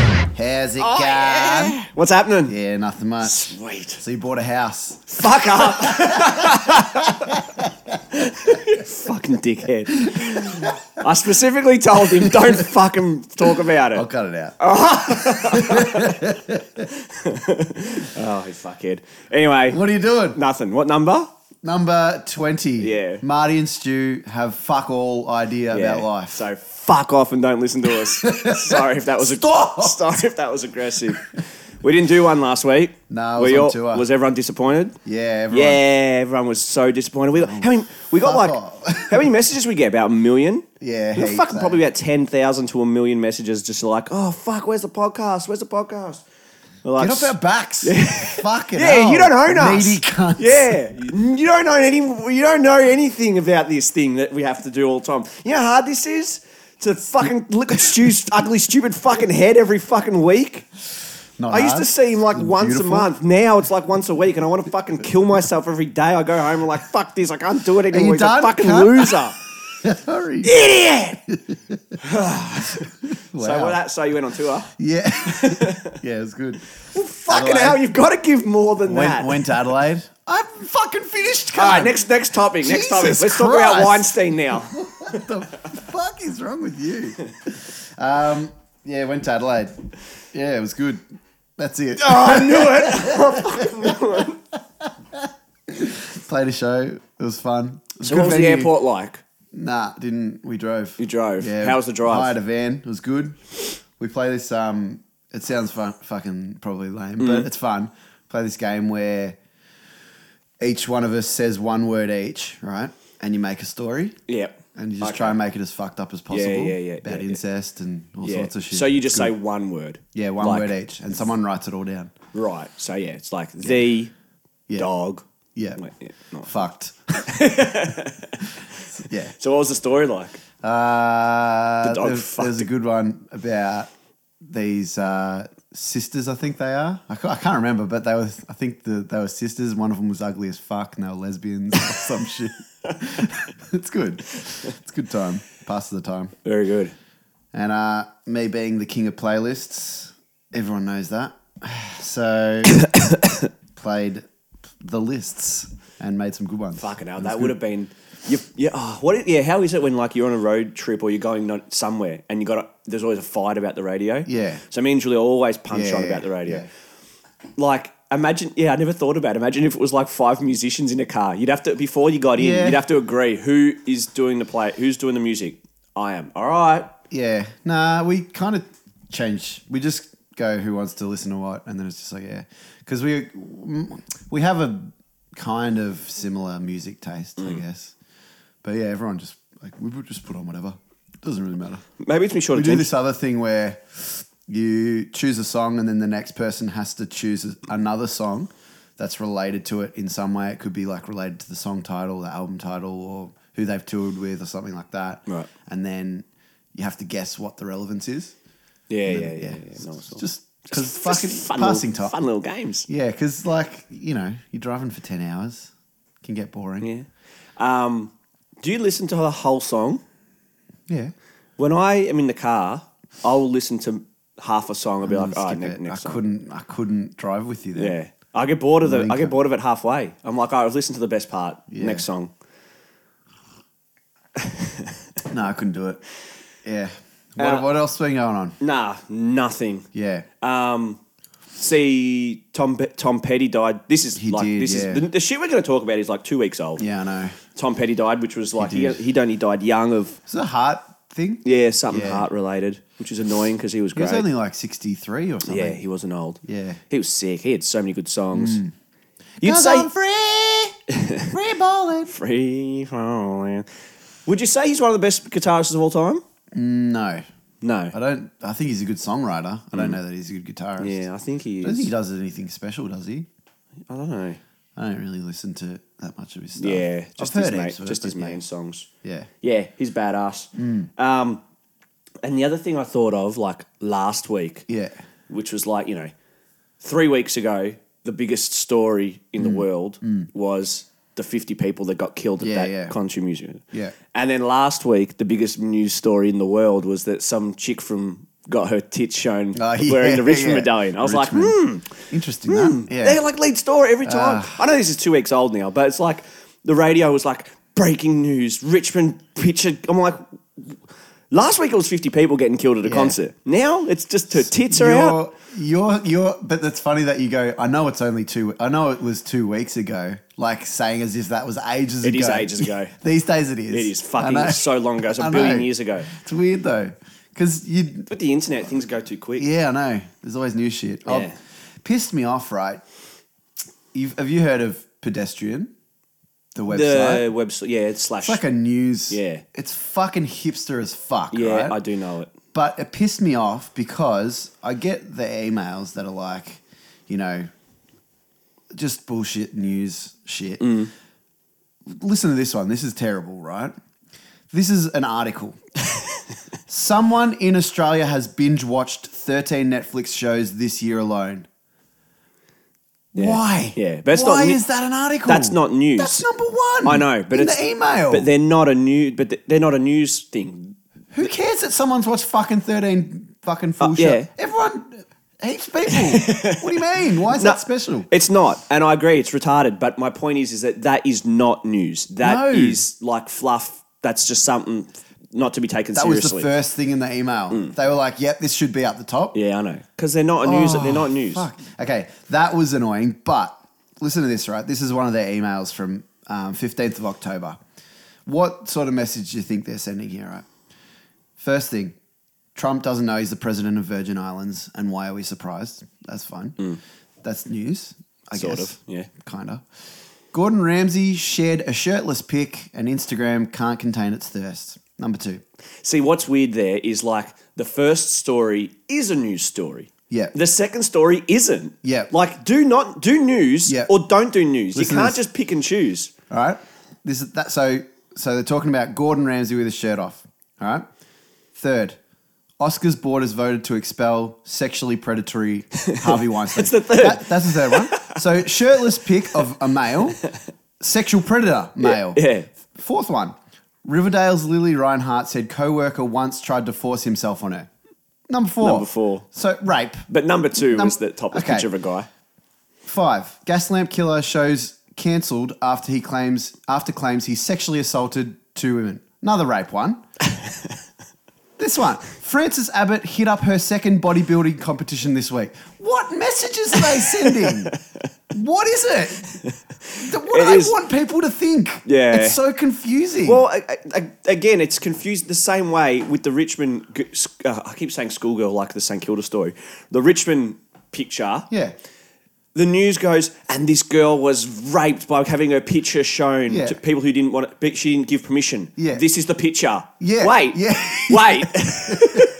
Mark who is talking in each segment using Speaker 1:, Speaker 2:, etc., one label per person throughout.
Speaker 1: How's
Speaker 2: Oh,
Speaker 1: it going? Yeah.
Speaker 2: What's happening?
Speaker 1: nothing much.
Speaker 2: Sweet.
Speaker 1: So you bought a house.
Speaker 2: Fuck up. fucking dickhead. I specifically told him, don't fucking talk about
Speaker 1: I'll
Speaker 2: it.
Speaker 1: cut it out.
Speaker 2: Oh, you fuckhead. Anyway,
Speaker 1: What are you doing?
Speaker 2: nothing. What number?
Speaker 1: Number 20.
Speaker 2: Yeah.
Speaker 1: Marty and Stu have fuck all idea about life.
Speaker 2: So fuck off and don't listen to us. sorry if that was
Speaker 1: Stop!
Speaker 2: Ag- sorry if that was aggressive. We didn't do one last week.
Speaker 1: No, it
Speaker 2: Were
Speaker 1: was
Speaker 2: you
Speaker 1: on
Speaker 2: all-
Speaker 1: tour.
Speaker 2: Was everyone disappointed?
Speaker 1: yeah, everyone.
Speaker 2: Yeah, everyone was so disappointed. We got, how many, we got
Speaker 1: fuck
Speaker 2: like
Speaker 1: off.
Speaker 2: how many messages we get? About a million.
Speaker 1: Yeah,
Speaker 2: We got
Speaker 1: heaps,
Speaker 2: fucking
Speaker 1: eh?
Speaker 2: probably about ten thousand to a million messages, just like, oh fuck, where's the podcast? Where's the podcast? We're like,
Speaker 1: Get off our backs. Fucking
Speaker 2: yeah,
Speaker 1: hell.
Speaker 2: you don't own us.
Speaker 1: Needy cunts.
Speaker 2: Yeah, you don't own any. You don't know anything about this thing that we have to do all the time. You know how hard this is to fucking look at Stu's ugly, stupid fucking head every fucking week.
Speaker 1: Not
Speaker 2: I used to
Speaker 1: hard.
Speaker 2: see him like once
Speaker 1: beautiful.
Speaker 2: a month. Now it's like once a week, and I want to fucking kill myself every day. I go home and like fuck this. I can't do it anymore. He's a
Speaker 1: done,
Speaker 2: fucking
Speaker 1: cunt?
Speaker 2: loser,
Speaker 1: Sorry.
Speaker 2: idiot.
Speaker 1: Wow.
Speaker 2: So well, that so you went on tour.
Speaker 1: Yeah. yeah, it was good.
Speaker 2: Fucking
Speaker 1: Adelaide.
Speaker 2: hell, you've got to give more than that.
Speaker 1: Went, went to Adelaide. I'm fucking finished.
Speaker 2: All right,
Speaker 1: cunt.
Speaker 2: next next topic. Next
Speaker 1: Jesus
Speaker 2: topic. Let's talk about
Speaker 1: Christ.
Speaker 2: Weinstein now. Oh,
Speaker 1: What the fuck is wrong with you? Um, yeah, went to Adelaide. Yeah, it was good. That's it.
Speaker 2: I knew it.
Speaker 1: Played a show. It was fun. It was
Speaker 2: So
Speaker 1: a good
Speaker 2: what was the
Speaker 1: venue.
Speaker 2: airport like?
Speaker 1: Nah, didn't. We drove.
Speaker 2: You drove. How was the drive?
Speaker 1: Hired a van. It was good. We play this. Um, it sounds fun, fucking probably lame,
Speaker 2: Mm.
Speaker 1: but it's fun. Play this game where each one of us says one word each, right? And you make a story.
Speaker 2: Yep.
Speaker 1: And you just
Speaker 2: Okay.
Speaker 1: try and make it as fucked up as possible.
Speaker 2: yeah, yeah,
Speaker 1: About
Speaker 2: yeah, yeah.
Speaker 1: incest and all
Speaker 2: Yeah.
Speaker 1: sorts of shit.
Speaker 2: So you just
Speaker 1: Good.
Speaker 2: say one word.
Speaker 1: yeah, one
Speaker 2: Like,
Speaker 1: word each, and someone writes it all down.
Speaker 2: Right. So yeah, it's like the
Speaker 1: Yeah.
Speaker 2: dog.
Speaker 1: Yeah,
Speaker 2: Wait, yeah, not-
Speaker 1: fucked. yeah,
Speaker 2: So what was the story like?
Speaker 1: uh,
Speaker 2: The dog
Speaker 1: there,
Speaker 2: fucked
Speaker 1: there's a good one about these uh, sisters. I think they are. I, ca- I can't remember, but they were. I think the, they were sisters. One of them was ugly as fuck, and they were lesbians or some shit. it's good. It's good time. Passes the time.
Speaker 2: Very good.
Speaker 1: And uh, me being the king of playlists, everyone knows that. So played the lists and made some good ones.
Speaker 2: Fucking hell, that would have been. You, yeah, oh, what? it- Yeah, how is it when like you're on a road trip or you're going on somewhere and you got a, there's always a fight about the radio.
Speaker 1: Yeah.
Speaker 2: So me and Julia always punch
Speaker 1: Yeah,
Speaker 2: on about the radio.
Speaker 1: yeah.
Speaker 2: Like imagine, yeah, I never thought about. it. Imagine if it was like five musicians in a car. You'd have to before you got in,
Speaker 1: Yeah.
Speaker 2: you'd have to agree who is doing the play, who's doing the music. I am. All right.
Speaker 1: Yeah. Nah, we kind of change. We just go who wants to listen to what, and then it's just like yeah, because we mm, we have a kind of similar music taste, I guess. But yeah, everyone just like we would just put on whatever. Doesn't really matter.
Speaker 2: Maybe it's me short
Speaker 1: We do
Speaker 2: attention.
Speaker 1: this other thing where you choose a song, and then the next person has to choose a- another song that's related to it in some way. It could be like related to the song title, the album title, or who they've toured with, or something like that.
Speaker 2: Right.
Speaker 1: And then you have to guess what the relevance is.
Speaker 2: Yeah, yeah, yeah.
Speaker 1: Yeah,
Speaker 2: yeah,
Speaker 1: it's
Speaker 2: No, it's all-
Speaker 1: just because
Speaker 2: just
Speaker 1: fucking
Speaker 2: fun
Speaker 1: passing
Speaker 2: little,
Speaker 1: time.
Speaker 2: Fun little games.
Speaker 1: Yeah, because like you know you're driving for ten hours, can get boring.
Speaker 2: Yeah. Um, do you listen to the whole song?
Speaker 1: Yeah.
Speaker 2: When I am in the car, I will listen to half a song and be like,
Speaker 1: Skip
Speaker 2: "All right, next,
Speaker 1: it. I
Speaker 2: next song."
Speaker 1: couldn't. I couldn't drive with you there.
Speaker 2: Yeah, I get bored of the. I
Speaker 1: Linker.
Speaker 2: get bored of it halfway. I'm like, "All right, I've listened to the best part.
Speaker 1: Yeah.
Speaker 2: Next song."
Speaker 1: No, I couldn't do it. Yeah. What,
Speaker 2: Uh,
Speaker 1: what else been going on?
Speaker 2: Nah, nothing.
Speaker 1: Yeah.
Speaker 2: Um, see, Tom Pe- Tom Petty died. This is
Speaker 1: He
Speaker 2: like
Speaker 1: did,
Speaker 2: this
Speaker 1: yeah.
Speaker 2: is the, the shit we're going to talk about is like two weeks old.
Speaker 1: yeah, I know.
Speaker 2: Tom Petty died, which was like he
Speaker 1: did.
Speaker 2: he, only died young of
Speaker 1: It's a heart thing.
Speaker 2: yeah something
Speaker 1: Yeah.
Speaker 2: heart related, which is annoying because he was
Speaker 1: He
Speaker 2: great.
Speaker 1: was only like 63 or something.
Speaker 2: Yeah, he wasn't old.
Speaker 1: Yeah. Hmm.
Speaker 2: He was sick. He had so many good songs. You'd
Speaker 1: 'Cause
Speaker 2: say
Speaker 1: I'm free, free balling.
Speaker 2: free falling. Would you say he's one of the best guitarists of all time?
Speaker 1: No,
Speaker 2: No.
Speaker 1: I don't. I think he's a good songwriter. I don't know that he's a good guitarist.
Speaker 2: Mm. yeah, I think he
Speaker 1: I
Speaker 2: is.
Speaker 1: don't think he does anything special, does he?
Speaker 2: I don't know.
Speaker 1: I don't really listen to that much of his stuff.
Speaker 2: Yeah, just
Speaker 1: I've
Speaker 2: his
Speaker 1: heard
Speaker 2: main,
Speaker 1: heaps of it,
Speaker 2: just his
Speaker 1: but Hmm.
Speaker 2: main songs.
Speaker 1: Yeah.
Speaker 2: Yeah, he's badass. Um, and the other thing I thought of like last week,
Speaker 1: yeah, yeah,
Speaker 2: which was like you know, three weeks ago, the biggest story in the world was the fifty people that got killed at
Speaker 1: Mm. Yeah,
Speaker 2: that
Speaker 1: yeah.
Speaker 2: country museum.
Speaker 1: Yeah.
Speaker 2: And then last week, the biggest news story in the world was that some chick from got her tits shown
Speaker 1: Oh, yeah,
Speaker 2: wearing the Richmond
Speaker 1: yeah.
Speaker 2: medallion. I was like, hmm,
Speaker 1: Richmond. interesting. That. Yeah. Ah.
Speaker 2: they're like lead story every time. I know this is two weeks old now, but it's like the radio was like breaking news, Richmond picture. I'm like, last week it was 50 people getting killed at a concert. Now it's just her tits are out.
Speaker 1: You're, you're, you're, but that's funny that you go, I know it's only two, I know it was two weeks ago, like saying as if that was ages
Speaker 2: It
Speaker 1: ago.
Speaker 2: is ages ago.
Speaker 1: These days it is.
Speaker 2: It is
Speaker 1: I know.
Speaker 2: fucking so long ago. It's
Speaker 1: I
Speaker 2: a
Speaker 1: know.
Speaker 2: billion years ago.
Speaker 1: It's weird though. Because you,
Speaker 2: With the internet, things go too quick.
Speaker 1: yeah, I know. There's always new shit. Oh,
Speaker 2: Yeah.
Speaker 1: pissed me off, right? You've, have you heard of Pedestrian, the website?
Speaker 2: the website, yeah, it's slash.
Speaker 1: it's like a news.
Speaker 2: Yeah.
Speaker 1: It's fucking hipster as fuck,
Speaker 2: yeah,
Speaker 1: right?
Speaker 2: I do know it.
Speaker 1: But it pissed me off because I get the emails that are like, you know, just bullshit news shit.
Speaker 2: Mm.
Speaker 1: Listen to this one. This is terrible, right? This is an article. Someone in Australia has binge watched 13 Netflix shows this year alone.
Speaker 2: Yeah.
Speaker 1: Why?
Speaker 2: Yeah, but it's
Speaker 1: Why
Speaker 2: not ne-
Speaker 1: is that an article?
Speaker 2: That's not news.
Speaker 1: That's number one.
Speaker 2: I know, but
Speaker 1: in
Speaker 2: it's
Speaker 1: the email.
Speaker 2: But they're not a new. But th- they're not a news thing.
Speaker 1: Who cares that someone's watched fucking 13 fucking full
Speaker 2: Uh,
Speaker 1: shows?
Speaker 2: yeah.
Speaker 1: Everyone, heaps of people. what do you mean? Why is
Speaker 2: No,
Speaker 1: that special?
Speaker 2: It's not, and I agree. It's retarded. But my point is, is that that is not news. That
Speaker 1: No.
Speaker 2: is like fluff. That's just something not to be taken
Speaker 1: That was
Speaker 2: seriously. Mm.
Speaker 1: the first thing in the email. They were like, yep, this should be up the top.
Speaker 2: yeah, I know. Because they're not a news. they're not news.
Speaker 1: Oh, Fuck. Okay, that was annoying, but listen to this, right? This is one of their emails from um, 15th of October. What sort of message do you think they're sending here, right? First thing, Trump doesn't know he's the president of Virgin Islands, and why are we surprised? That's fine. That's news, I
Speaker 2: Mm. Sort
Speaker 1: guess.
Speaker 2: of, yeah.
Speaker 1: Kind of. Gordon Ramsay shared a shirtless pic, and Instagram can't contain its thirst. Number two.
Speaker 2: See, what's weird there is like the first story is a news story.
Speaker 1: Yeah.
Speaker 2: The second story isn't.
Speaker 1: Yeah.
Speaker 2: Like, do not do news
Speaker 1: Yeah.
Speaker 2: or don't do news.
Speaker 1: Listen
Speaker 2: you
Speaker 1: to
Speaker 2: can't
Speaker 1: this.
Speaker 2: just pick and choose.
Speaker 1: All right. This is that. So so they're talking about Gordon Ramsay with his shirt off. All right. Third, Oscars board has voted to expel sexually predatory Harvey Weinstein. that's
Speaker 2: the third.
Speaker 1: that's the third one. So shirtless pic of a male, sexual predator male.
Speaker 2: Yeah.
Speaker 1: Fourth one, Riverdale's Lily Reinhart said co-worker once tried to force himself on her. Number four.
Speaker 2: Number four.
Speaker 1: So rape.
Speaker 2: But number two
Speaker 1: Num-
Speaker 2: was the topless
Speaker 1: okay.
Speaker 2: picture of a guy.
Speaker 1: Five. Gas lamp killer shows cancelled after he claims after claims he sexually assaulted two women. Another rape one. this one. Frances Abbott hit up her second bodybuilding competition this week. What messages are they sending? what is it? Th- What do
Speaker 2: It
Speaker 1: they
Speaker 2: is-
Speaker 1: want people to think?
Speaker 2: Yeah.
Speaker 1: It's so confusing.
Speaker 2: Well, I, I- I, again, it's confused the same way with the Richmond. g- sc- Uh, I keep saying schoolgirl like the St Kilda story. The Richmond picture.
Speaker 1: yeah.
Speaker 2: The news goes, and this girl was raped by having her picture shown
Speaker 1: Yeah.
Speaker 2: to people who didn't want it. But she didn't give permission.
Speaker 1: Yeah.
Speaker 2: This is the picture.
Speaker 1: Yeah.
Speaker 2: Wait.
Speaker 1: Yeah.
Speaker 2: Wait.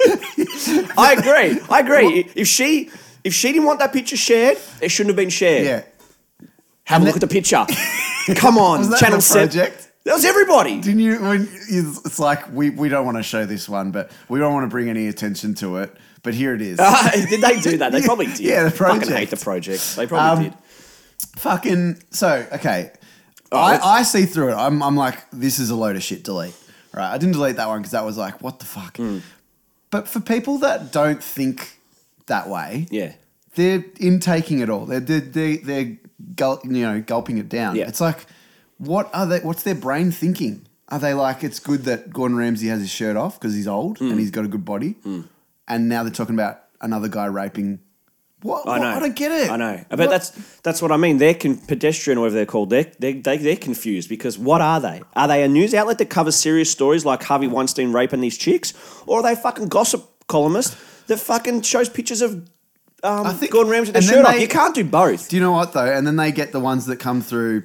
Speaker 2: I agree. I agree. If she if she didn't want that picture shared, it shouldn't have been shared.
Speaker 1: Yeah.
Speaker 2: Have a look at the picture. Come on,
Speaker 1: Was that
Speaker 2: Channel
Speaker 1: the
Speaker 2: Seven.
Speaker 1: project?
Speaker 2: That was everybody.
Speaker 1: Didn't you? When you- it's like we, we don't want to show this one, but we don't want to bring any attention to it. But here it is.
Speaker 2: did they do that? They probably did.
Speaker 1: Yeah, the
Speaker 2: Fucking hate
Speaker 1: project.
Speaker 2: the project. They probably
Speaker 1: Um,
Speaker 2: did.
Speaker 1: fucking so okay.
Speaker 2: let's-
Speaker 1: I, I see through it. I'm, I'm like, this is a load of shit. Delete. Right. I didn't delete that one because that was like, what the fuck.
Speaker 2: Hmm.
Speaker 1: But for people that don't think that way,
Speaker 2: Yeah.
Speaker 1: they're intaking it all. They're they're they're, they're gul- you know gulping it down.
Speaker 2: Yeah.
Speaker 1: It's like, what are they? What's their brain thinking? Are they like, it's good that Gordon Ramsay has his shirt off because he's old
Speaker 2: Hmm.
Speaker 1: and he's got a good body, and now they're talking about another guy raping. What?
Speaker 2: I
Speaker 1: what?
Speaker 2: know.
Speaker 1: I don't get it.
Speaker 2: I know. But
Speaker 1: What-
Speaker 2: that's that's what I mean. They're con- pedestrian, or whatever they're called. They're, they they they're confused because what are they? Are they a news outlet that covers serious stories like Harvey Weinstein raping these chicks, or are they fucking gossip columnist that fucking shows pictures of um,
Speaker 1: think-
Speaker 2: Gordon Ramsay with
Speaker 1: and
Speaker 2: their
Speaker 1: then
Speaker 2: shirt off?
Speaker 1: they-
Speaker 2: You can't do both.
Speaker 1: Do you know what though? And then they get the ones that come through,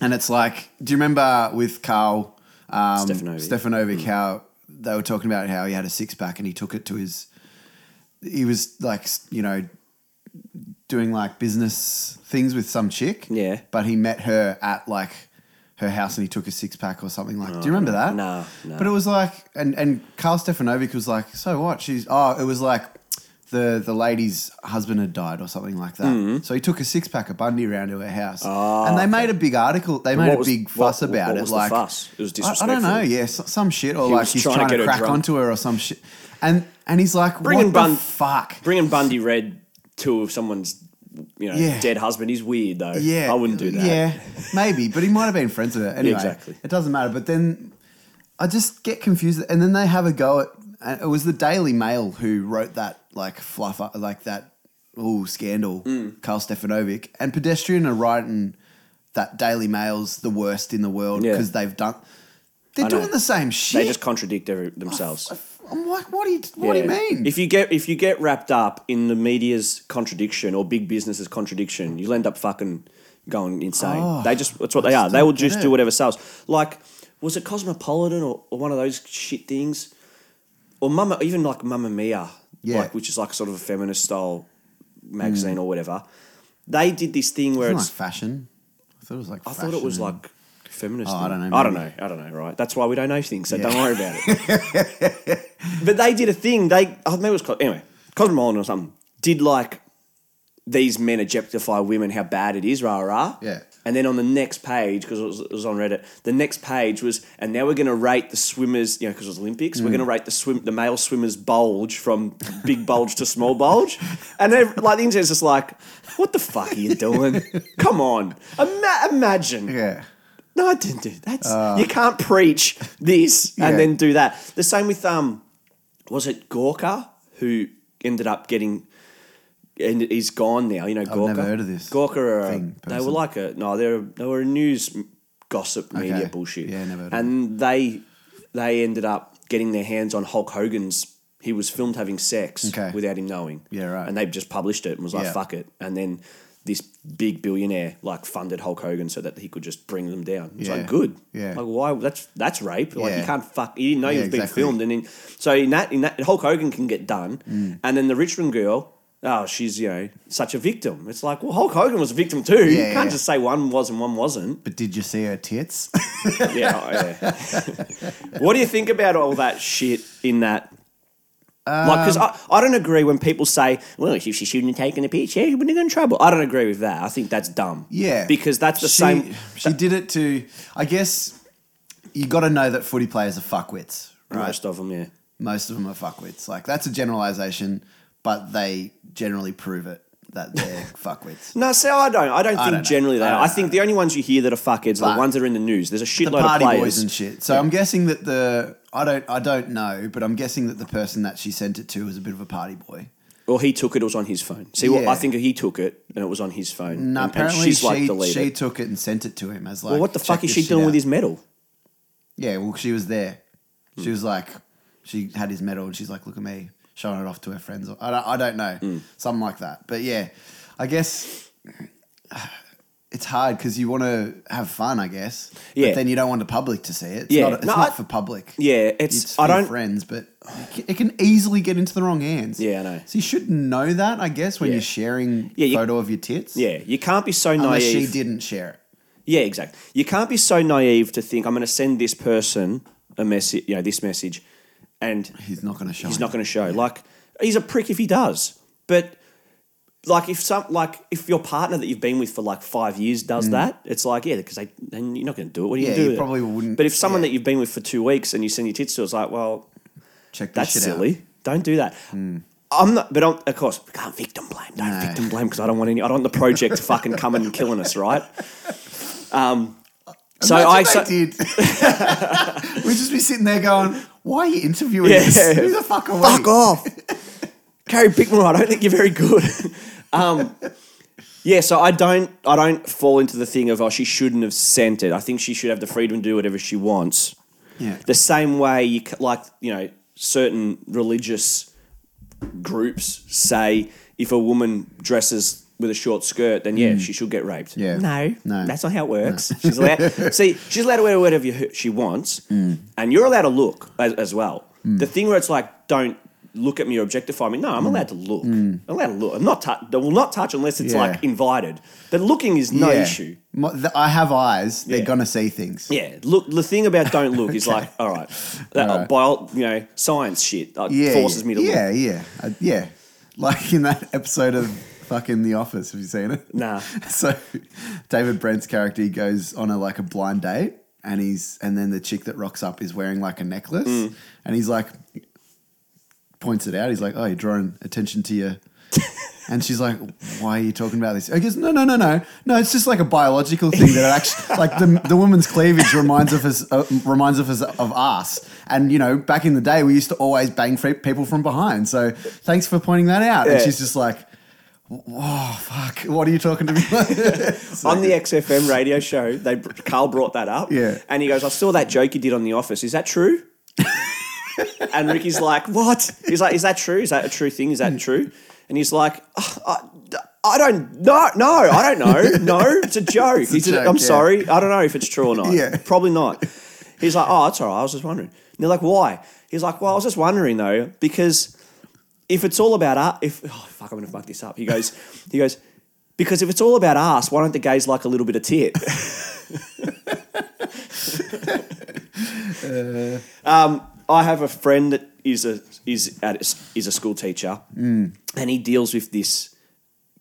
Speaker 1: and it's like, do you remember with Carl um,
Speaker 2: Stefanovic. Mm.
Speaker 1: Stefanovic, how they were talking about how he had a six pack and he took it to his, he was like, you know, doing like business things with some chick.
Speaker 2: Yeah.
Speaker 1: But he met her at like her house and he took a six pack or something like. do you remember that?
Speaker 2: no, no.
Speaker 1: But it oh," was like, and and Carl Stefanovic was like, so what? She's oh, it was like. the the lady's husband had died or something like that.
Speaker 2: Mm-hmm.
Speaker 1: So he took a six pack of Bundy around to her house, and they made a big article. They made
Speaker 2: Ah, What
Speaker 1: a
Speaker 2: was-
Speaker 1: big
Speaker 2: what-
Speaker 1: fuss about
Speaker 2: what
Speaker 1: it.
Speaker 2: was the
Speaker 1: like
Speaker 2: fuss? It was
Speaker 1: I- I, don't
Speaker 2: disrespectful.
Speaker 1: know. Yeah, so, some shit or
Speaker 2: He
Speaker 1: like
Speaker 2: was
Speaker 1: he's
Speaker 2: trying to
Speaker 1: trying, to,
Speaker 2: get her
Speaker 1: crack
Speaker 2: drunk.
Speaker 1: onto her or some shit. And and he's like,
Speaker 2: Bring
Speaker 1: what
Speaker 2: in
Speaker 1: the
Speaker 2: Bun-
Speaker 1: fuck?
Speaker 2: Bringing Bundy Red to someone's you know
Speaker 1: Yeah.
Speaker 2: dead husband is weird though.
Speaker 1: Yeah,
Speaker 2: I wouldn't do that.
Speaker 1: Yeah, maybe, but he might have been friends with her anyway.
Speaker 2: exactly.
Speaker 1: It doesn't matter. But then I just get confused, and then they have a go at. And it was the Daily Mail who wrote that like fluff, like that ooh scandal,
Speaker 2: Mm.
Speaker 1: Carl Stefanovic and pedestrian are writing that Daily Mail's the worst in the world
Speaker 2: Yeah.
Speaker 1: because they've done. They're
Speaker 2: I know.
Speaker 1: doing the same shit.
Speaker 2: They just contradict every, themselves.
Speaker 1: I'm like, what do you? What do you
Speaker 2: Yeah.
Speaker 1: mean?
Speaker 2: If you get if you get wrapped up in the media's contradiction or big business's contradiction, you'll end up fucking going insane.
Speaker 1: Oh,
Speaker 2: they just that's what they are. They
Speaker 1: don't
Speaker 2: will
Speaker 1: get
Speaker 2: just
Speaker 1: it.
Speaker 2: do whatever sells. Like was it Cosmopolitan or, or one of those shit things, or Mama even like Mamma Mia,
Speaker 1: Yeah. Hmm.
Speaker 2: like which is like sort of a feminist style magazine or whatever. They did this thing where
Speaker 1: Isn't it
Speaker 2: it's
Speaker 1: like fashion. I thought it was like.
Speaker 2: I thought it was like feminist.
Speaker 1: Oh, I don't know,
Speaker 2: I don't know.
Speaker 1: maybe.
Speaker 2: I don't know. Right. That's why we don't know things. So
Speaker 1: Yeah.
Speaker 2: don't worry about it. but they did a thing. They I maybe it was Cos- anyway Cosmopolitan or something did like these men objectify women how bad it is rah rah.
Speaker 1: Yeah.
Speaker 2: And then on the next page because it was, it was on Reddit, the next page was and now we're going to rate the swimmers. You know because it was Olympics, we're going to rate the swim the male swimmers bulge from big bulge to small bulge. And then like the internet's just like, what the fuck are you doing? Come on, Ima- imagine.
Speaker 1: Yeah.
Speaker 2: No, I didn't do that. you can't preach this
Speaker 1: Ah. Yeah.
Speaker 2: and then do that. The same with um, was it Gorka who ended up getting, and he's gone now. You know, Gorka.
Speaker 1: never heard of this
Speaker 2: Gorka. Are, a-
Speaker 1: thing,
Speaker 2: they were
Speaker 1: person.
Speaker 2: like a no, they're they were a news m- gossip media
Speaker 1: Okay.
Speaker 2: bullshit.
Speaker 1: Yeah, never heard of
Speaker 2: And they they ended up getting their hands on Hulk Hogan's. He was filmed having sex
Speaker 1: Okay.
Speaker 2: without him knowing.
Speaker 1: Yeah, right.
Speaker 2: And they just published it and was like,
Speaker 1: Yeah.
Speaker 2: "Fuck it." And then this big billionaire like funded Hulk Hogan so that he could just bring them down. It's like
Speaker 1: Yeah.
Speaker 2: good.
Speaker 1: Yeah.
Speaker 2: Like why? That's that's rape. Like you
Speaker 1: Yeah.
Speaker 2: can't fuck. You didn't know
Speaker 1: Yeah,
Speaker 2: you've been
Speaker 1: exactly.
Speaker 2: filmed, and then so in that in that Hulk Hogan can get done,
Speaker 1: Mm.
Speaker 2: and then the Richmond girl. Oh, she's you know such a victim. It's like well, Hulk Hogan was a victim too. you
Speaker 1: Yeah,
Speaker 2: can't
Speaker 1: yeah.
Speaker 2: just say one was and one wasn't.
Speaker 1: But did you see her tits?
Speaker 2: yeah. oh, yeah. what do you think about all that shit in that? like, because
Speaker 1: Um,
Speaker 2: I, I don't agree when people say, well, if she shouldn't have taken a picture, she wouldn't have got in trouble. I don't agree with that. I think that's dumb.
Speaker 1: Yeah.
Speaker 2: Because that's the
Speaker 1: She-
Speaker 2: same.
Speaker 1: She did it to, I guess, you got to know that footy players are fuckwits, right?
Speaker 2: Most of them, yeah.
Speaker 1: Most of them are fuckwits. Like, that's a generalization, but they generally prove it that they're fuckwits.
Speaker 2: No, see, I don't. I don't think
Speaker 1: don't know.
Speaker 2: generally they
Speaker 1: I
Speaker 2: are.
Speaker 1: don't
Speaker 2: I think the only ones you hear that are fuckheads are
Speaker 1: But-
Speaker 2: the ones that are in the news. There's a shitload
Speaker 1: The party
Speaker 2: of players.
Speaker 1: boys and shit. So I'm guessing that the I don't I don't know, but I'm guessing that the person that she sent it to was a bit of a party boy.
Speaker 2: Or he took it, it was on his phone. See, well,
Speaker 1: Yeah.
Speaker 2: I think he took it and it was on his phone.
Speaker 1: No,
Speaker 2: and, and
Speaker 1: apparently
Speaker 2: she's
Speaker 1: she
Speaker 2: like
Speaker 1: she
Speaker 2: deleted.
Speaker 1: took it and sent it to him as like.
Speaker 2: Well, what the
Speaker 1: "Check
Speaker 2: fuck is
Speaker 1: this
Speaker 2: she
Speaker 1: shit
Speaker 2: doing with
Speaker 1: out."
Speaker 2: his medal?
Speaker 1: Yeah, well, she was there.
Speaker 2: Hmm.
Speaker 1: She was like, she had his medal, and she's like, "Look at me, showing it off to her friends." I don't, I don't know,
Speaker 2: Hmm.
Speaker 1: something like that. But yeah, I guess it's hard because you want to have fun, I guess.
Speaker 2: Yeah.
Speaker 1: But then you don't want the public to see it. It's
Speaker 2: Yeah.
Speaker 1: Not, it's
Speaker 2: No,
Speaker 1: not
Speaker 2: I-
Speaker 1: for public.
Speaker 2: Yeah, it's,
Speaker 1: It's for
Speaker 2: I
Speaker 1: your
Speaker 2: don't
Speaker 1: friends, but it c- it can easily get into the wrong hands.
Speaker 2: Yeah, I know.
Speaker 1: So you should know that, I guess, when
Speaker 2: Yeah.
Speaker 1: you're sharing
Speaker 2: Yeah, you-
Speaker 1: photo of your tits.
Speaker 2: Yeah, you can't be so
Speaker 1: Unless
Speaker 2: naive.
Speaker 1: she didn't share it.
Speaker 2: Yeah, exactly. You can't be so naive to think I'm going to send this person a message, you know, this message, and
Speaker 1: He's not going to show.
Speaker 2: he's
Speaker 1: it.
Speaker 2: not going to show. Like he's a prick if he does. But like if some like if your partner that you've been with for like five years does that, it's like yeah, because they then you're not going to do it. What are
Speaker 1: Mm.
Speaker 2: you
Speaker 1: Yeah,
Speaker 2: going to do?
Speaker 1: you
Speaker 2: with it?
Speaker 1: probably wouldn't-
Speaker 2: But if someone
Speaker 1: yeah.
Speaker 2: that you've been with for two weeks and you send your tits to, it's like well,
Speaker 1: check this
Speaker 2: that's
Speaker 1: shit
Speaker 2: silly.
Speaker 1: out. Hmm.
Speaker 2: Don't do that. I'm not, but I'm, of course, we can't victim blame. Don't
Speaker 1: No.
Speaker 2: victim blame because I don't want any. I don't want the project fucking coming and killing us, right? Um, so I,
Speaker 1: Imagine
Speaker 2: so,
Speaker 1: they did. We'd just be sitting there going, "Why are you interviewing
Speaker 2: Yeah.
Speaker 1: us? Who the fuck are we?"
Speaker 2: Fuck off. Carrie Bickmore, I don't think you're very good. um, yeah, so I don't I don't fall into the thing of oh she shouldn't have sent it. I think she should have the freedom to do whatever she wants.
Speaker 1: Yeah.
Speaker 2: The same way you c- like you know certain religious groups say if a woman dresses with a short skirt, then yeah, she should get raped.
Speaker 1: Mm. Yeah.
Speaker 2: No,
Speaker 1: No.
Speaker 2: that's not how it works. She's allowed, see, she's allowed to wear whatever you- she wants,
Speaker 1: Mm.
Speaker 2: and you're allowed to look as, as well. The thing where it's like, don't look at me or objectify me. No,
Speaker 1: Mm.
Speaker 2: I'm allowed to look. I'm allowed to look. I'm not touch. I will not touch unless it's
Speaker 1: Yeah.
Speaker 2: like invited. But looking is no
Speaker 1: Yeah.
Speaker 2: issue.
Speaker 1: Mo- th- I have eyes. They're
Speaker 2: Yeah.
Speaker 1: gonna see things.
Speaker 2: Yeah, look. The thing about don't look is like, all right, that,
Speaker 1: All
Speaker 2: uh,
Speaker 1: right.
Speaker 2: bio, you know, science shit uh,
Speaker 1: Yeah,
Speaker 2: forces me to look.
Speaker 1: yeah, Yeah, yeah, Uh, yeah. like in that episode of fucking The Office. Have you seen it?
Speaker 2: Nah.
Speaker 1: So David Brent's character he goes on a like a blind date, and he's and then the chick that rocks up is wearing like a necklace, and he's like points it out. He's like, "Oh, you're drawing attention to your." And she's like, "Why are you talking about this?" I goes, "No, no, no, no, no. It's just like a biological thing that it actually, like the the woman's cleavage reminds of us uh, reminds of us of us. And you know, back in the day, we used to always bang fre- people from behind. So thanks for pointing that out." And
Speaker 2: Yeah.
Speaker 1: she's just like, "Whoa, Oh, fuck! What are you talking to me?" It's
Speaker 2: on
Speaker 1: like-
Speaker 2: the XFM radio show, they Carl brought that up.
Speaker 1: Yeah.
Speaker 2: And he goes, I saw that joke you did on The Office. Is that true? and Ricky's like, What? He's like, Is that true? Is that a true thing? Is that true? And he's like, "Oh, I, I don't know. No, I don't know. No, it's a joke. He's
Speaker 1: a
Speaker 2: like,
Speaker 1: joke,
Speaker 2: I'm
Speaker 1: yeah.
Speaker 2: sorry. I don't know if it's true or not.
Speaker 1: Yeah.
Speaker 2: Probably not. He's like, Oh, that's all right. I was just wondering. And they're like, Why? He's like, Well, I was just wondering though, because if it's all about us, if oh, fuck, I'm gonna fuck this up. He goes, he goes, because if it's all about us, why don't the gays like a little bit of tit? um, I have a friend that is a is at is a school teacher,
Speaker 1: Mm.
Speaker 2: and he deals with this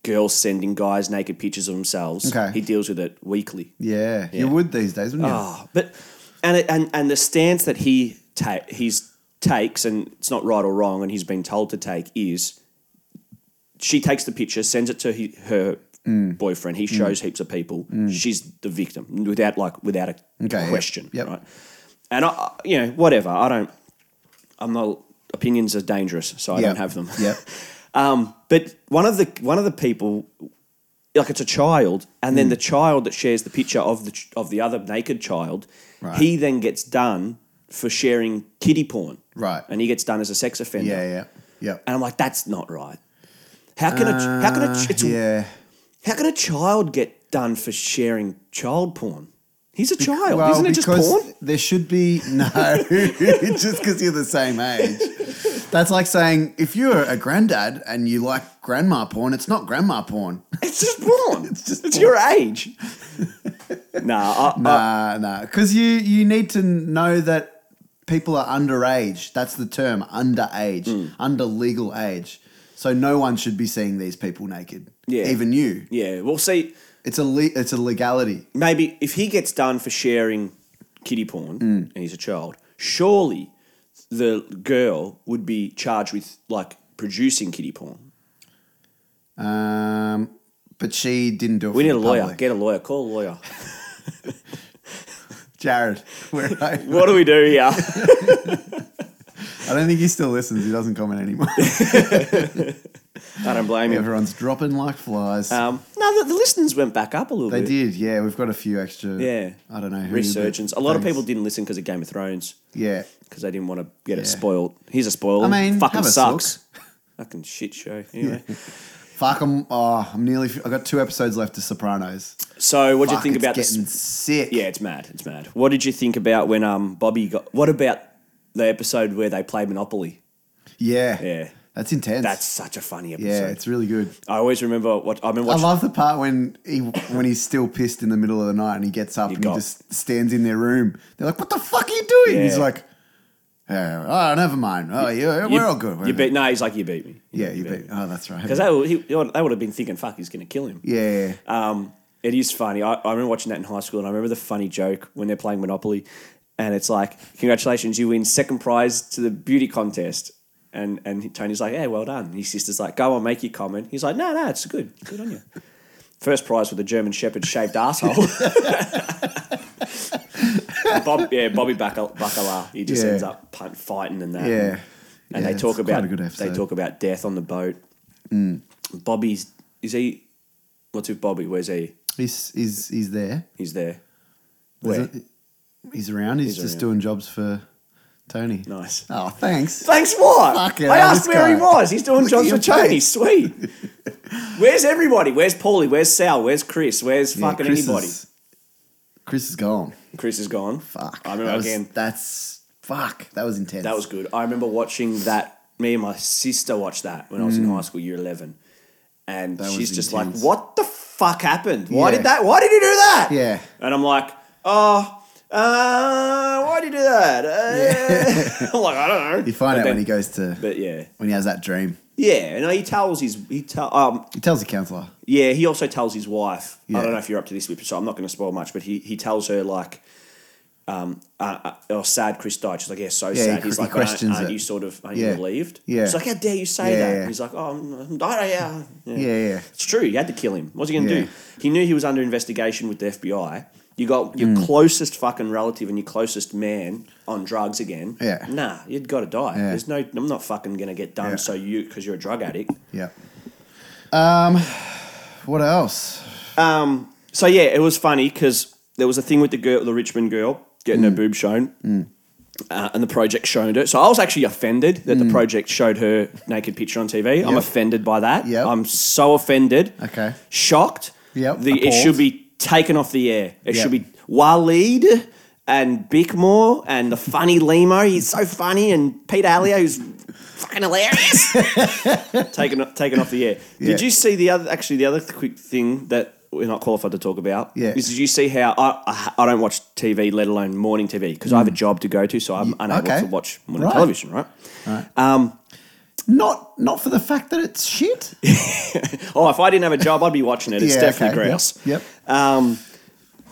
Speaker 2: girls sending guys naked pictures of themselves.
Speaker 1: Okay.
Speaker 2: He deals with it weekly.
Speaker 1: yeah, you would these days, wouldn't you?
Speaker 2: Oh, but and it, and and the stance that he ta- he's takes, and it's not right or wrong, and he's been told to take is she takes the picture, sends it to he, her
Speaker 1: Mm.
Speaker 2: boyfriend. He shows heaps of people. She's the victim without like without a
Speaker 1: Okay, yeah.
Speaker 2: question,
Speaker 1: Yep.
Speaker 2: right? And I- I, you know, whatever. I don't. I'm not. Opinions are dangerous, so I
Speaker 1: Yep.
Speaker 2: don't have them.
Speaker 1: Yep.
Speaker 2: Um, but one of the one of the people, like it's a child, and
Speaker 1: Hmm.
Speaker 2: then the child that shares the picture of the ch- of the other naked child,
Speaker 1: Right.
Speaker 2: he then gets done for sharing kiddie porn,
Speaker 1: Right.
Speaker 2: And he gets done as a sex offender.
Speaker 1: Yeah, yeah, yeah.
Speaker 2: And I'm like, that's not right. How can a ch- how can a ch- it's,
Speaker 1: Uh, yeah.
Speaker 2: how can a child get done for sharing child porn? He's a child,
Speaker 1: Well,
Speaker 2: isn't it just
Speaker 1: because
Speaker 2: porn?
Speaker 1: There should be no, just because you're the same age. That's like saying if you're a granddad and you like grandma porn, it's not grandma porn.
Speaker 2: It's just porn. it's
Speaker 1: just
Speaker 2: your age. nah, I, I,
Speaker 1: Nah, nah, because Uh, you you need to know that people are underage. That's the term, underage,
Speaker 2: Hmm.
Speaker 1: under legal age. So no one should be seeing these people naked.
Speaker 2: Yeah.
Speaker 1: even you.
Speaker 2: yeah. Well, see.
Speaker 1: It's a le- it's a legality.
Speaker 2: maybe if he gets done for sharing kiddie porn
Speaker 1: Mm.
Speaker 2: and he's a child, surely the girl would be charged with like producing kiddie porn.
Speaker 1: Um, but she didn't do it. for
Speaker 2: We need a
Speaker 1: the
Speaker 2: lawyer.
Speaker 1: public.
Speaker 2: Get a lawyer. Call a lawyer.
Speaker 1: Jared. Where are you?
Speaker 2: what do we do here?
Speaker 1: I don't think he still listens. He doesn't comment anymore.
Speaker 2: I don't blame him.
Speaker 1: Everyone's dropping like flies.
Speaker 2: Um, no, the, the listeners went back up a little
Speaker 1: they
Speaker 2: bit.
Speaker 1: did, yeah. We've got a few extra.
Speaker 2: Yeah.
Speaker 1: I don't know. Who, but
Speaker 2: Resurgence. A lot of
Speaker 1: thanks.
Speaker 2: people didn't listen because of Game of Thrones
Speaker 1: Yeah.
Speaker 2: because they didn't want to get it
Speaker 1: Yeah.
Speaker 2: spoiled. Here's a spoil.
Speaker 1: I mean,
Speaker 2: fucking
Speaker 1: have a
Speaker 2: sucks. Fucking shit show. Anyway.
Speaker 1: Fuck, I'm. Oh, I'm nearly. I got two episodes left to Sopranos.
Speaker 2: So, what do you
Speaker 1: Fuck,
Speaker 2: think
Speaker 1: it's
Speaker 2: about this?
Speaker 1: getting sick?
Speaker 2: Yeah, it's mad. It's mad. What did you think about when um Bobby got? What about the episode where they play Monopoly?
Speaker 1: Yeah.
Speaker 2: Yeah.
Speaker 1: That's intense.
Speaker 2: That's such a funny episode.
Speaker 1: yeah. It's really good.
Speaker 2: I always remember what I mean.
Speaker 1: I
Speaker 2: Watch,
Speaker 1: love the part when he when he's still pissed in the middle of the night and he gets up and
Speaker 2: got-
Speaker 1: he just stands in their room. They're like, "What the fuck are you doing?"
Speaker 2: Yeah.
Speaker 1: He's like, "Yeah, "Oh, never mind. Oh, yeah,
Speaker 2: you-
Speaker 1: we're all good."
Speaker 2: You beat. No, he's like you beat me.
Speaker 1: yeah, you beat. Oh, that's right.
Speaker 2: Because they would, he, they would have been thinking, "Fuck, he's going to kill him."
Speaker 1: Yeah.
Speaker 2: Um, it is funny. I, I remember watching that in high school, and I remember the funny joke when they're playing Monopoly, and it's like, "Congratulations, you win second prize to the beauty contest." And and Tony's like, "Hey, well done." And his sister's like, "Go on, make your comment." He's like, "No, no, it's good, good on you." First prize with a German Shepherd shaved asshole. Bob, yeah, Bobby Bacala, Bacala. He just
Speaker 1: Yeah.
Speaker 2: ends up punt fighting and that.
Speaker 1: Yeah.
Speaker 2: and
Speaker 1: Yeah,
Speaker 2: they talk
Speaker 1: it's quite
Speaker 2: about
Speaker 1: a good
Speaker 2: they
Speaker 1: episode. Mm.
Speaker 2: talk about death on the boat. Bobby's is he? What's with Bobby? Where's he?
Speaker 1: He's he's he's there.
Speaker 2: He's there.
Speaker 1: There's
Speaker 2: Where?
Speaker 1: a- he's around. He's,
Speaker 2: He's
Speaker 1: just
Speaker 2: around.
Speaker 1: doing jobs for Tony.
Speaker 2: Nice.
Speaker 1: Oh, thanks.
Speaker 2: Thanks what?
Speaker 1: Fuck yeah,
Speaker 2: I asked
Speaker 1: this
Speaker 2: where he
Speaker 1: guy.
Speaker 2: was. He's doing
Speaker 1: Look
Speaker 2: jobs
Speaker 1: at
Speaker 2: for
Speaker 1: your
Speaker 2: Tony. Sweet. Where's everybody? Where's Paulie? Where's Sal? Where's Chris? Where's
Speaker 1: Yeah,
Speaker 2: fucking
Speaker 1: Chris
Speaker 2: anybody?
Speaker 1: Is, Chris is gone.
Speaker 2: Chris is gone.
Speaker 1: Fuck.
Speaker 2: I remember
Speaker 1: that was,
Speaker 2: again.
Speaker 1: That's fuck. That was intense.
Speaker 2: That was good. I remember watching that. Me and my sister watched that when I was in high school, year eleven, and
Speaker 1: Mm. That
Speaker 2: she's
Speaker 1: was
Speaker 2: just
Speaker 1: intense.
Speaker 2: like, "What the fuck happened? Why
Speaker 1: Yeah.
Speaker 2: did that? Why did he do that?"
Speaker 1: Yeah.
Speaker 2: and I'm like, "Oh, uh, why did you do that?" Uh, I'm like, "I don't know."
Speaker 1: You find
Speaker 2: But
Speaker 1: out
Speaker 2: then-
Speaker 1: when he goes to
Speaker 2: But yeah,
Speaker 1: when he has that dream.
Speaker 2: Yeah, no, he tells his he tell um
Speaker 1: He tells the counselor.
Speaker 2: yeah he also tells his wife. I
Speaker 1: Yeah.
Speaker 2: don't know if you're up to this bit, so I'm not going to spoil much. But he he tells her like, um, uh, uh, oh, sad Chris died. She's like, yeah, so
Speaker 1: Yeah,
Speaker 2: sad.
Speaker 1: he
Speaker 2: he's
Speaker 1: cr- he
Speaker 2: like, aren't,
Speaker 1: questions
Speaker 2: aren't
Speaker 1: it.
Speaker 2: you sort of aren't
Speaker 1: Yeah.
Speaker 2: you relieved?
Speaker 1: Yeah.
Speaker 2: She's like, how dare you say
Speaker 1: Yeah,
Speaker 2: that?
Speaker 1: yeah.
Speaker 2: He's like, oh, I'm, i yeah. yeah,
Speaker 1: Yeah, yeah.
Speaker 2: It's true. You had to kill him. What's he going to
Speaker 1: Yeah.
Speaker 2: do? He knew he was under investigation with the FBI. You got
Speaker 1: Mm.
Speaker 2: your closest fucking relative and your closest man on drugs again.
Speaker 1: Yeah.
Speaker 2: Nah, you'd got to die.
Speaker 1: Yeah.
Speaker 2: There's no. I'm not fucking gonna get done.
Speaker 1: Yeah.
Speaker 2: So you, because you're a drug addict.
Speaker 1: Yeah. Um, what else?
Speaker 2: Um. So yeah, it was funny because there was a thing with the girl, the Richmond girl, getting
Speaker 1: Mm.
Speaker 2: her boob shown. Uh, and the project showed it. So I was actually offended that the project showed her naked picture on TV. I'm
Speaker 1: Mm. Yep.
Speaker 2: offended by that.
Speaker 1: Yep.
Speaker 2: I'm so offended.
Speaker 1: Okay.
Speaker 2: shocked.
Speaker 1: Yep,
Speaker 2: The, it
Speaker 1: appalled.
Speaker 2: should be taken off the air. It
Speaker 1: Yep.
Speaker 2: should be Waleed and Bickmore and the funny Limo. He's so funny and Pete Alio, who's fucking hilarious. taken taken off the air. Did
Speaker 1: Yeah.
Speaker 2: you see the other? Actually, the other quick thing that we're not qualified to talk about
Speaker 1: Yeah.
Speaker 2: is did you see how I, I I don't watch TV, let alone morning TV, because I have a job to go to, so I'm unable
Speaker 1: Mm. okay.
Speaker 2: to watch morning
Speaker 1: Right.
Speaker 2: television. Right?
Speaker 1: Not not for the fact that it's shit. It's
Speaker 2: Oh, if I didn't have a job, I'd be watching it. It's definitely grouse.
Speaker 1: Yep.
Speaker 2: Um,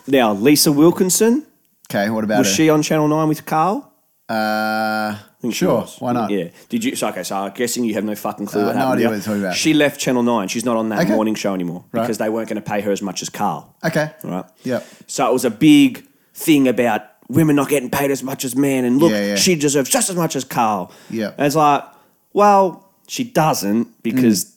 Speaker 2: now, Lisa Wilkinson,
Speaker 1: Okay. What about
Speaker 2: was
Speaker 1: it?
Speaker 2: she on Channel 9 with Carl?
Speaker 1: uh,
Speaker 2: I think she
Speaker 1: sure.
Speaker 2: was.
Speaker 1: Why not?
Speaker 2: Yeah. Did you? So, okay, so I'm guessing you have no fucking clue
Speaker 1: Uh,
Speaker 2: what
Speaker 1: no
Speaker 2: happened.
Speaker 1: idea
Speaker 2: yeah?
Speaker 1: what you're talking about.
Speaker 2: She left Channel 9. She's not on that
Speaker 1: Okay.
Speaker 2: morning show anymore
Speaker 1: Right.
Speaker 2: because they weren't going to pay her as much as Carl.
Speaker 1: Okay.
Speaker 2: Right.
Speaker 1: Yep.
Speaker 2: So it was a big thing about women not getting paid as much as men, and look,
Speaker 1: Yeah, yeah.
Speaker 2: she deserves just as much as Carl.
Speaker 1: Yeah.
Speaker 2: And it's like, well, she doesn't because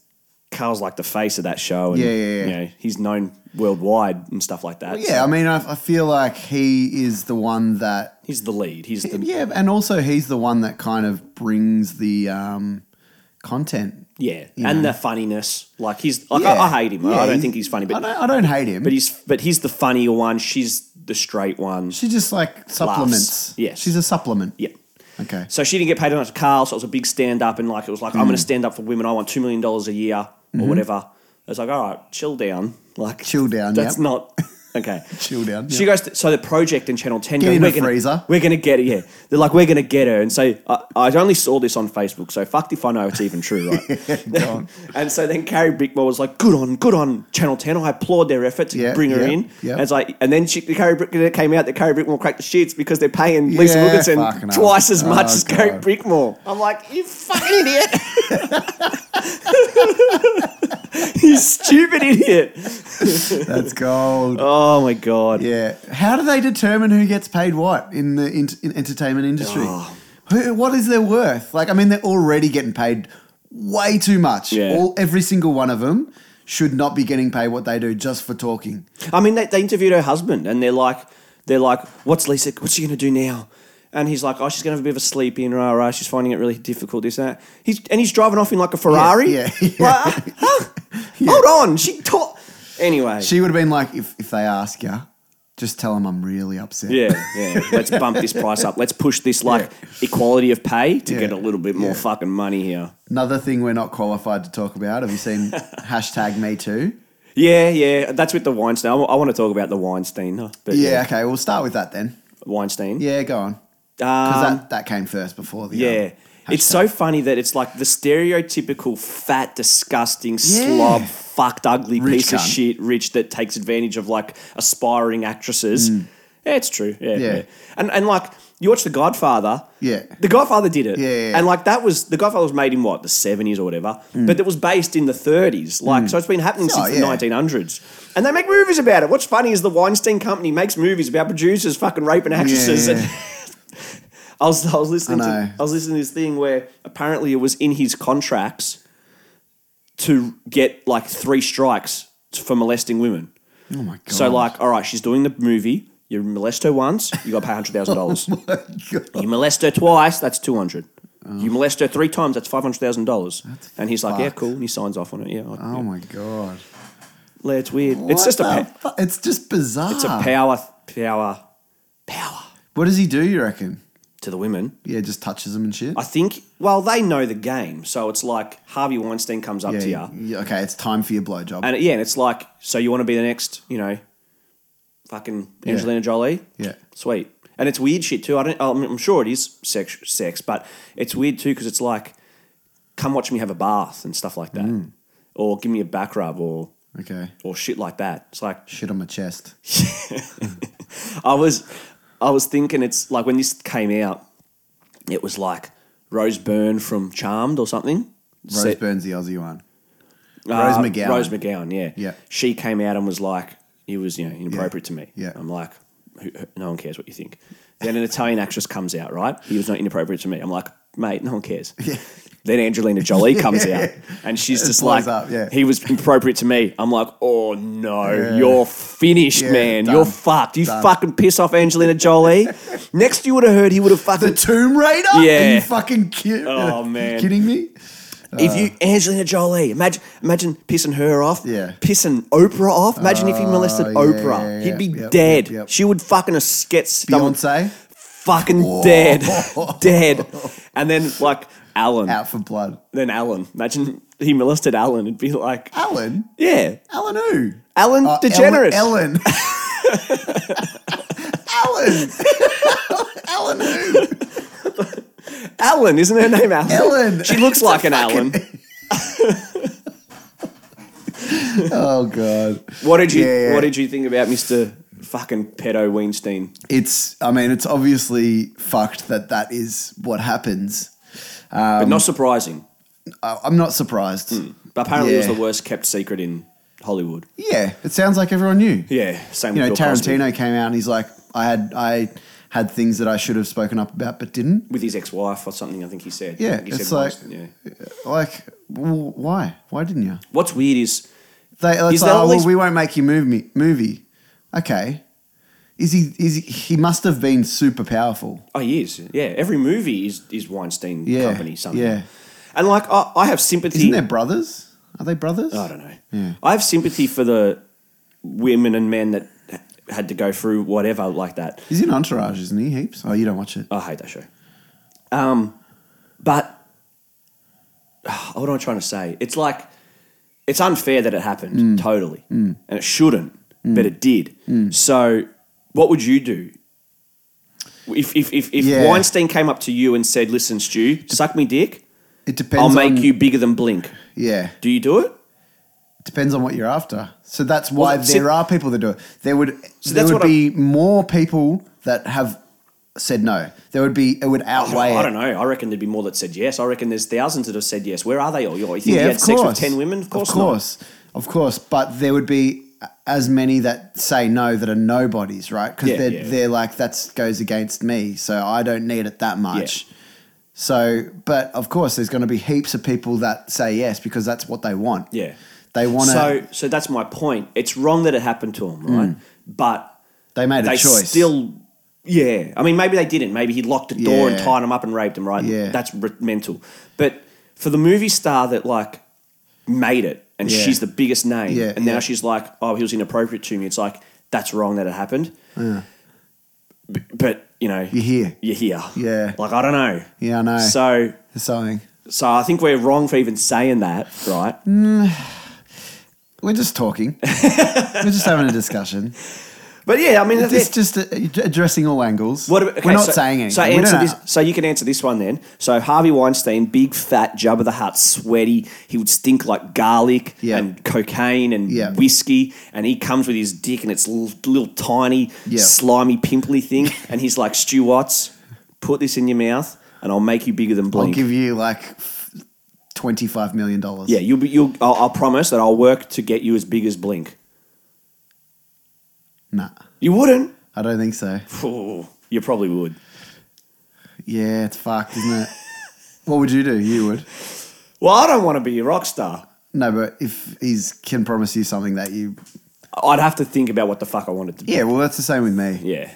Speaker 2: Carl's like the face of that show, and
Speaker 1: Mm. Yeah, yeah, yeah.
Speaker 2: you know, he's known worldwide and stuff like that.
Speaker 1: Yeah. I
Speaker 2: so
Speaker 1: mean, I, I feel like he is the one that
Speaker 2: he's the lead. He's the
Speaker 1: Yeah, and also he's the one that kind of brings the um, content.
Speaker 2: yeah, and the funniness. Like he's like
Speaker 1: Yeah.
Speaker 2: I, I hate him.
Speaker 1: Yeah,
Speaker 2: I don't
Speaker 1: he-
Speaker 2: think he's funny,
Speaker 1: I
Speaker 2: but
Speaker 1: don't, I don't hate him.
Speaker 2: but he's but he's the funnier one. She's the straight one.
Speaker 1: she just like supplements.
Speaker 2: Yes.
Speaker 1: she's a supplement.
Speaker 2: Yeah.
Speaker 1: Okay.
Speaker 2: So she didn't get paid enough to Carl, so it was a big stand up, and like it was like, I'm
Speaker 1: Mm.
Speaker 2: going to stand up for women. I want two million dollars a year or whatever. It was like, all right, chill down, like
Speaker 1: Mm-hmm. Chill down,
Speaker 2: That's
Speaker 1: yep.
Speaker 2: not okay.
Speaker 1: Chill down.
Speaker 2: She goes. To, so the project in Channel Ten. goes,
Speaker 1: in
Speaker 2: we're
Speaker 1: the
Speaker 2: gonna,
Speaker 1: freezer."
Speaker 2: We're gonna get it. Yeah, they're like, we're gonna get her. And so I, I only saw this on Facebook. So fucked if I know it's even true, right?
Speaker 1: Go on.
Speaker 2: and so then Carrie Bickmore was like, "Good on, good on Channel Ten. I applaud their effort to
Speaker 1: Yeah,
Speaker 2: bring her
Speaker 1: yeah,
Speaker 2: in."
Speaker 1: yeah.
Speaker 2: And it's like, and then she, the Carrie Bickmore came out. The Carrie Bickmore cracked the shits because they're paying Lisa
Speaker 1: Yeah,
Speaker 2: Wilkinson
Speaker 1: fucking hell.
Speaker 2: twice as much
Speaker 1: Oh,
Speaker 2: as Carrie
Speaker 1: God.
Speaker 2: Bickmore. I'm like, you fucking idiot. you stupid idiot.
Speaker 1: That's gold.
Speaker 2: Oh my god.
Speaker 1: Yeah. How do they determine who gets paid what in the in, in entertainment industry?
Speaker 2: Oh.
Speaker 1: Who, what is their worth? Like, I mean, they're already getting paid way too much.
Speaker 2: Yeah.
Speaker 1: All every single one of them should not be getting paid what they do just for talking.
Speaker 2: I mean, they, they interviewed her husband, and they're like, they're like, "What's Lisa? What's she gonna do now?" And he's like, "Oh, she's gonna have a bit of a sleep in, rah rah. She's finding it really difficult, this and that." He's and he's driving off in like a Ferrari.
Speaker 1: yeah, yeah.
Speaker 2: Like, uh, huh? Hold on, she taught. Anyway,
Speaker 1: She would have been like, if, if they ask you, just tell them I'm really upset.
Speaker 2: yeah, yeah. Let's bump this price up. Let's push this like equality of pay to
Speaker 1: Yeah,
Speaker 2: get a little bit more
Speaker 1: yeah.
Speaker 2: fucking money here.
Speaker 1: Another thing we're not qualified to talk about. Have you seen hashtag Me Too?
Speaker 2: Yeah, yeah. That's with the Weinstein. I, want to talk about the Weinstein, huh? but
Speaker 1: Yeah. Okay. We'll start with that then.
Speaker 2: Weinstein.
Speaker 1: Yeah. Go on.
Speaker 2: Um,
Speaker 1: Because that, that came first before the.
Speaker 2: Yeah.
Speaker 1: um,
Speaker 2: It's
Speaker 1: hashtag.
Speaker 2: so funny that it's like the stereotypical fat, disgusting, slob, fucked, ugly
Speaker 1: Rich
Speaker 2: piece of
Speaker 1: cunt.
Speaker 2: shit rich that takes advantage of like aspiring actresses. Yeah, it's true. Yeah, yeah.
Speaker 1: Mm. Yeah.
Speaker 2: And and like you watch The Godfather.
Speaker 1: Yeah.
Speaker 2: The Godfather did it.
Speaker 1: Yeah, yeah, Mm. yeah.
Speaker 2: And like that was The Godfather was made in what, the seventies or whatever. But it was based in the thirties. Like so it's been happening
Speaker 1: Oh,
Speaker 2: since the
Speaker 1: yeah.
Speaker 2: nineteen hundreds. And they make movies about it. What's funny is the Weinstein Company makes movies about producers fucking raping actresses and
Speaker 1: yeah.
Speaker 2: I was, I was listening
Speaker 1: I
Speaker 2: to
Speaker 1: know.
Speaker 2: I was listening to this thing where apparently it was in his contracts to get like three strikes for molesting women.
Speaker 1: Oh my god.
Speaker 2: So like, all right, she's doing the movie. You molest her once, you got to pay hundred thousand dollars.
Speaker 1: God.
Speaker 2: You molest her twice, that's two hundred. You molest her three times, that's five hundred thousand dollars. And he's like, yeah,
Speaker 1: Oh. fucked.
Speaker 2: cool, and he signs off on it. Yeah, like,
Speaker 1: Oh my god.
Speaker 2: yeah, it's weird. it's
Speaker 1: What
Speaker 2: just a
Speaker 1: the
Speaker 2: pa-
Speaker 1: fu- it's just bizarre.
Speaker 2: it's a power power power
Speaker 1: what does he do? You reckon?
Speaker 2: to the women.
Speaker 1: Yeah. Just touches them and shit.
Speaker 2: I think, well, they know the game. So it's like Harvey Weinstein comes up
Speaker 1: yeah,
Speaker 2: to you.
Speaker 1: yeah. Okay. It's time for your blowjob.
Speaker 2: And yeah, and it's like, so you want to be the next, you know, fucking Angelina Jolie?
Speaker 1: Yeah.
Speaker 2: Sweet. And it's weird shit too. I don't, I'm, I'm sure it is sex, sex, but it's weird too because it's like come watch me have a bath and stuff like that,
Speaker 1: Mm.
Speaker 2: or give me a back rub or
Speaker 1: Okay.
Speaker 2: or shit like that. It's like
Speaker 1: Shit on my chest.
Speaker 2: I was I was thinking it's like when this came out, it was like Rose Byrne from Charmed or something.
Speaker 1: Rose
Speaker 2: Said-
Speaker 1: Burns the Aussie one.
Speaker 2: Uh,
Speaker 1: Rose McGowan.
Speaker 2: Rose McGowan, yeah.
Speaker 1: Yeah.
Speaker 2: She came out and was like, it was, you know, inappropriate to me.
Speaker 1: Yeah.
Speaker 2: I'm like, who- who- no one cares what you think. Then an Italian actress comes out, right? He was not inappropriate to me. I'm like, mate, no one cares. Then Angelina Jolie comes out and she's just
Speaker 1: blows
Speaker 2: like,
Speaker 1: up, yeah.
Speaker 2: he was inappropriate to me. I'm like, oh no,
Speaker 1: Yeah.
Speaker 2: you're finished,
Speaker 1: Yeah,
Speaker 2: man.
Speaker 1: done.
Speaker 2: You're fucked. You
Speaker 1: Done.
Speaker 2: fucking piss off Angelina Jolie. Next you would have heard he would have
Speaker 1: The
Speaker 2: fucking
Speaker 1: Tomb Raider? Are
Speaker 2: Yeah.
Speaker 1: you fucking kidding?
Speaker 2: Oh, man.
Speaker 1: kidding me?
Speaker 2: If you Angelina Jolie, imagine imagine pissing her off,
Speaker 1: Uh, Yeah. Uh,
Speaker 2: pissing Oprah off. Imagine if he molested
Speaker 1: yeah,
Speaker 2: Oprah,
Speaker 1: yeah,
Speaker 2: he'd be
Speaker 1: yeah. Yep,
Speaker 2: dead.
Speaker 1: yep, yep.
Speaker 2: She would fucking as- get someone
Speaker 1: Beyonce
Speaker 2: fucking dead, dead. And then like Alan,
Speaker 1: out for blood.
Speaker 2: then Alan. Imagine he molested Alan. It'd be like,
Speaker 1: Alan?
Speaker 2: yeah,
Speaker 1: Alan who?
Speaker 2: Alan
Speaker 1: Uh,
Speaker 2: DeGeneres.
Speaker 1: Ellen. Alan. Alan who?
Speaker 2: Alan, isn't her name Alan?
Speaker 1: Alan.
Speaker 2: She looks like an Alan.
Speaker 1: Oh god.
Speaker 2: What did you
Speaker 1: Yeah, yeah.
Speaker 2: What did you think about Mister Fucking Pedo Weinstein?
Speaker 1: It's I mean it's obviously fucked that that is what happens.
Speaker 2: but
Speaker 1: Um,
Speaker 2: not surprising.
Speaker 1: I, I'm not surprised.
Speaker 2: But apparently, it was
Speaker 1: yeah.
Speaker 2: the worst kept secret in Hollywood.
Speaker 1: Yeah, it sounds like everyone knew.
Speaker 2: Yeah, same.
Speaker 1: You know,
Speaker 2: with Bill Cosby.
Speaker 1: Tarantino came out and he's like, I had I had things that I should have spoken up about but didn't.
Speaker 2: with his ex-wife or something. I think he said.
Speaker 1: Yeah,
Speaker 2: he
Speaker 1: it's
Speaker 2: said
Speaker 1: like-
Speaker 2: Weinstein, yeah.
Speaker 1: Like, w why? Why didn't you?
Speaker 2: What's weird is
Speaker 1: They, it's like,
Speaker 2: Is there
Speaker 1: oh,
Speaker 2: all
Speaker 1: well,
Speaker 2: these-
Speaker 1: we won't make you move me movie. Okay. Is he? Is he? He must have been super powerful.
Speaker 2: oh, he is. Yeah, every movie is is Weinstein
Speaker 1: Yeah,
Speaker 2: company something.
Speaker 1: yeah.
Speaker 2: and like I, I have sympathy.
Speaker 1: Isn't there brothers? Are they brothers?
Speaker 2: I don't know.
Speaker 1: Yeah.
Speaker 2: I have sympathy for the women and men that ha- had to go through whatever like that.
Speaker 1: He's in Entourage, isn't he? Heaps. Oh, you don't watch it.
Speaker 2: I hate that show. Um, but what am I trying to say? It's like it's unfair that it
Speaker 1: Mm.
Speaker 2: happened totally, and it shouldn't, but it did. So, what would you do if if if, if
Speaker 1: Yeah.
Speaker 2: Weinstein came up to you and said, "Listen, Stu, suck me dick.
Speaker 1: It depends.
Speaker 2: I'll make
Speaker 1: on-
Speaker 2: you bigger than Blink."
Speaker 1: Yeah.
Speaker 2: Do you do it?
Speaker 1: depends on what you're after. So that's why
Speaker 2: Well, see-
Speaker 1: there are people that do it. There would there
Speaker 2: that's
Speaker 1: would
Speaker 2: what I-
Speaker 1: be more people that have said no. There would be it would outweigh.
Speaker 2: I
Speaker 1: it.
Speaker 2: don't know. I reckon there'd be more that said yes. I reckon there's thousands that have said yes. Where are they all? You think you
Speaker 1: Yeah,
Speaker 2: had
Speaker 1: of
Speaker 2: sex with
Speaker 1: course.
Speaker 2: ten women? Of course,
Speaker 1: of
Speaker 2: not.
Speaker 1: course, of course. But there would be as many that say no that are nobodies, right? Because
Speaker 2: Yeah,
Speaker 1: they're
Speaker 2: yeah.
Speaker 1: they're like that goes against me, so I don't need it that much.
Speaker 2: Yeah.
Speaker 1: So, but of course, there's going to be heaps of people that say yes because that's what they want.
Speaker 2: Yeah.
Speaker 1: they want to.
Speaker 2: So, so that's my point. It's wrong that it happened to him, right? But
Speaker 1: they made Mm. a
Speaker 2: they
Speaker 1: choice.
Speaker 2: still, yeah. I mean, maybe they didn't. Maybe he locked a door and
Speaker 1: Yeah.
Speaker 2: tied him up and raped him, right?
Speaker 1: Yeah.
Speaker 2: That's r- mental. But for the movie star that like made it, and
Speaker 1: Yeah.
Speaker 2: she's the biggest name,
Speaker 1: Yeah,
Speaker 2: and now
Speaker 1: yeah.
Speaker 2: she's like, oh, he was inappropriate to me. It's like that's wrong that it happened. B- but you know,
Speaker 1: You're here.
Speaker 2: You're here.
Speaker 1: Yeah.
Speaker 2: Like I don't know.
Speaker 1: yeah, I know.
Speaker 2: So,
Speaker 1: There's something.
Speaker 2: so I think we're wrong for even saying that, right?
Speaker 1: Mm. We're just talking. We're just having a discussion.
Speaker 2: But yeah, I mean, that's
Speaker 1: It's
Speaker 2: it.
Speaker 1: just uh, addressing all angles.
Speaker 2: What, okay,
Speaker 1: We're not
Speaker 2: so,
Speaker 1: saying anything.
Speaker 2: So,
Speaker 1: We
Speaker 2: answer
Speaker 1: don't
Speaker 2: this, so you can answer this one then. So Harvey Weinstein, big fat Jabba the Hutt, sweaty. He would stink like garlic
Speaker 1: Yeah.
Speaker 2: and cocaine and
Speaker 1: Yeah.
Speaker 2: whiskey. And he comes with his dick and it's little, little tiny,
Speaker 1: Yeah.
Speaker 2: slimy, pimply thing. and he's like, Stu Watts, put this in your mouth and I'll make you bigger than
Speaker 1: I'll
Speaker 2: Blink.
Speaker 1: give you like twenty-five million dollars.
Speaker 2: yeah, you'll be. You'll. I'll, I'll promise that I'll work to get you as big as Blink.
Speaker 1: Nah,
Speaker 2: You wouldn't.
Speaker 1: I don't think so.
Speaker 2: Phew, you probably would.
Speaker 1: Yeah, it's fucked, isn't it? what would you do? You would.
Speaker 2: Well, I don't want to be a rock star.
Speaker 1: No, but if he's can promise you something that you,
Speaker 2: I'd have to think about what the fuck I wanted to do.
Speaker 1: yeah, well, that's the same with me
Speaker 2: Yeah.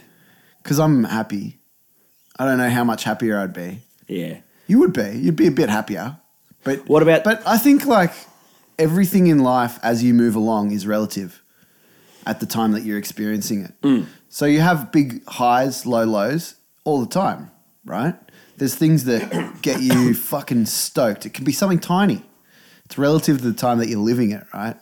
Speaker 1: because I'm happy. I don't know how much happier I'd be.
Speaker 2: Yeah.
Speaker 1: You would be. You'd be a bit happier. But
Speaker 2: What about-
Speaker 1: But I think like everything in life as you move along is relative at the time that you're experiencing it. So you have big highs, low lows all the time, right? There's things that get you fucking stoked. It can be something tiny. It's relative to the time that you're living it, right?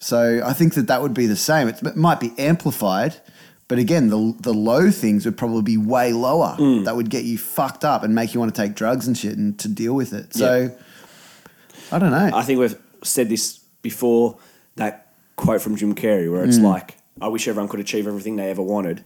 Speaker 1: So I think that that would be the same. It's, it might be amplified, But again, the the low things would probably be way lower.
Speaker 2: Mm.
Speaker 1: That would get you fucked up and make you want to take drugs and shit and to deal with it. So I don't know.
Speaker 2: I think we've said this before that quote from Jim Carrey, where it's
Speaker 1: Mm.
Speaker 2: like, I wish everyone could achieve everything they ever wanted.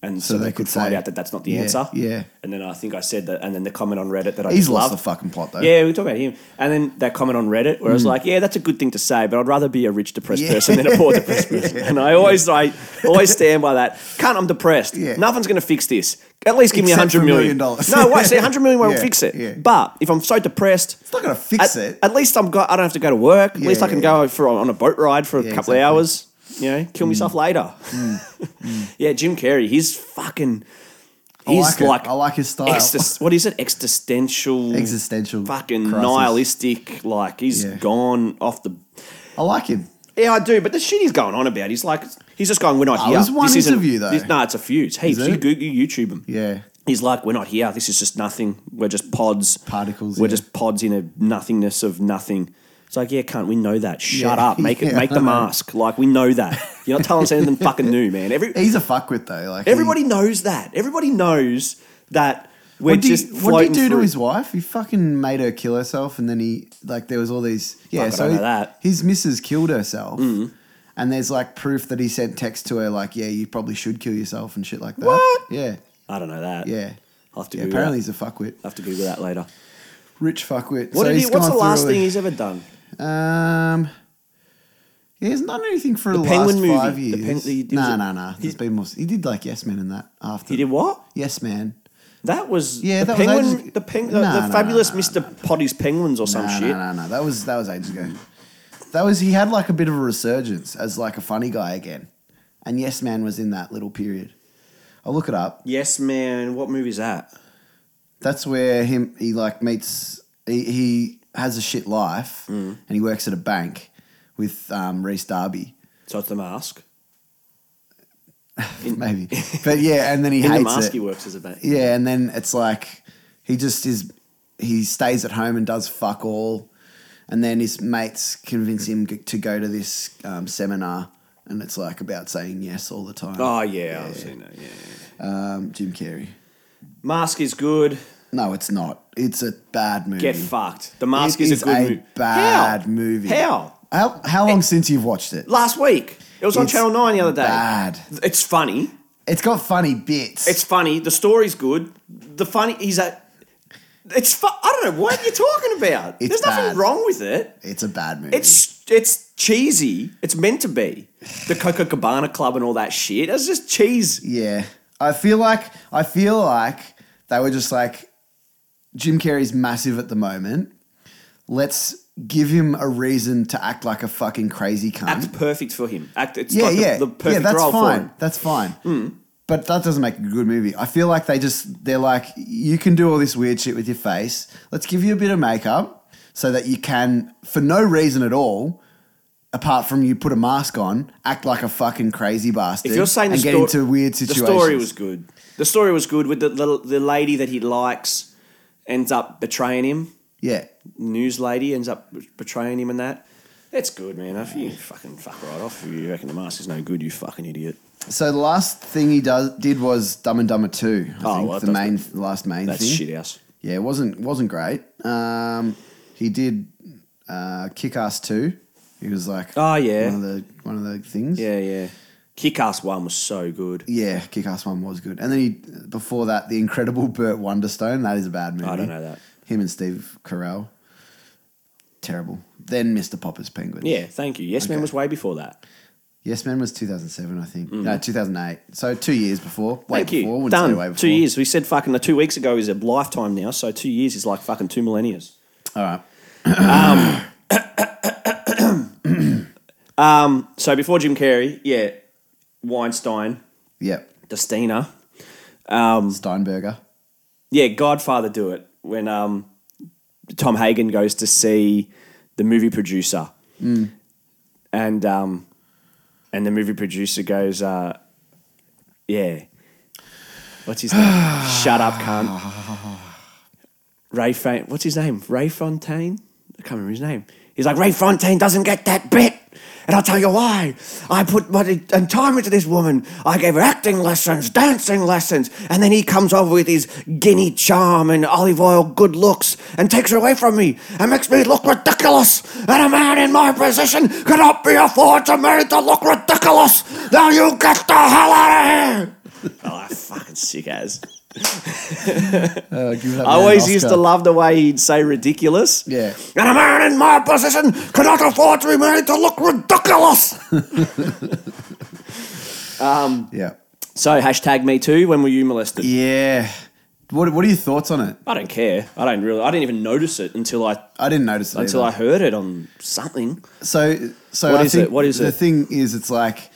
Speaker 2: And so, they, could, find
Speaker 1: say-
Speaker 2: out that that's not the
Speaker 1: Yeah,
Speaker 2: answer.
Speaker 1: yeah.
Speaker 2: And then I think I said that, and then the comment on Reddit that I
Speaker 1: He's
Speaker 2: just
Speaker 1: lost
Speaker 2: love.
Speaker 1: the fucking plot though.
Speaker 2: yeah, we talk about him. And then that comment on Reddit where I was like, yeah, that's a good thing to say, but I'd rather be a rich depressed
Speaker 1: Mm. Yeah.
Speaker 2: person than a poor depressed person. And I always I always stand by that. Can't I'm depressed.
Speaker 1: Yeah.
Speaker 2: Nothing's gonna fix this. At least give me a
Speaker 1: Except
Speaker 2: hundred
Speaker 1: for a
Speaker 2: million.
Speaker 1: million dollars.
Speaker 2: No, wait, see hundred million won't
Speaker 1: Yeah,
Speaker 2: fix it.
Speaker 1: yeah.
Speaker 2: But if I'm so depressed,
Speaker 1: It's not gonna fix
Speaker 2: at,
Speaker 1: it.
Speaker 2: at least I'm go- I don't have to go to work. At least
Speaker 1: Yeah,
Speaker 2: I can
Speaker 1: yeah,
Speaker 2: go for on a boat ride for a
Speaker 1: Yeah,
Speaker 2: couple
Speaker 1: exactly. Mm.
Speaker 2: of hours. You know, kill myself later. yeah, Jim Carrey, he's fucking. He's
Speaker 1: like it. Mm. I like his style.
Speaker 2: exis- what is it? Existential.
Speaker 1: Existential
Speaker 2: Fucking
Speaker 1: crisis.
Speaker 2: nihilistic. Like he's
Speaker 1: Yeah.
Speaker 2: gone off the.
Speaker 1: I like him.
Speaker 2: Yeah, I do. But the shit he's going on about, he's like, he's just going, "We're not
Speaker 1: Oh,
Speaker 2: here."
Speaker 1: there's one
Speaker 2: isn't-
Speaker 1: interview, though.
Speaker 2: this- no, it's a few. It's heaps.
Speaker 1: Is
Speaker 2: You,
Speaker 1: it?
Speaker 2: Google, you YouTube him.
Speaker 1: Yeah.
Speaker 2: He's like, we're not here. This is just nothing. We're just pods.
Speaker 1: Particles,
Speaker 2: We're
Speaker 1: yeah.
Speaker 2: just pods in a nothingness of nothing. It's like, yeah, can't we know that? Shut
Speaker 1: Yeah.
Speaker 2: up. Make it.
Speaker 1: Yeah,
Speaker 2: Make
Speaker 1: I
Speaker 2: the
Speaker 1: know.
Speaker 2: mask. Like we know that. You're not telling us anything fucking new, man. Every
Speaker 1: He's a fuckwit though. Like he-
Speaker 2: everybody knows that. Everybody knows that we're
Speaker 1: What did
Speaker 2: just.
Speaker 1: he, what did he
Speaker 2: floating
Speaker 1: do
Speaker 2: through.
Speaker 1: to his wife? He fucking made her kill herself, and then he like there was all these yeah.
Speaker 2: Fuck, I
Speaker 1: so
Speaker 2: don't know
Speaker 1: he-
Speaker 2: that. Mm.
Speaker 1: his missus killed herself, and there's like proof that he sent text to her like, yeah, you probably should kill yourself and shit like that.
Speaker 2: What?
Speaker 1: Yeah,
Speaker 2: I don't know that.
Speaker 1: yeah.
Speaker 2: I'll have to
Speaker 1: Yeah,
Speaker 2: Google
Speaker 1: apparently
Speaker 2: that.
Speaker 1: he's a fuckwit,
Speaker 2: I'll have to Google that later.
Speaker 1: rich fuckwit.
Speaker 2: What
Speaker 1: So
Speaker 2: did he,
Speaker 1: he's
Speaker 2: what's
Speaker 1: gone
Speaker 2: the last
Speaker 1: through all
Speaker 2: thing
Speaker 1: the-
Speaker 2: he's ever done?
Speaker 1: Um, yeah, he's not done anything for the, last
Speaker 2: Penguin movie.
Speaker 1: five
Speaker 2: The
Speaker 1: years.
Speaker 2: Peng- he- he was
Speaker 1: nah,
Speaker 2: a-
Speaker 1: nah, nah. There's been more. He did like Yes Man and that after.
Speaker 2: He did what?
Speaker 1: Yes Man.
Speaker 2: That was
Speaker 1: Yeah,
Speaker 2: the
Speaker 1: that was
Speaker 2: penguin,
Speaker 1: ages-
Speaker 2: the, peng-
Speaker 1: No,
Speaker 2: the
Speaker 1: no, no,
Speaker 2: fabulous
Speaker 1: no, no,
Speaker 2: Mr. Potty's Penguins or some
Speaker 1: no,
Speaker 2: shit.
Speaker 1: Oh, No, no, no. That was that was ages ago. That was he had like a bit of a resurgence as like a funny guy again, and Yes Man was in that little period. I'll look it up.
Speaker 2: Yes, man. What movie's that?
Speaker 1: That's where him he like meets he, he has a shit life
Speaker 2: Mm.
Speaker 1: and he works at a bank with um, Reese Darby
Speaker 2: So it's the mask.
Speaker 1: maybe, but yeah, and then he
Speaker 2: In the
Speaker 1: hates
Speaker 2: mask,
Speaker 1: it.
Speaker 2: he works as a bank.
Speaker 1: Yeah, and then it's like he just is he stays at home and does fuck all, and then his mates convince him g- to go to this um, seminar, and it's like about saying yes all the time.
Speaker 2: Oh yeah, I've seen that. Yeah, yeah.
Speaker 1: um, Jim Carrey.
Speaker 2: Mask is good.
Speaker 1: No, it's not. It's a bad movie.
Speaker 2: Get fucked. The Mask
Speaker 1: Mm. It
Speaker 2: is,
Speaker 1: is
Speaker 2: a good
Speaker 1: a
Speaker 2: movie.
Speaker 1: bad
Speaker 2: How?
Speaker 1: movie.
Speaker 2: How?
Speaker 1: How how long since you've watched it?
Speaker 2: Last week it was on
Speaker 1: It's
Speaker 2: Channel Nine the other day.
Speaker 1: Bad.
Speaker 2: It's funny.
Speaker 1: It's got funny bits.
Speaker 2: It's funny. The story's good. The funny he's a. It's fu- I don't know what you're talking about.
Speaker 1: It's
Speaker 2: There's nothing
Speaker 1: bad.
Speaker 2: wrong with it.
Speaker 1: it's a bad movie.
Speaker 2: It's it's cheesy. It's meant to be. The Coca Cabana Club and all that shit. It's just cheese.
Speaker 1: Yeah. I feel like I feel like they were just like Jim Carrey's massive at the moment. Let's give him a reason to act like a fucking crazy cunt.
Speaker 2: Act perfect for him. Act. It's
Speaker 1: Mm. yeah,
Speaker 2: like the-
Speaker 1: yeah.
Speaker 2: The, perfect
Speaker 1: yeah, that's
Speaker 2: role
Speaker 1: fine.
Speaker 2: for him. Hmm.
Speaker 1: That's fine. But that doesn't make a good movie. I feel like they just they're like you can do all this weird shit with your face. Let's give you a bit of makeup so that you can for no reason at all apart from you put a mask on, act like a fucking crazy bastard
Speaker 2: If you're saying
Speaker 1: and
Speaker 2: the
Speaker 1: get
Speaker 2: sto-
Speaker 1: into weird situations.
Speaker 2: The story was good. The story was good with the, the the lady that he likes ends up betraying him.
Speaker 1: yeah.
Speaker 2: News lady ends up betraying him and that. It's good, man. If you fucking fuck right off, you reckon the mask is no good, you fucking idiot.
Speaker 1: So the last thing he does did was Dumb and Dumber Two. I
Speaker 2: Oh,
Speaker 1: think
Speaker 2: well,
Speaker 1: the
Speaker 2: that's-
Speaker 1: main the last main
Speaker 2: That's
Speaker 1: thing.
Speaker 2: shit house.
Speaker 1: Yeah, it wasn't wasn't great. Um, he did uh, Kick Ass Two. He was like
Speaker 2: Oh, yeah.
Speaker 1: one of the one of the things.
Speaker 2: Yeah, yeah. Kick Ass One was so good.
Speaker 1: yeah. Kick Ass One was good, and then he before that the Incredible Burt Wonderstone. That is a bad movie.
Speaker 2: I don't know that.
Speaker 1: Him and Steve Carell. Terrible. Then Mr. Popper's Penguins.
Speaker 2: Yeah, thank you. Yes, man
Speaker 1: Okay.
Speaker 2: was way before that.
Speaker 1: Yes Man was 2007, I think. No, 2008. So two years before. Way
Speaker 2: Mm. Thank
Speaker 1: before. I
Speaker 2: you.
Speaker 1: wouldn't say
Speaker 2: Done.
Speaker 1: way before.
Speaker 2: Two years. We said fucking uh, two weeks ago is a lifetime now, so two years is like fucking two millennia.
Speaker 1: All right.
Speaker 2: Um, So before Jim Carrey, yeah, Weinstein,
Speaker 1: Yep.
Speaker 2: Destina,
Speaker 1: Steinberger.
Speaker 2: yeah, Godfather do it when um, Tom Hagen goes to see the movie producer, and um, and the movie producer goes, uh, yeah, what's his name? Shut up, cunt. Ray Fa- what's his name? Ray Fontaine. I can't remember his name. He's like Ray Fontaine doesn't get that bit. and I'll tell you why. I put my and time into this woman. I gave her acting lessons, dancing lessons, and then he comes over with his guinea charm and olive oil good looks and takes her away from me and makes me look ridiculous. And a man in my position cannot be afforded to me to look ridiculous. Now you get the hell out of here. oh, fucking sick ass.
Speaker 1: Uh, give that
Speaker 2: I
Speaker 1: man an
Speaker 2: always used
Speaker 1: Oscar.
Speaker 2: to love the way he'd say ridiculous.
Speaker 1: Yeah.
Speaker 2: And a man in my position cannot afford to be made to look ridiculous.
Speaker 1: Yeah.
Speaker 2: so hashtag me too. When were you molested?
Speaker 1: Yeah. What, what are your thoughts on it?
Speaker 2: I don't care. I don't really. I didn't even notice it until I
Speaker 1: I didn't notice it.
Speaker 2: until
Speaker 1: either.
Speaker 2: I heard it on something.
Speaker 1: So, so
Speaker 2: What
Speaker 1: I
Speaker 2: is
Speaker 1: think
Speaker 2: it? What is
Speaker 1: the
Speaker 2: it?
Speaker 1: thing is, it's like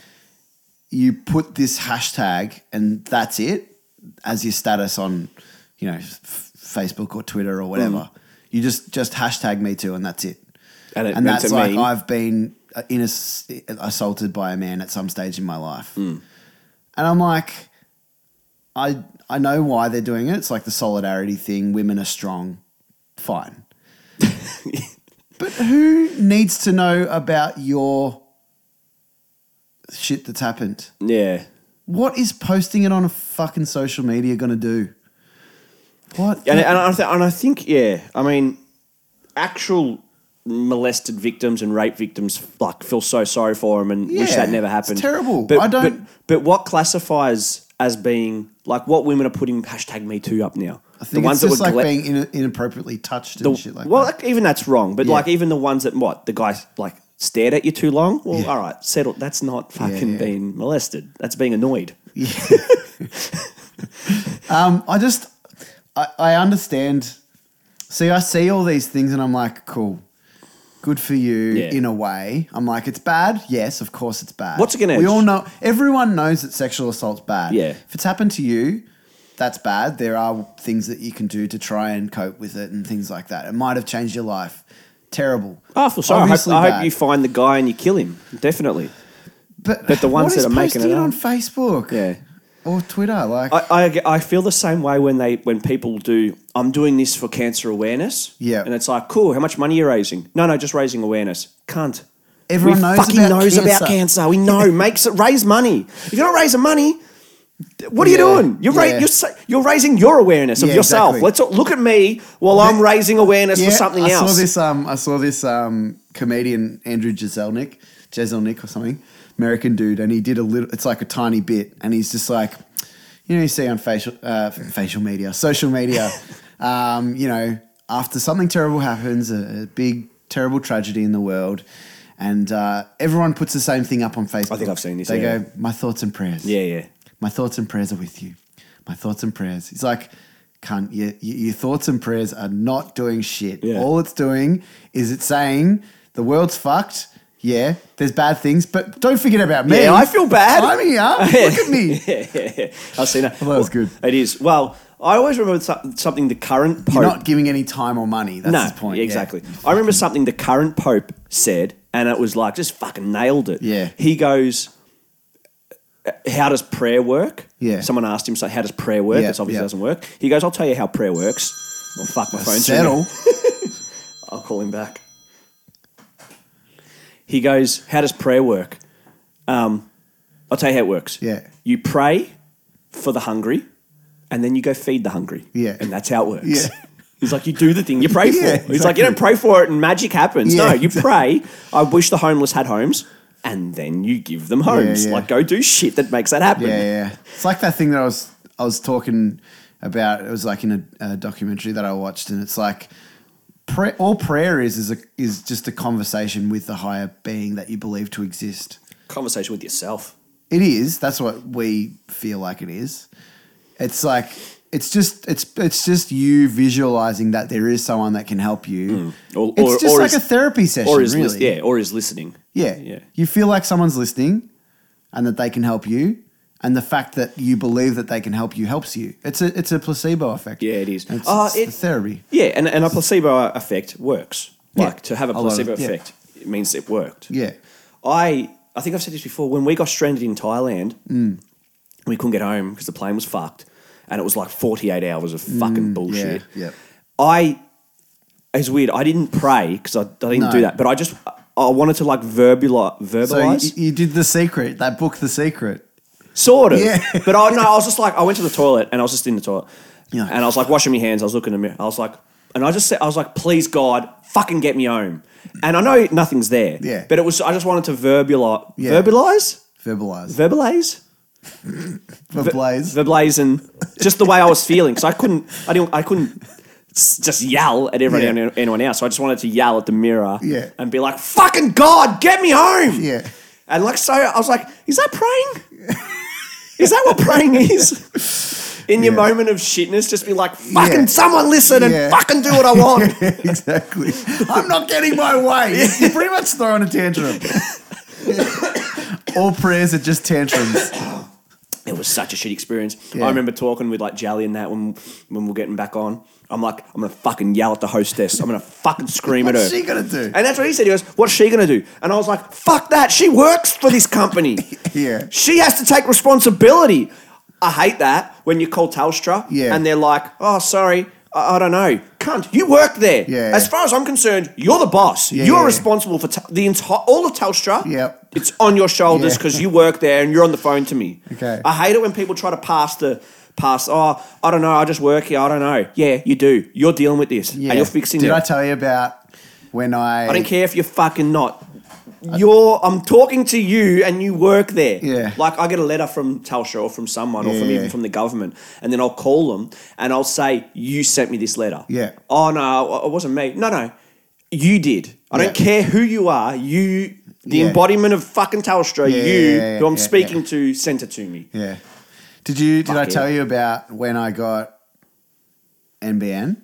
Speaker 1: you put this hashtag and that's it as your status on, you know, f- Facebook or Twitter or whatever. You just just hashtag me too, and that's it.
Speaker 2: Mm. And it
Speaker 1: and
Speaker 2: meant
Speaker 1: that's
Speaker 2: to
Speaker 1: like
Speaker 2: mean-
Speaker 1: I've been uh, in ass- assaulted by a man at some stage in my life,
Speaker 2: Mm.
Speaker 1: and I'm like, I I know why they're doing it. It's like the solidarity thing. Women are strong. Fine. But who needs to know about your shit that's happened?
Speaker 2: Yeah.
Speaker 1: What is posting it on a fucking social media going to do? What?
Speaker 2: And, and, I th- and I think, yeah, I mean, actual molested victims and rape victims like feel so sorry for them and wish
Speaker 1: Yeah,
Speaker 2: that never
Speaker 1: it's
Speaker 2: happened.
Speaker 1: terrible. I don't-
Speaker 2: But, but what classifies as being like what women are putting hashtag Me Too up now?
Speaker 1: I think
Speaker 2: the ones
Speaker 1: it's just
Speaker 2: that were
Speaker 1: like
Speaker 2: gla-
Speaker 1: being in, inappropriately touched and
Speaker 2: the-
Speaker 1: shit like
Speaker 2: well,
Speaker 1: that.
Speaker 2: like, even that's wrong. But
Speaker 1: Yeah.
Speaker 2: like even the ones that what the guy like stared at you too long. Well,
Speaker 1: Yeah.
Speaker 2: all right, settle. That's not fucking
Speaker 1: yeah.
Speaker 2: being molested. That's being annoyed.
Speaker 1: Um, I just, I, I understand. See, I see all these things and I'm like, cool. Good for you
Speaker 2: Yeah.
Speaker 1: in a way. I'm like, it's bad. Yes, of course it's bad.
Speaker 2: What's it gonna-
Speaker 1: We all know, everyone knows that sexual assault's bad.
Speaker 2: Yeah.
Speaker 1: If it's happened to you, that's bad. There are things that you can do to try and cope with it and things like that. It might have changed your life. Terrible.
Speaker 2: Oh, I feel sorry. I hope,
Speaker 1: Obviously
Speaker 2: I hope
Speaker 1: bad.
Speaker 2: you find the guy and you kill him. Definitely.
Speaker 1: But,
Speaker 2: but the
Speaker 1: what
Speaker 2: ones
Speaker 1: is
Speaker 2: that are making
Speaker 1: posting
Speaker 2: it up-
Speaker 1: on Facebook
Speaker 2: Yeah.
Speaker 1: or Twitter, like,
Speaker 2: I, I, I feel the same way when they when people do I'm doing this for cancer awareness.
Speaker 1: Yeah.
Speaker 2: And it's like, cool, how much money are you raising? No, no, just raising awareness. Cunt.
Speaker 1: Everyone
Speaker 2: we
Speaker 1: knows
Speaker 2: fucking
Speaker 1: about
Speaker 2: knows about
Speaker 1: cancer.
Speaker 2: cancer. We know. Makes it raise money. If you're not raising money, what are
Speaker 1: Yeah,
Speaker 2: you doing? You're, ra-
Speaker 1: yeah.
Speaker 2: you're sa- you're raising your awareness of
Speaker 1: Yeah,
Speaker 2: yourself.
Speaker 1: exactly.
Speaker 2: Let's all- look at me while I'm raising awareness for something
Speaker 1: I
Speaker 2: else.
Speaker 1: Saw this, um, I saw this um, comedian, Andrew Jezelnik, Jezelnik or something, American dude, and he did a little, it's like a tiny bit, and he's just like, you know, you see on facial, uh, facial media, social media, um, you know, after something terrible happens, a, a big, terrible tragedy in the world, and uh, everyone puts the same thing up on Facebook.
Speaker 2: I've seen this,
Speaker 1: They
Speaker 2: yeah.
Speaker 1: go, my thoughts and prayers.
Speaker 2: Yeah, yeah.
Speaker 1: My thoughts and prayers are with you. My thoughts and prayers. He's like, cunt, your, your your thoughts and prayers are not doing shit.
Speaker 2: Yeah.
Speaker 1: All it's doing is it's saying the world's fucked. Yeah, there's bad things, but don't forget about me.
Speaker 2: Yeah, I feel bad.
Speaker 1: I'm here. Look at me.
Speaker 2: I've seen that.
Speaker 1: Well, that was good.
Speaker 2: It is. Well, I always remember so- something the current Pope
Speaker 1: You're not giving any time or money. That's
Speaker 2: no,
Speaker 1: his point. yeah.
Speaker 2: Exactly. I remember something the current Pope said, and it was like just fucking nailed it.
Speaker 1: Yeah.
Speaker 2: He goes, How does prayer work?
Speaker 1: Yeah.
Speaker 2: Someone asked him, so how does prayer work?
Speaker 1: Yeah,
Speaker 2: This obviously
Speaker 1: yeah.
Speaker 2: doesn't work. He goes, I'll tell you how prayer works. Well, fuck my phone.
Speaker 1: Settle.
Speaker 2: I'll call him back. He goes, How does prayer work? Um, I'll tell you how it works.
Speaker 1: Yeah.
Speaker 2: You pray for the hungry, and then you go feed the hungry.
Speaker 1: Yeah.
Speaker 2: And that's how it works.
Speaker 1: Yeah.
Speaker 2: He's like, you do the thing you pray for.
Speaker 1: Yeah,
Speaker 2: He's like, you don't pray for it and magic happens.
Speaker 1: Yeah,
Speaker 2: no, you pray. I wish the homeless had homes, and then you give them homes.
Speaker 1: yeah.
Speaker 2: Like, go do shit that makes that happen.
Speaker 1: Yeah, yeah, yeah. It's like that thing that I was I was talking about. It was like in a, a documentary that I watched, and it's like pray, all prayer is is a, is just a conversation with the higher being that you believe to exist.
Speaker 2: Conversation with yourself.
Speaker 1: It is. That's what we feel like it is. It's like it's just it's it's just you visualizing that there is someone that can help you.
Speaker 2: Mm. Or-
Speaker 1: it's
Speaker 2: or-
Speaker 1: just
Speaker 2: or
Speaker 1: like
Speaker 2: is-
Speaker 1: a therapy session,
Speaker 2: Or is
Speaker 1: really.
Speaker 2: lis- yeah, or is listening.
Speaker 1: Yeah.
Speaker 2: Yeah.
Speaker 1: You feel like someone's listening and that they can help you. And the fact that you believe that they can help you helps you. It's a it's a placebo effect.
Speaker 2: Yeah, it is.
Speaker 1: It's,
Speaker 2: Oh,
Speaker 1: it's
Speaker 2: it-
Speaker 1: the therapy.
Speaker 2: Yeah, and, and a placebo effect works.
Speaker 1: Yeah.
Speaker 2: Like to have a
Speaker 1: A lot of-
Speaker 2: placebo
Speaker 1: yeah.
Speaker 2: effect, it means it worked.
Speaker 1: Yeah.
Speaker 2: I I think I've said this before. When we got stranded in Thailand,
Speaker 1: Mm.
Speaker 2: we couldn't get home because the plane was fucked, and it was like forty eight hours of fucking bullshit.
Speaker 1: Mm, yeah.
Speaker 2: I it's weird. I didn't pray because I, I didn't
Speaker 1: No.
Speaker 2: do that, but I just I wanted to like verbalize,
Speaker 1: So you,
Speaker 2: verbalize,
Speaker 1: you did The Secret, that book, The Secret.
Speaker 2: sort of.
Speaker 1: Yeah.
Speaker 2: But I no, I was just like, I went to the toilet and I was just in the toilet,
Speaker 1: Yeah.
Speaker 2: and I was like washing my hands. I was looking in the mirror. I was like, and I just said, I was like, please God, fucking get me home. And I know nothing's there.
Speaker 1: Yeah.
Speaker 2: But it was, I just wanted to verbalize,
Speaker 1: Yeah.
Speaker 2: verbalize,
Speaker 1: Verbalize.
Speaker 2: verbalize.
Speaker 1: Verbalize.
Speaker 2: the blazing, just the way I was feeling. Because I couldn't, I didn't, I couldn't s- just yell at everyone,
Speaker 1: Yeah.
Speaker 2: anyone else. So I just wanted to yell at the mirror
Speaker 1: Yeah.
Speaker 2: and be like, "Fucking God, get me home!"
Speaker 1: yeah.
Speaker 2: And like so, I was like, "Is that praying? is that what praying is?" In your
Speaker 1: Yeah.
Speaker 2: moment of shitness, just be like, "Fucking
Speaker 1: Yeah.
Speaker 2: someone listen and
Speaker 1: Yeah.
Speaker 2: fucking do what I want."
Speaker 1: exactly. I'm not getting my way. You're pretty much throwing a tantrum. All prayers are just tantrums.
Speaker 2: It was such a shit experience.
Speaker 1: Yeah.
Speaker 2: I remember talking with like Jally and that when when we we're getting back on. I'm like, I'm gonna fucking yell at the hostess. I'm gonna fucking scream at her.
Speaker 1: What's she gonna do?
Speaker 2: And that's what he said. He goes, What's she going to do? And I was like, Fuck that. She works for this company.
Speaker 1: Yeah.
Speaker 2: She has to take responsibility. I hate that when you call Telstra
Speaker 1: Yeah.
Speaker 2: and they're like, Oh, sorry. I, I don't know. Cunt, you work there.
Speaker 1: Yeah.
Speaker 2: As far as I'm concerned, you're the boss.
Speaker 1: Yeah,
Speaker 2: you're
Speaker 1: yeah.
Speaker 2: responsible for t- the entire, all of Telstra.
Speaker 1: Yep.
Speaker 2: It's on your shoulders
Speaker 1: Yeah.
Speaker 2: because you work there and you're on the phone to me.
Speaker 1: Okay.
Speaker 2: I hate it when people try to pass the, pass, oh, I don't know. I just work here. I don't know. Yeah, you do. You're dealing with this.
Speaker 1: Yeah.
Speaker 2: And you're fixing
Speaker 1: Did
Speaker 2: it.
Speaker 1: I tell you about when I?
Speaker 2: I don't care if you're fucking not. You're. I'm talking to you, and you work there.
Speaker 1: Yeah.
Speaker 2: Like I get a letter from Telstra or from someone or
Speaker 1: Yeah,
Speaker 2: from
Speaker 1: yeah.
Speaker 2: even from the government, and then I'll call them and I'll say, "You sent me this letter."
Speaker 1: Yeah.
Speaker 2: Oh no, it wasn't me. No, no, you did. I don't
Speaker 1: Yeah.
Speaker 2: care who you are. You, the
Speaker 1: Yeah.
Speaker 2: embodiment of fucking Telstra.
Speaker 1: Yeah,
Speaker 2: you,
Speaker 1: yeah, yeah,
Speaker 2: who I'm
Speaker 1: yeah,
Speaker 2: speaking to, sent it to me.
Speaker 1: Yeah. Did you? Did
Speaker 2: Fuck
Speaker 1: I
Speaker 2: yeah.
Speaker 1: tell you about when I got NBN?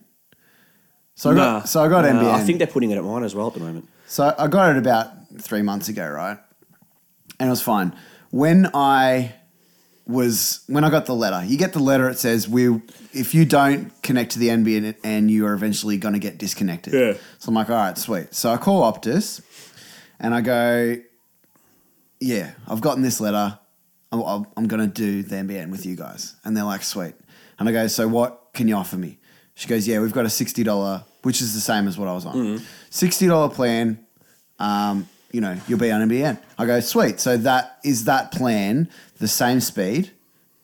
Speaker 1: So I
Speaker 2: No.
Speaker 1: got. So I got
Speaker 2: No,
Speaker 1: NBN.
Speaker 2: I think they're putting it at mine as well at the moment.
Speaker 1: So I got it about three months ago, right? And it was fine. When I was when I got the letter, you get the letter. It says we if you don't connect to the NBN and you are eventually going to get disconnected.
Speaker 2: Yeah.
Speaker 1: So I'm like, all right, sweet. So I call Optus, and I go, yeah, I've gotten this letter. I'm, I'm- I'm going to do the NBN with you guys. And they're like, sweet. And I go, so what can you offer me? She goes, yeah, we've got a $60, which is the same as what I was on.
Speaker 2: Mm-hmm.
Speaker 1: $60 plan. Um, you know, you'll be on NBN. I go, sweet. So that is that plan the same speed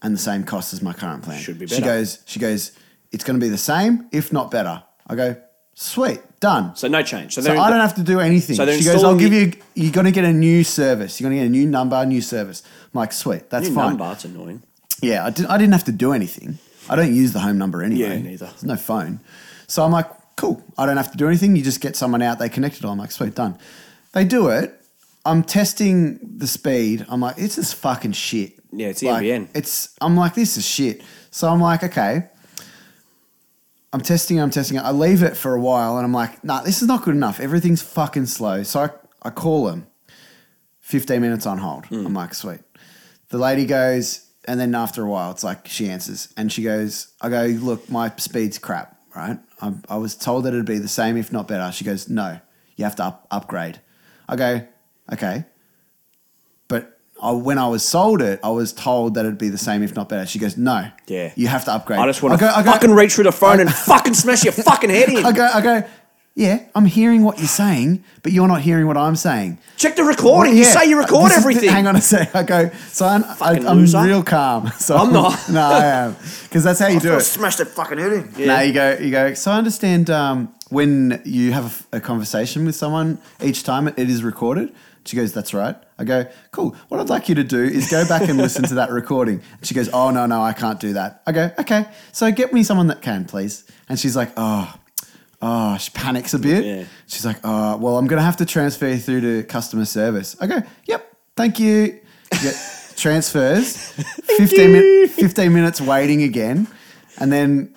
Speaker 1: and the same cost as my current plan?
Speaker 2: Should be
Speaker 1: She
Speaker 2: better.
Speaker 1: goes, she goes, it's going to be the same, if not better. I go, sweet, done.
Speaker 2: So no change. So,
Speaker 1: So
Speaker 2: they're
Speaker 1: I don't have to do anything.
Speaker 2: So they're
Speaker 1: she goes, I'll
Speaker 2: installing
Speaker 1: give
Speaker 2: the-
Speaker 1: you, you're going to get a new service. You're going to get a new number, new service. I'm like, sweet, that's
Speaker 2: new
Speaker 1: fine.
Speaker 2: number. It's annoying.
Speaker 1: Yeah, I, did, I didn't have to do anything. I don't use the home number anyway.
Speaker 2: Yeah, neither.
Speaker 1: There's no phone. So I'm like, cool, I don't have to do anything. You just get someone out, they connect it. all. I'm like, sweet, done. They do it. I'm testing the speed. I'm like, this is fucking shit.
Speaker 2: Yeah, it's
Speaker 1: like,
Speaker 2: NBN.
Speaker 1: It's, I'm like, this is shit. So I'm like, okay. I'm testing it, I'm testing it. I leave it for a while and I'm like, nah, this is not good enough. Everything's fucking slow. So I, I call them, 15 minutes on hold.
Speaker 2: Mm.
Speaker 1: I'm like, sweet. The lady goes, and then after a while, it's like she answers and she goes, I go, look, my speed's crap, right? I, I was told that it'd be the same, if not better. She goes, no, you have to up, upgrade. I go, okay. But I, when I was sold it, I was told that it'd be the same, if not better. She goes, no,
Speaker 2: Yeah.
Speaker 1: you have to upgrade.
Speaker 2: I just want
Speaker 1: go-
Speaker 2: to
Speaker 1: I go-
Speaker 2: fucking reach through the phone and fucking smash your fucking head in.
Speaker 1: I go, I go, yeah, I'm hearing what you're saying, but you're not hearing what I'm saying.
Speaker 2: Check the recording. Oh, You
Speaker 1: Yeah.
Speaker 2: say you record
Speaker 1: This is the-
Speaker 2: everything.
Speaker 1: hang on a sec. I go, so I'm, I,
Speaker 2: Fucking loser.
Speaker 1: I'm real calm. So
Speaker 2: I'm not.
Speaker 1: no, I am. Because that's how you do it.
Speaker 2: Smash that fucking head in. Yeah.
Speaker 1: Now you go, you go. So I understand um, when you have a, a conversation with someone, each time it is recorded. She goes, that's right. I go, cool. What I'd like you to do is go back and listen to that recording. And she goes, oh, no, no, I can't do that. I go, okay. So get me someone that can, please. And she's like, oh, oh, she panics a bit.
Speaker 2: Yeah.
Speaker 1: She's like, oh, well, I'm going to have to transfer you through to customer service. I go, yep, thank you. Yeah, transfers. 15, min- 15 minutes waiting again. And then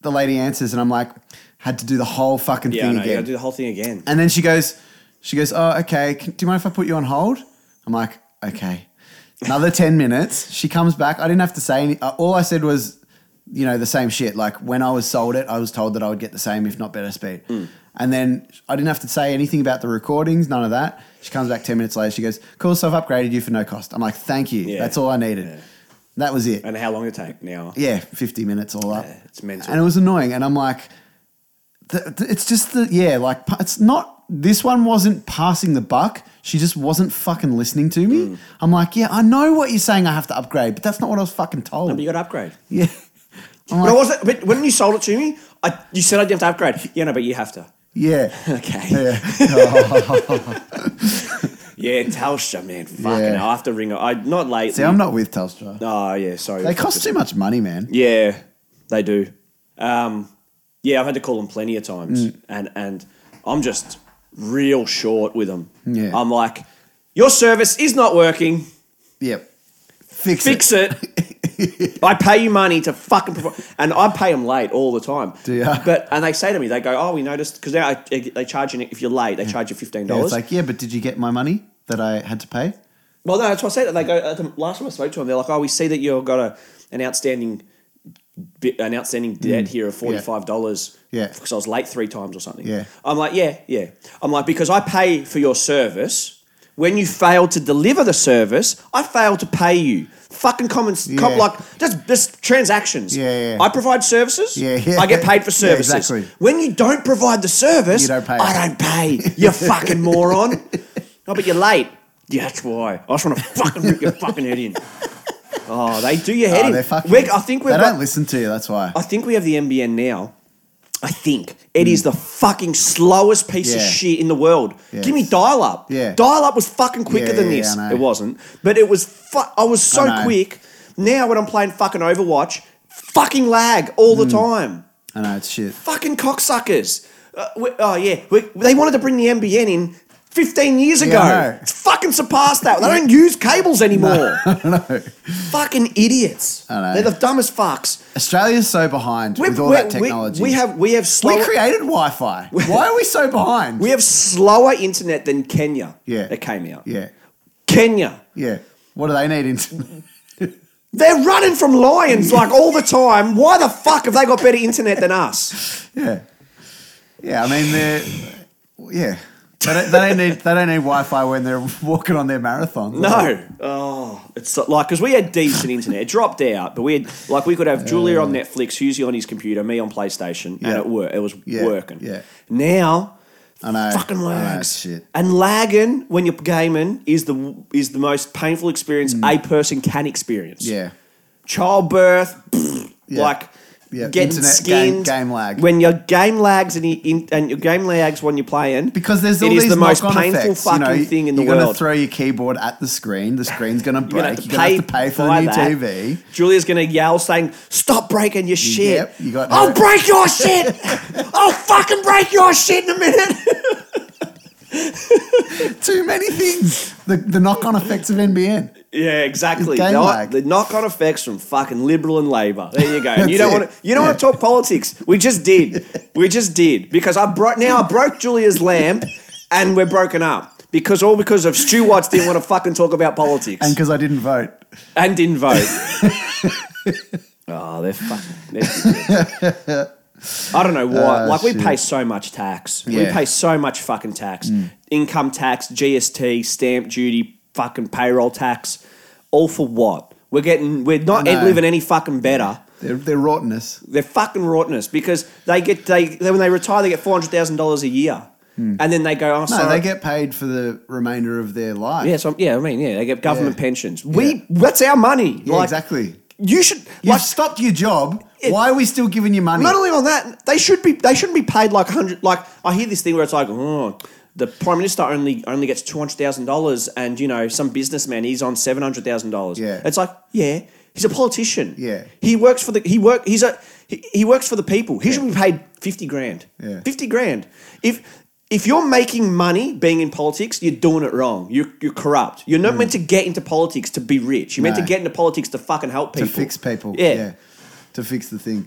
Speaker 1: the lady answers, and I'm like, had to do the whole fucking
Speaker 2: Yeah, I
Speaker 1: thing
Speaker 2: know. You gotta
Speaker 1: again.
Speaker 2: do the whole thing again.
Speaker 1: And then she goes, she goes, oh, okay. Can, do you mind if I put you on hold? I'm like, okay. Another 10 minutes. She comes back. I didn't have to say any, uh, all I said was, you know, the same shit. Like when I was sold it, I was told that I would get the same, if not better speed.
Speaker 2: Hmm.
Speaker 1: And then I didn't have to say anything about the recordings, none of that. She comes back 10 minutes later. She goes, cool. So I've upgraded you for no cost. I'm like, thank you.
Speaker 2: Yeah.
Speaker 1: That's all I needed.
Speaker 2: Yeah.
Speaker 1: That was it.
Speaker 2: And how long it take now?
Speaker 1: Yeah, 50 minutes all up.
Speaker 2: Yeah, it's mental.
Speaker 1: And it was annoying. And I'm like, th- th- it's just the, yeah, like, pa- it's not this one wasn't passing the buck. She just wasn't fucking listening to me.
Speaker 2: Mm.
Speaker 1: I'm like, yeah, I know what you're saying. I have to upgrade, but that's not what I was fucking told.
Speaker 2: But you got to upgrade.
Speaker 1: yeah. I'm
Speaker 2: But I
Speaker 1: like,
Speaker 2: wasn't. But when you sold it to me, I, you said I didn't have to upgrade. Yeah, no, but you have to.
Speaker 1: yeah.
Speaker 2: Okay.
Speaker 1: Yeah.
Speaker 2: Yeah, Telstra, man. Fucking,
Speaker 1: Yeah.
Speaker 2: I have to ring. her. I not late.
Speaker 1: See, I'm not with Telstra.
Speaker 2: oh yeah, sorry.
Speaker 1: They cost too much money, man.
Speaker 2: Yeah, they do. Um, yeah, I've had to call them plenty of times,
Speaker 1: Mm.
Speaker 2: and and I'm just real short with them.
Speaker 1: Yeah.
Speaker 2: I'm like, your service is not working.
Speaker 1: Yep. Fix,
Speaker 2: Fix it. I pay you money to fucking perform, and I pay them late all the time.
Speaker 1: Do ya?
Speaker 2: But and they say to me, they go, "Oh, we noticed because now I- they charge you if you're late, they charge you fifteen
Speaker 1: Mm. Yeah,
Speaker 2: dollars."
Speaker 1: it's like, yeah, but did you get my money that I had to pay?
Speaker 2: Well, no, that's what I said. They go uh, the last time I spoke to them, they're like, "Oh, we see that you've got a an outstanding bit, an outstanding debt here of forty five dollars."
Speaker 1: Mm. Yeah.
Speaker 2: because I was late three times or something.
Speaker 1: Yeah.
Speaker 2: I'm like, yeah, yeah. I'm like because I pay for your service. When you fail to deliver the service, I fail to pay you. Fucking common, com-
Speaker 1: Yeah.
Speaker 2: like just just transactions.
Speaker 1: Yeah, yeah.
Speaker 2: I provide services.
Speaker 1: Yeah, yeah.
Speaker 2: I get paid for
Speaker 1: Yeah,
Speaker 2: services.
Speaker 1: exactly.
Speaker 2: When you don't provide the service,
Speaker 1: You don't pay.
Speaker 2: I don't pay. You fucking moron. No, but you're late. Yeah, that's why. I just want to fucking rip your fucking head in. Oh, they do your head
Speaker 1: Oh,
Speaker 2: in.
Speaker 1: they're fucking.
Speaker 2: We're- I think we've
Speaker 1: they
Speaker 2: got,
Speaker 1: don't listen to you. That's why.
Speaker 2: I think we have the MBN now. I think it is the fucking slowest piece of
Speaker 1: Yeah.
Speaker 2: shit in the world.
Speaker 1: Yeah.
Speaker 2: Give me dial up.
Speaker 1: Yeah.
Speaker 2: Dial up was fucking quicker
Speaker 1: Yeah,
Speaker 2: than
Speaker 1: yeah,
Speaker 2: this.
Speaker 1: I know.
Speaker 2: it wasn't, but it was. Fu- I was so
Speaker 1: I know.
Speaker 2: quick. Now when I'm playing fucking Overwatch, fucking lag all the time.
Speaker 1: I know it's shit.
Speaker 2: Fucking cocksuckers. Uh, we- oh yeah, we, they wanted to bring the MBN in. 15 years ago.
Speaker 1: I know.
Speaker 2: It's fucking surpassed that. They don't use cables anymore. Fucking idiots.
Speaker 1: I know.
Speaker 2: They're the dumbest fucks.
Speaker 1: Australia's so behind
Speaker 2: We're-
Speaker 1: with all
Speaker 2: we're-
Speaker 1: that technology.
Speaker 2: We, we have we have
Speaker 1: We
Speaker 2: slower
Speaker 1: created Wi-Fi. Why are we so behind?
Speaker 2: we have slower internet than Kenya.
Speaker 1: Yeah.
Speaker 2: that came out.
Speaker 1: yeah,
Speaker 2: Kenya,
Speaker 1: yeah. What do they need? In-
Speaker 2: they're running from lions like all the time. Why the fuck have they got better internet than us?
Speaker 1: yeah, yeah. I mean, they're yeah. They don't, they don't need they don't need Wi-Fi when they're walking on their marathon.
Speaker 2: No, oh, it's so- like because we had decent internet. It dropped out, but we had like we could have Julia on Netflix, Husey on his computer, me on PlayStation, and
Speaker 1: Yeah.
Speaker 2: it worked. It was
Speaker 1: Yeah,
Speaker 2: working.
Speaker 1: yeah.
Speaker 2: Now
Speaker 1: I know.
Speaker 2: fucking
Speaker 1: I know,
Speaker 2: lags.
Speaker 1: it's shit.
Speaker 2: And lagging when you're gaming is the is the most painful experience a person can experience.
Speaker 1: Mm. Yeah,
Speaker 2: childbirth,
Speaker 1: Yeah.
Speaker 2: like
Speaker 1: Yeah,
Speaker 2: getting
Speaker 1: internet
Speaker 2: skinned.
Speaker 1: game- game lag.
Speaker 2: When your game lags and, you, in, and your game lags when you're playing.
Speaker 1: because there's all
Speaker 2: It is
Speaker 1: these
Speaker 2: the most
Speaker 1: knock-on
Speaker 2: painful
Speaker 1: effects,
Speaker 2: fucking
Speaker 1: you know,
Speaker 2: thing in the
Speaker 1: You're gonna
Speaker 2: world.
Speaker 1: throw your keyboard at the screen. The screen's gonna break. You're
Speaker 2: you're
Speaker 1: gonna have to pay, for the
Speaker 2: buy
Speaker 1: new
Speaker 2: that.
Speaker 1: TV.
Speaker 2: Julia's gonna yell saying, "Stop breaking your shit!
Speaker 1: Yep, you got
Speaker 2: I'll
Speaker 1: her.
Speaker 2: break your shit! I'll fucking break your shit in a minute!"
Speaker 1: Too many things. The the knock-on effects of NBN.
Speaker 2: Yeah, exactly.
Speaker 1: It's game
Speaker 2: Knock-
Speaker 1: lag.
Speaker 2: the knock-on effects from fucking Liberal and Labor. There you go. And you
Speaker 1: That's
Speaker 2: don't
Speaker 1: it.
Speaker 2: want to. You don't want to talk politics. We just did. We just did because I broke. Now I broke Julia's lamp, and we're broken up because all because of Stu Watts didn't want to fucking talk about politics
Speaker 1: And
Speaker 2: and,
Speaker 1: because I didn't vote.
Speaker 2: didn't vote. oh, they're fucking. they're idiots. I don't know why.
Speaker 1: Ah,
Speaker 2: like we
Speaker 1: shit.
Speaker 2: pay so much tax. We
Speaker 1: Yeah. Mm.
Speaker 2: pay so much fucking tax. Income tax, GST, stamp duty, fucking payroll tax. All for what? We're getting we're not
Speaker 1: I know.
Speaker 2: living any fucking better.
Speaker 1: They're, they're rottenness.
Speaker 2: They're fucking rottenness because they get they then when they retire they get four hundred thousand dollars a year. And then they go, oh,
Speaker 1: Hmm. No,
Speaker 2: sorry.
Speaker 1: they get paid for the remainder of their life.
Speaker 2: yeah, so, yeah, I mean, yeah, they get government
Speaker 1: Yeah.
Speaker 2: pensions. We that's our money.
Speaker 1: Yeah,
Speaker 2: Like,
Speaker 1: exactly.
Speaker 2: You should
Speaker 1: You've
Speaker 2: like
Speaker 1: stopped your job.
Speaker 2: It-
Speaker 1: Why are we still giving you money?
Speaker 2: Not only on that, they should be they shouldn't be paid like hundred. Like I hear this thing where it's like, oh, the prime minister only only gets two hundred thousand dollars, and you know some businessman he's on seven hundred thousand dollars.
Speaker 1: Yeah.
Speaker 2: it's like yeah, he's a politician.
Speaker 1: Yeah.
Speaker 2: he works for the he work he's a he, he works for the people. He should be paid fifty grand.
Speaker 1: Yeah.
Speaker 2: fifty grand. If if you're making money being in politics, you're doing it wrong. You're, you're corrupt. You're not meant to get into politics to be rich. You're meant to
Speaker 1: Hmm. No.
Speaker 2: get into politics to fucking help
Speaker 1: to
Speaker 2: people.
Speaker 1: fix people.
Speaker 2: Yeah.
Speaker 1: To fix the thing.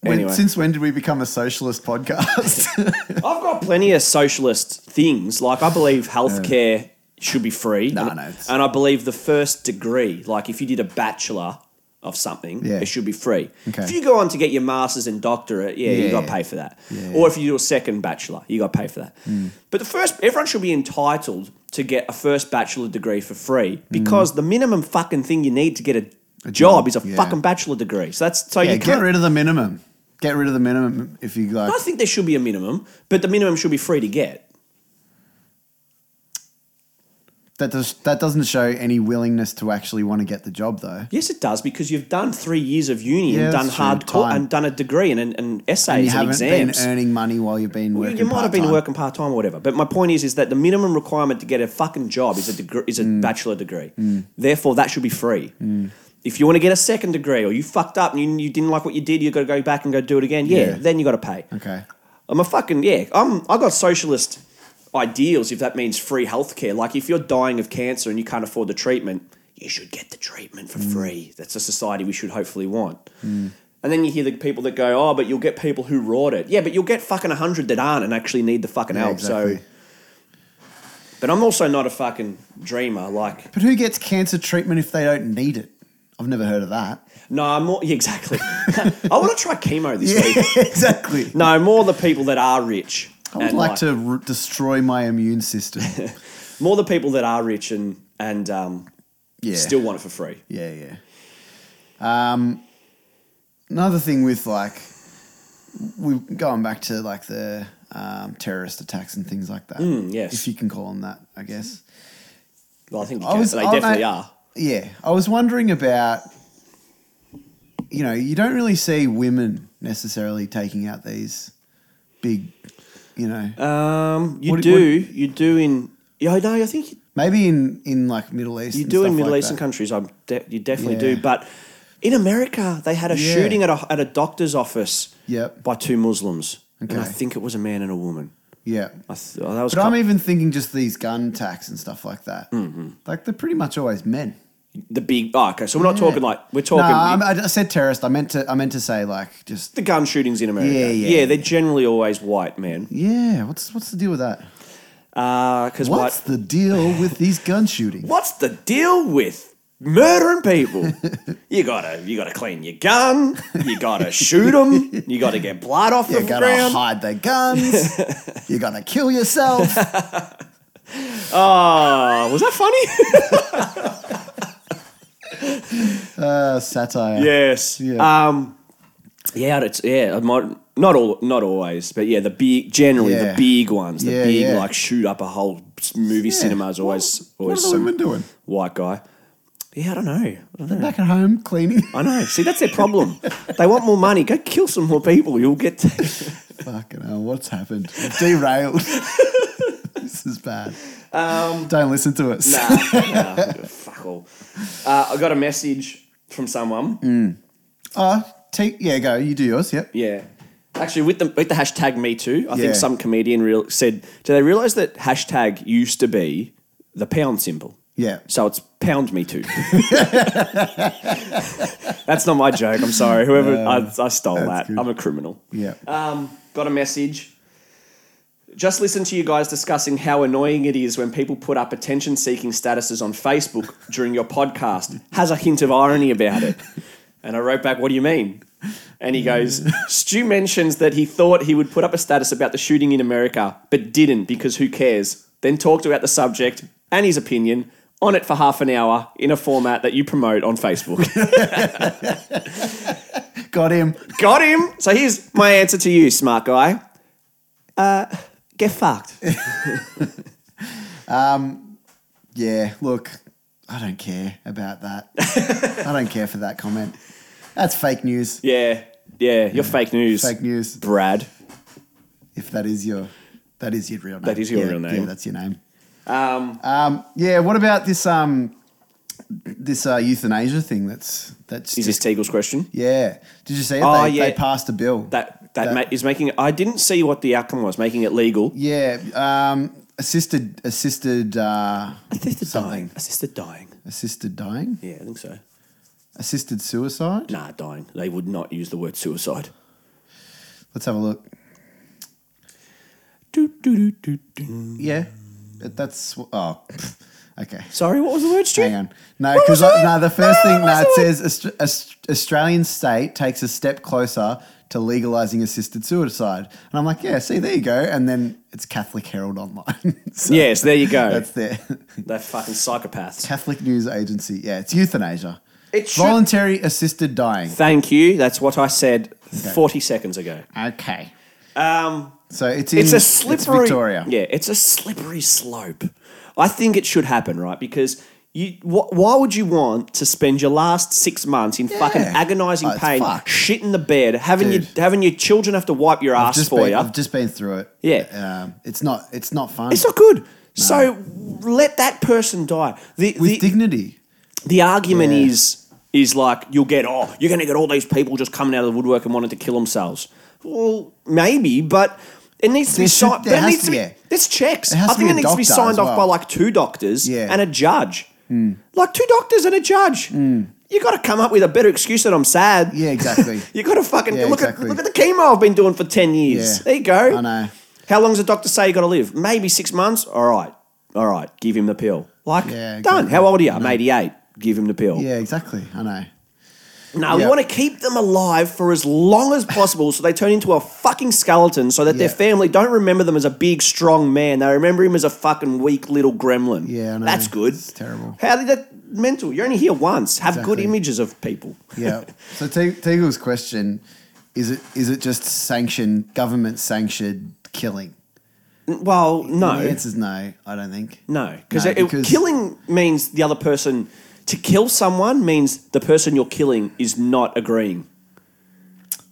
Speaker 1: When,
Speaker 2: Anyway.
Speaker 1: Since when did we become a socialist podcast?
Speaker 2: I've got plenty of socialist things. Like I believe healthcare should be free.
Speaker 1: No,
Speaker 2: and,
Speaker 1: no, it's-
Speaker 2: and I believe the first degree, like if you did a bachelor of something,
Speaker 1: Yeah.
Speaker 2: it should be free.
Speaker 1: Okay.
Speaker 2: If you go on to get your master's and doctorate, yeah, you
Speaker 1: Yeah,
Speaker 2: got to
Speaker 1: yeah.
Speaker 2: pay for that.
Speaker 1: Yeah, Hmm.
Speaker 2: Or if you do a second bachelor, you got to pay for that. But the first, everyone should be entitled to get a first bachelor degree for free because the minimum fucking thing you need to get a, job, is a
Speaker 1: Hmm. yeah.
Speaker 2: fucking bachelor degree. So that's so
Speaker 1: yeah,
Speaker 2: you
Speaker 1: get
Speaker 2: can't.
Speaker 1: rid of the minimum. Get rid of the minimum if you like.
Speaker 2: I think there should be a minimum, but the minimum should be free to get.
Speaker 1: That does that doesn't show any willingness to actually want to get the job though.
Speaker 2: Yes, it does because you've done three years of uni
Speaker 1: Yeah,
Speaker 2: and done
Speaker 1: that's true.
Speaker 2: hard co-
Speaker 1: Time.
Speaker 2: and done a degree and, and, and
Speaker 1: And you
Speaker 2: essays and,
Speaker 1: haven't
Speaker 2: exams.
Speaker 1: been earning money while you've been
Speaker 2: You-
Speaker 1: working.
Speaker 2: you might have been
Speaker 1: part-time.
Speaker 2: working part time or whatever, but my point is, is that the minimum requirement to get a fucking job is a degree, is a
Speaker 1: Mm.
Speaker 2: bachelor degree. Therefore, that should be free. If you want to get a second degree, or you fucked up and you, you didn't like what you did, you got to go back and go do it again. Yeah,
Speaker 1: Yeah.
Speaker 2: then you got to pay.
Speaker 1: Okay.
Speaker 2: I'm a fucking yeah. I'm I got socialist ideals if that means free healthcare. Like if you're dying of cancer and you can't afford the treatment, you should get the treatment for
Speaker 1: Mm.
Speaker 2: free. That's a society we should hopefully want. Mm. And then you hear the people that go, "Oh, but you'll get people who rot it." Yeah, but you'll get fucking 100 that aren't and actually need the fucking
Speaker 1: Yeah,
Speaker 2: help.
Speaker 1: exactly.
Speaker 2: So but I'm also not a fucking dreamer. Like,
Speaker 1: But who gets cancer treatment if they don't need it? I've never heard of that.
Speaker 2: no, I'm more. Yeah, exactly. I want to try chemo this week.
Speaker 1: exactly.
Speaker 2: No, more the people that are rich.
Speaker 1: I would
Speaker 2: and,
Speaker 1: like to r- destroy my immune system.
Speaker 2: more the people that are rich and and um,
Speaker 1: Yeah.
Speaker 2: still want it for free.
Speaker 1: Yeah, yeah. Um, another thing with like, we going back to like the um, terrorist attacks and things like that.
Speaker 2: Mm, yes.
Speaker 1: if you can call them that, I guess.
Speaker 2: Well, I think you
Speaker 1: I
Speaker 2: can.
Speaker 1: was-
Speaker 2: they
Speaker 1: I-
Speaker 2: definitely
Speaker 1: I-
Speaker 2: are.
Speaker 1: Yeah, I was wondering about. You know, you don't really see women necessarily taking out these big, you know,
Speaker 2: Um, you
Speaker 1: What-
Speaker 2: do, you do in. Yeah, no, I think you,
Speaker 1: maybe in in like Middle East.
Speaker 2: you
Speaker 1: and
Speaker 2: do in
Speaker 1: stuff
Speaker 2: Middle
Speaker 1: like
Speaker 2: Eastern
Speaker 1: that.
Speaker 2: countries. I'm de- you definitely
Speaker 1: Yeah.
Speaker 2: do, but in America, they had a
Speaker 1: Yeah.
Speaker 2: shooting at a at a doctor's office.
Speaker 1: Yep.
Speaker 2: by two Muslims, and I
Speaker 1: Okay.
Speaker 2: think it was a man and a woman.
Speaker 1: Yeah,
Speaker 2: I th- oh, that was.
Speaker 1: But I'm
Speaker 2: cou-
Speaker 1: even thinking just these gun attacks and stuff like that.
Speaker 2: Mm-hmm.
Speaker 1: Like they're pretty much always men.
Speaker 2: the big. Oh, okay, so we're not
Speaker 1: Yeah.
Speaker 2: talking like we're talking.
Speaker 1: No, I'm- I, I said terrorist. I meant to. I meant to say like just.
Speaker 2: the gun shootings in America.
Speaker 1: Yeah, yeah,
Speaker 2: they're generally always white men.
Speaker 1: Yeah. What's what's the deal with that?
Speaker 2: Because
Speaker 1: What's
Speaker 2: Uh, white.
Speaker 1: the deal with these gun shootings?
Speaker 2: What's the deal with murdering people? you gotta, you gotta clean your gun. You gotta shoot them. You gotta get blood off
Speaker 1: You
Speaker 2: the
Speaker 1: gotta
Speaker 2: ground.
Speaker 1: hide their guns. you gotta kill yourself.
Speaker 2: Ah, was that funny?
Speaker 1: Uh, satire.
Speaker 2: yes.
Speaker 1: Yeah.
Speaker 2: Um, yeah, it's yeah. mo- Not all, not always, but yeah, the big, generally
Speaker 1: Yeah.
Speaker 2: the big ones, the
Speaker 1: Yeah,
Speaker 2: big
Speaker 1: yeah.
Speaker 2: like shoot up a whole s- movie
Speaker 1: Yeah.
Speaker 2: cinema is always
Speaker 1: What,
Speaker 2: always
Speaker 1: what are the
Speaker 2: some
Speaker 1: women doing?
Speaker 2: white guy. Yeah, I don't know. I don't know.
Speaker 1: They're back at home cleaning.
Speaker 2: I know. See, that's their problem. they want more money. Go kill some more people. You'll get.
Speaker 1: Fucking hell! What's happened? We've derailed. this is bad. Um, Don't listen to us.
Speaker 2: nah, nah, fuck all. Uh, I got a message from someone.
Speaker 1: Mm. Uh, take yeah, go. You do yours. Yep.
Speaker 2: Yeah. Actually, with the with the hashtag Me Too, I
Speaker 1: Yeah.
Speaker 2: think some comedian real, said, "Do they realize that hashtag used to be the pound symbol?
Speaker 1: Yeah.
Speaker 2: So it's pound Me Too." That's not my joke. I'm sorry. Whoever I, I stole that.
Speaker 1: good.
Speaker 2: I'm a criminal.
Speaker 1: Yeah.
Speaker 2: Um, got a message. Just listen to you guys discussing how annoying it is when people put up attention seeking statuses on Facebook during your podcast. Has a hint of irony about it. And I wrote back, What do you mean? And he goes, Stu mentions that he thought he would put up a status about the shooting in America, but didn't because who cares? Then talked about the subject and his opinion on it for half an hour in a format that you promote on Facebook.
Speaker 1: Got him.
Speaker 2: Got him. So here's my answer to you, smart guy. Uh, get fucked.
Speaker 1: Yeah, look, I don't care about that. I don't care for that comment. That's fake news.
Speaker 2: Yeah, yeah. You're fake news,
Speaker 1: Fake news.
Speaker 2: Brad.
Speaker 1: If that is your that is your real name.
Speaker 2: That is your
Speaker 1: Yeah,
Speaker 2: real name.
Speaker 1: Yeah, that's your name.
Speaker 2: Um,
Speaker 1: Um, yeah, what about this um this uh, euthanasia thing that's that's
Speaker 2: is this Teagle's question?
Speaker 1: yeah. Did you see it?
Speaker 2: Oh,
Speaker 1: they,
Speaker 2: yeah.
Speaker 1: they passed a bill.
Speaker 2: That that,
Speaker 1: That-
Speaker 2: ma- is making. I didn't see what the outcome was. Making it legal.
Speaker 1: yeah, um, assisted assisted uh,
Speaker 2: Assisted
Speaker 1: Something.
Speaker 2: dying. Assisted dying.
Speaker 1: assisted dying?
Speaker 2: Yeah, I think so.
Speaker 1: Assisted suicide?
Speaker 2: Nah, dying. They would not use the word suicide.
Speaker 1: Let's have a look.
Speaker 2: Do, do, do, do, do.
Speaker 1: Yeah. But That's oh okay.
Speaker 2: Sorry, what was the word? Stu?
Speaker 1: Hang on. No,
Speaker 2: What
Speaker 1: because
Speaker 2: was it?
Speaker 1: no, the first
Speaker 2: No,
Speaker 1: thing
Speaker 2: what was
Speaker 1: no, it says
Speaker 2: it?
Speaker 1: Aust- Aust- Australian state takes a step closer to legalizing assisted suicide. And I'm like, yeah, see, there you go. And then it's Catholic Herald Online. so
Speaker 2: Yes, there you go.
Speaker 1: That's there.
Speaker 2: They're fucking psychopaths.
Speaker 1: Catholic News Agency. Yeah, it's euthanasia.
Speaker 2: It should-
Speaker 1: Voluntary assisted dying.
Speaker 2: Thank you. That's what I said. 40 seconds ago.
Speaker 1: Okay.
Speaker 2: Um,
Speaker 1: So it's in
Speaker 2: it's a slippery
Speaker 1: Victoria.
Speaker 2: Yeah, it's a slippery slope. I think it should happen, right? Because you, wh- why would you want to spend your last six months in fucking agonizing
Speaker 1: Oh, it's
Speaker 2: pain,
Speaker 1: fucked.
Speaker 2: shit in the bed, having
Speaker 1: Dude.
Speaker 2: your having your children have to wipe your ass
Speaker 1: Just
Speaker 2: for
Speaker 1: been,
Speaker 2: you?
Speaker 1: I've just been through it.
Speaker 2: Yeah.
Speaker 1: Um, it's not it's not fun.
Speaker 2: it's not good. So let that person die. The
Speaker 1: with
Speaker 2: the,
Speaker 1: dignity.
Speaker 2: the argument
Speaker 1: Yeah.
Speaker 2: is is like you'll get oh you're going to get all these people just coming out of the woodwork and wanting to kill themselves. Well, maybe, but it needs to be
Speaker 1: There should-
Speaker 2: signed.
Speaker 1: there
Speaker 2: There
Speaker 1: has
Speaker 2: needs
Speaker 1: to
Speaker 2: to be.
Speaker 1: be a-
Speaker 2: There's checks.
Speaker 1: has
Speaker 2: I
Speaker 1: to
Speaker 2: think
Speaker 1: be
Speaker 2: it
Speaker 1: a
Speaker 2: needs to be
Speaker 1: doctor
Speaker 2: signed
Speaker 1: as
Speaker 2: off by
Speaker 1: well.
Speaker 2: like two doctors
Speaker 1: Yeah. Hmm.
Speaker 2: and a judge. Like two doctors and a judge. You got to come up with a better excuse that I'm sad.
Speaker 1: Yeah, exactly.
Speaker 2: You got to fucking
Speaker 1: Yeah,
Speaker 2: look
Speaker 1: exactly.
Speaker 2: at look at the chemo I've been doing for ten years.
Speaker 1: Yeah.
Speaker 2: There you go.
Speaker 1: I know.
Speaker 2: How long does the doctor say you got to live? Maybe six months. All right, all right. Give him the pill. Like
Speaker 1: Yeah,
Speaker 2: done.
Speaker 1: exactly.
Speaker 2: How old are you? I'm 88. Give him the pill.
Speaker 1: Yeah, exactly. I know.
Speaker 2: No, we
Speaker 1: Yeah.
Speaker 2: want to keep them alive for as long as possible, so they turn into a fucking skeleton, so that their
Speaker 1: Yeah.
Speaker 2: family don't remember them as a big, strong man. They remember him as a fucking weak little gremlin.
Speaker 1: Yeah, I know.
Speaker 2: that's good.
Speaker 1: It's terrible.
Speaker 2: How did that mental? You're only here once. Have good
Speaker 1: Exactly.
Speaker 2: images of people.
Speaker 1: Yeah. so Te- Teagle's question is it is it just sanctioned government sanctioned killing?
Speaker 2: Well, no.
Speaker 1: The answer's no. I don't think.
Speaker 2: No, because
Speaker 1: No,
Speaker 2: it
Speaker 1: because-
Speaker 2: killing means the other person. To kill someone means the person you're killing is not agreeing.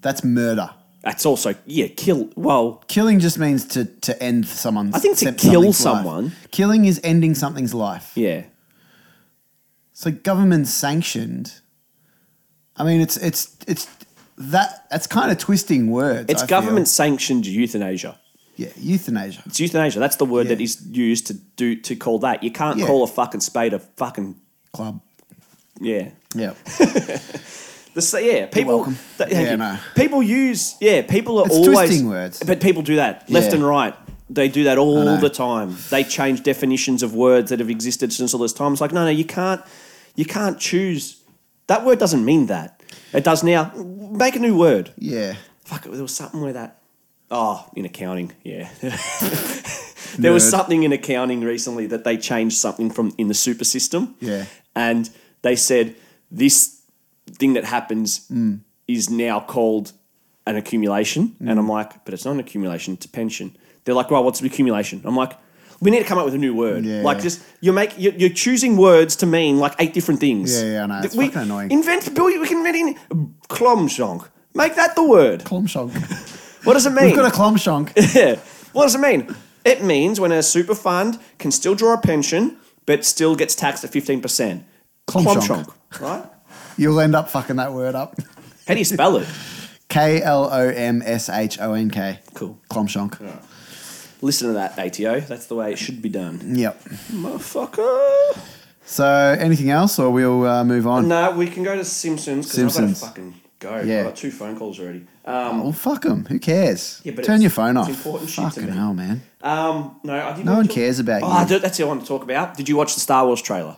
Speaker 1: That's murder.
Speaker 2: That's also yeah, kill. Well,
Speaker 1: Killing just means to to end someone's.
Speaker 2: I think to
Speaker 1: sem-
Speaker 2: kill
Speaker 1: something's life.
Speaker 2: someone-
Speaker 1: Killing is ending something's life.
Speaker 2: yeah,
Speaker 1: So government sanctioned. I mean, it's it's it's that that's kind of twisting words.
Speaker 2: it's
Speaker 1: I feel.
Speaker 2: government sanctioned euthanasia.
Speaker 1: Yeah, euthanasia.
Speaker 2: It's euthanasia. That's the word
Speaker 1: Yeah.
Speaker 2: that is used to do to call that. You can't
Speaker 1: Yeah.
Speaker 2: call a fucking spade a fucking
Speaker 1: Club.
Speaker 2: yeah.
Speaker 1: Yeah.
Speaker 2: The, sa- yeah, people.
Speaker 1: welcome.
Speaker 2: th- thank
Speaker 1: Yeah,
Speaker 2: you.
Speaker 1: no.
Speaker 2: People use yeah. People are
Speaker 1: It's
Speaker 2: always
Speaker 1: twisting words.
Speaker 2: but people do that left
Speaker 1: Yeah.
Speaker 2: and right. They do that
Speaker 1: I
Speaker 2: all
Speaker 1: know.
Speaker 2: the time. They change definitions of words that have existed since all this time. It's like no, no, you can't, you can't choose. That word doesn't mean that. It does now. Make a new word.
Speaker 1: Yeah.
Speaker 2: Fuck it. There was something where that. Oh, in accounting, yeah. there was
Speaker 1: Nerd.
Speaker 2: something in accounting recently that they changed something from in the super system.
Speaker 1: Yeah.
Speaker 2: And they said this thing that happens
Speaker 1: Mm.
Speaker 2: is now called an accumulation. And
Speaker 1: Mm.
Speaker 2: I'm like, but it's not an accumulation, it's a pension. They're like, well, what's an accumulation? I'm like, we need to come up with a new word.
Speaker 1: Yeah.
Speaker 2: Like, just you're make you're, you're choosing words to mean like eight different things.
Speaker 1: Yeah, yeah, I know. It's
Speaker 2: we,
Speaker 1: fucking annoying.
Speaker 2: Invent, Bill, we can invent in Klomsong. Make that the word.
Speaker 1: Clomshonk.
Speaker 2: What does it mean?
Speaker 1: We've got a clomshonk.
Speaker 2: Yeah. What does it mean? It means when a super fund can still draw a pension, but still gets taxed at 15%.
Speaker 1: Klomshonk.
Speaker 2: Klomshonk, Right?
Speaker 1: You'll end up fucking that word up.
Speaker 2: How do you spell it?
Speaker 1: K L O M S H O N K.
Speaker 2: Cool.
Speaker 1: Clomshonk.
Speaker 2: Listen to that, ATO. That's the way it should be done.
Speaker 1: Yep.
Speaker 2: Motherfucker.
Speaker 1: So anything else, or we'll uh, move on?
Speaker 2: No, we can go to Simpsons because I've got to
Speaker 1: Simpsons.
Speaker 2: fucking go.
Speaker 1: Yeah.
Speaker 2: I've got two phone calls already. Um,
Speaker 1: Well, Oh, fuck them. Who cares?
Speaker 2: Yeah, but
Speaker 1: Turn
Speaker 2: it's-
Speaker 1: your phone
Speaker 2: it's
Speaker 1: off.
Speaker 2: important shit to
Speaker 1: Fucking
Speaker 2: me.
Speaker 1: hell, man.
Speaker 2: um, no, I didn't.
Speaker 1: No one cares about
Speaker 2: oh,
Speaker 1: you.
Speaker 2: I do- that's what I want to talk about. Did you watch the Star Wars trailer?